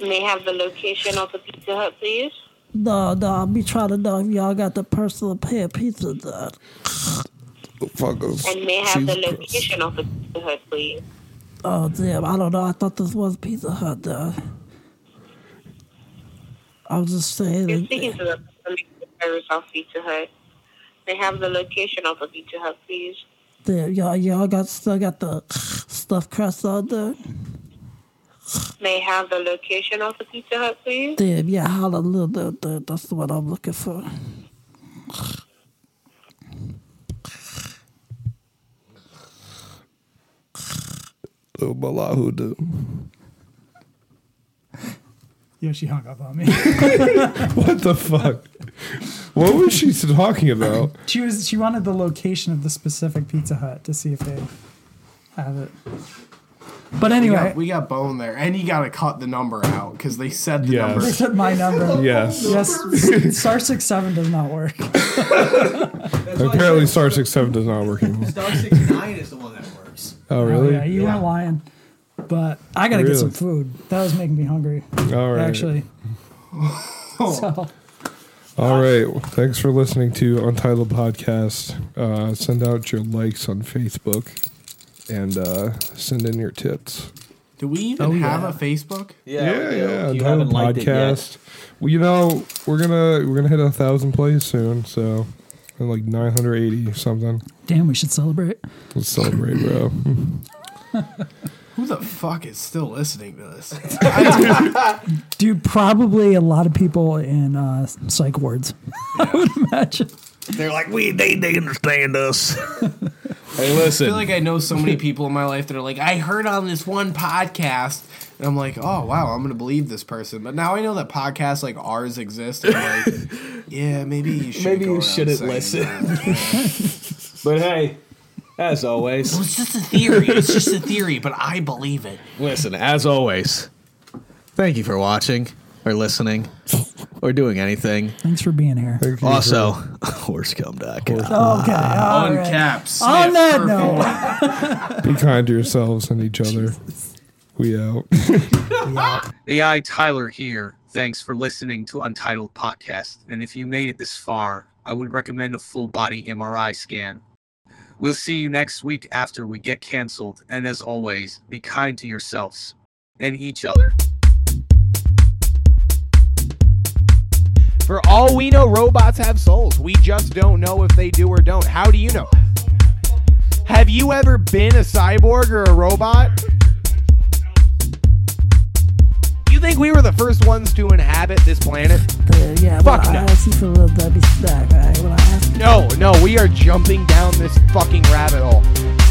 H: May I have the location of the Pizza Hut, please?
C: No, no. I'll be trying to know if y'all got the personal pan pizza done.
H: And may I have the location of the Pizza Hut, please?
C: Oh damn! I don't know. I thought this was Pizza Hut though. I was just saying.
H: You're
C: it-
H: speaking to the customer service of Pizza Hut. May I have the location of the Pizza Hut, please?
C: Damn, y'all, y'all got still got the stuffed crust on there.
H: May I have the location of the Pizza Hut, please?
C: Damn, yeah, hallelujah. there, That's the one I'm looking for.
E: Little Balahu do.
D: Yeah, she hung up on me.
E: What the fuck? What was she talking about?
D: she was she wanted the location of the specific Pizza Hut to see if they have it. But
G: we
D: anyway,
G: got, we got Bone there, and you got to cut the number out because they said the
E: Yes.
G: number.
D: they said my number.
E: Yes.
D: Yes. Star six seven does not work.
E: Apparently, Star Six Seven does not work anymore.
F: Star six nine is the one that works.
E: Oh,
D: Oh,
E: really?
D: yeah, you weren't lying. But I gotta get
E: Really?
D: some food. That was making me hungry.
E: All right.
D: Actually. So,
E: All right. Well, thanks for listening to Untitled Podcast. Uh, send out your likes on Facebook and uh, send in your tips.
G: Do we
F: Oh,
G: even have a Facebook?
E: Yeah, yeah. Untitled Podcast. Well, you know, we're gonna we're gonna hit a thousand plays soon, so and like nine hundred eighty something.
D: damn, we should celebrate.
E: Let's celebrate, bro.
G: Who the fuck is still listening to this?
D: Dude, probably a lot of people in uh, psych wards. I would imagine.
K: They're like, we they they understand us.
F: Hey,
G: I
F: listen.
G: feel like I know so many people in my life that are like, I heard on this one podcast, and I'm like, oh wow, I'm gonna believe this person. But now I know that podcasts like ours exist. And I'm like, yeah, maybe you should.
F: Maybe you shouldn't listen. but hey, as always,
G: It's just a theory. It's just a theory, but I believe it.
F: listen. As always, thank you for watching or listening or doing anything.
D: Thanks for being here.
E: Thank you
F: Also, horsecum.com.
D: Okay.
A: Ah,
D: all
G: On
D: right.
G: caps.
D: On that note.
E: for- be kind to yourselves and each other. We out.
L: AI Tyler here. Thanks for listening to Untitled Podcast. And if you made it this far, I would recommend a full body MRI scan. We'll see you next week after we get canceled. And as always, be kind to yourselves and each other.
A: For all we know, robots have souls. We just don't know if they do or don't. How do you know? Have you ever been a cyborg or a robot? You think we were the first ones to inhabit this planet?
C: Damn, yeah, when
A: Fuck
C: I
A: no.
C: asked you for a little Debbie snack, right? When I asked you,
A: No, no, we are jumping down this fucking rabbit hole.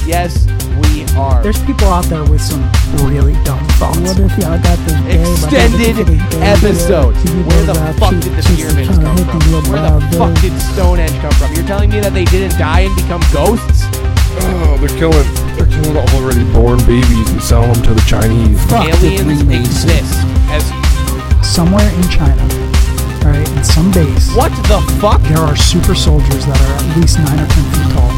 A: Yes, we are.
M: There's people out there with some really dumb thoughts.
C: what if y'all got this game?
A: Extended episode. Where the fuck did the pyramids come from? Where the fuck did Stonehenge come from? You're telling me that they didn't die and become ghosts?
E: Oh, they're killing they're killing already born babies and selling them to the Chinese.
M: Fuck the
A: Aliens
M: Freemasons.
A: exist. As
M: Somewhere in China, all right, in some base,
A: what the fuck?
M: there are super soldiers that are at least nine or ten feet tall.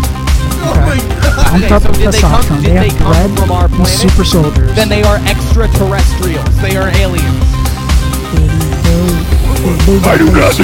M: Okay? Pumped
A: Okay,
M: up
A: so
M: with
A: Oh did they come-
M: testosterone.
A: did
M: They
A: they
M: have
A: come
M: bred
A: from our
M: these
A: planet?
M: super soldiers.
A: Then they are extraterrestrials. They are aliens.
M: I do not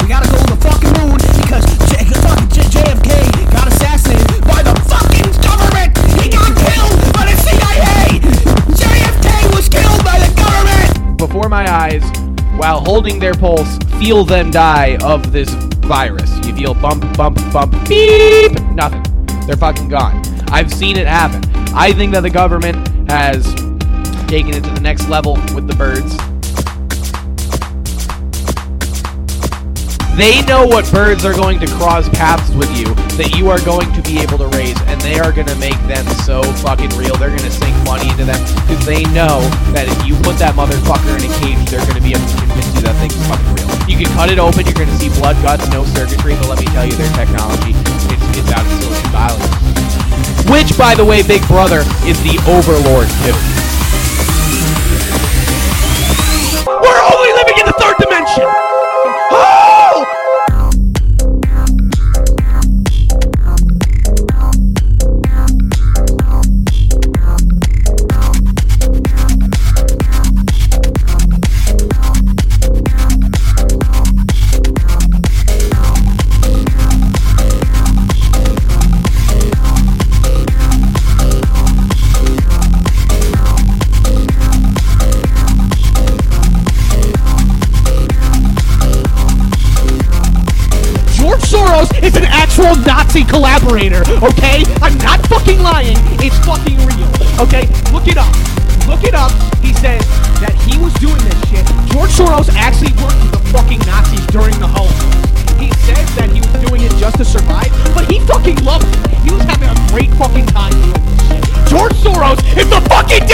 F: We gotta go to the fucking moon because J- fucking J- JFK got assassinated by the fucking government. He got killed by the CIA. JFK was killed by the government.
A: Before my eyes, while holding their pulse, feel them die of this virus. You feel bump, bump, bump, beep, nothing. They're fucking gone. I've seen it happen. I think that the government has taken it to the next level with the birds.
G: They know what birds are going to cross paths with you that you are going to be able to raise, and they are going to make them so fucking real. They're going to sink money into them because they know that if you put that motherfucker in a cage, they're going to be able to convince you that thing's fucking real. You can cut it open, you're going to see blood, guts, no circuitry, but let me tell you, their technology it's, it's out of Silicon Valley. Which, by the way, Big Brother is the overlord to. We're only living in the third dimension! Oh! George Soros is an actual Nazi collaborator, okay? I'm not fucking lying. It's fucking real, okay? Look it up. Look it up. He says that he was doing this shit. George Soros actually worked with the fucking Nazis during the Holocaust. He says that he was doing it just to survive, but he fucking loved it. He was having a great fucking time doing this shit. George Soros is the fucking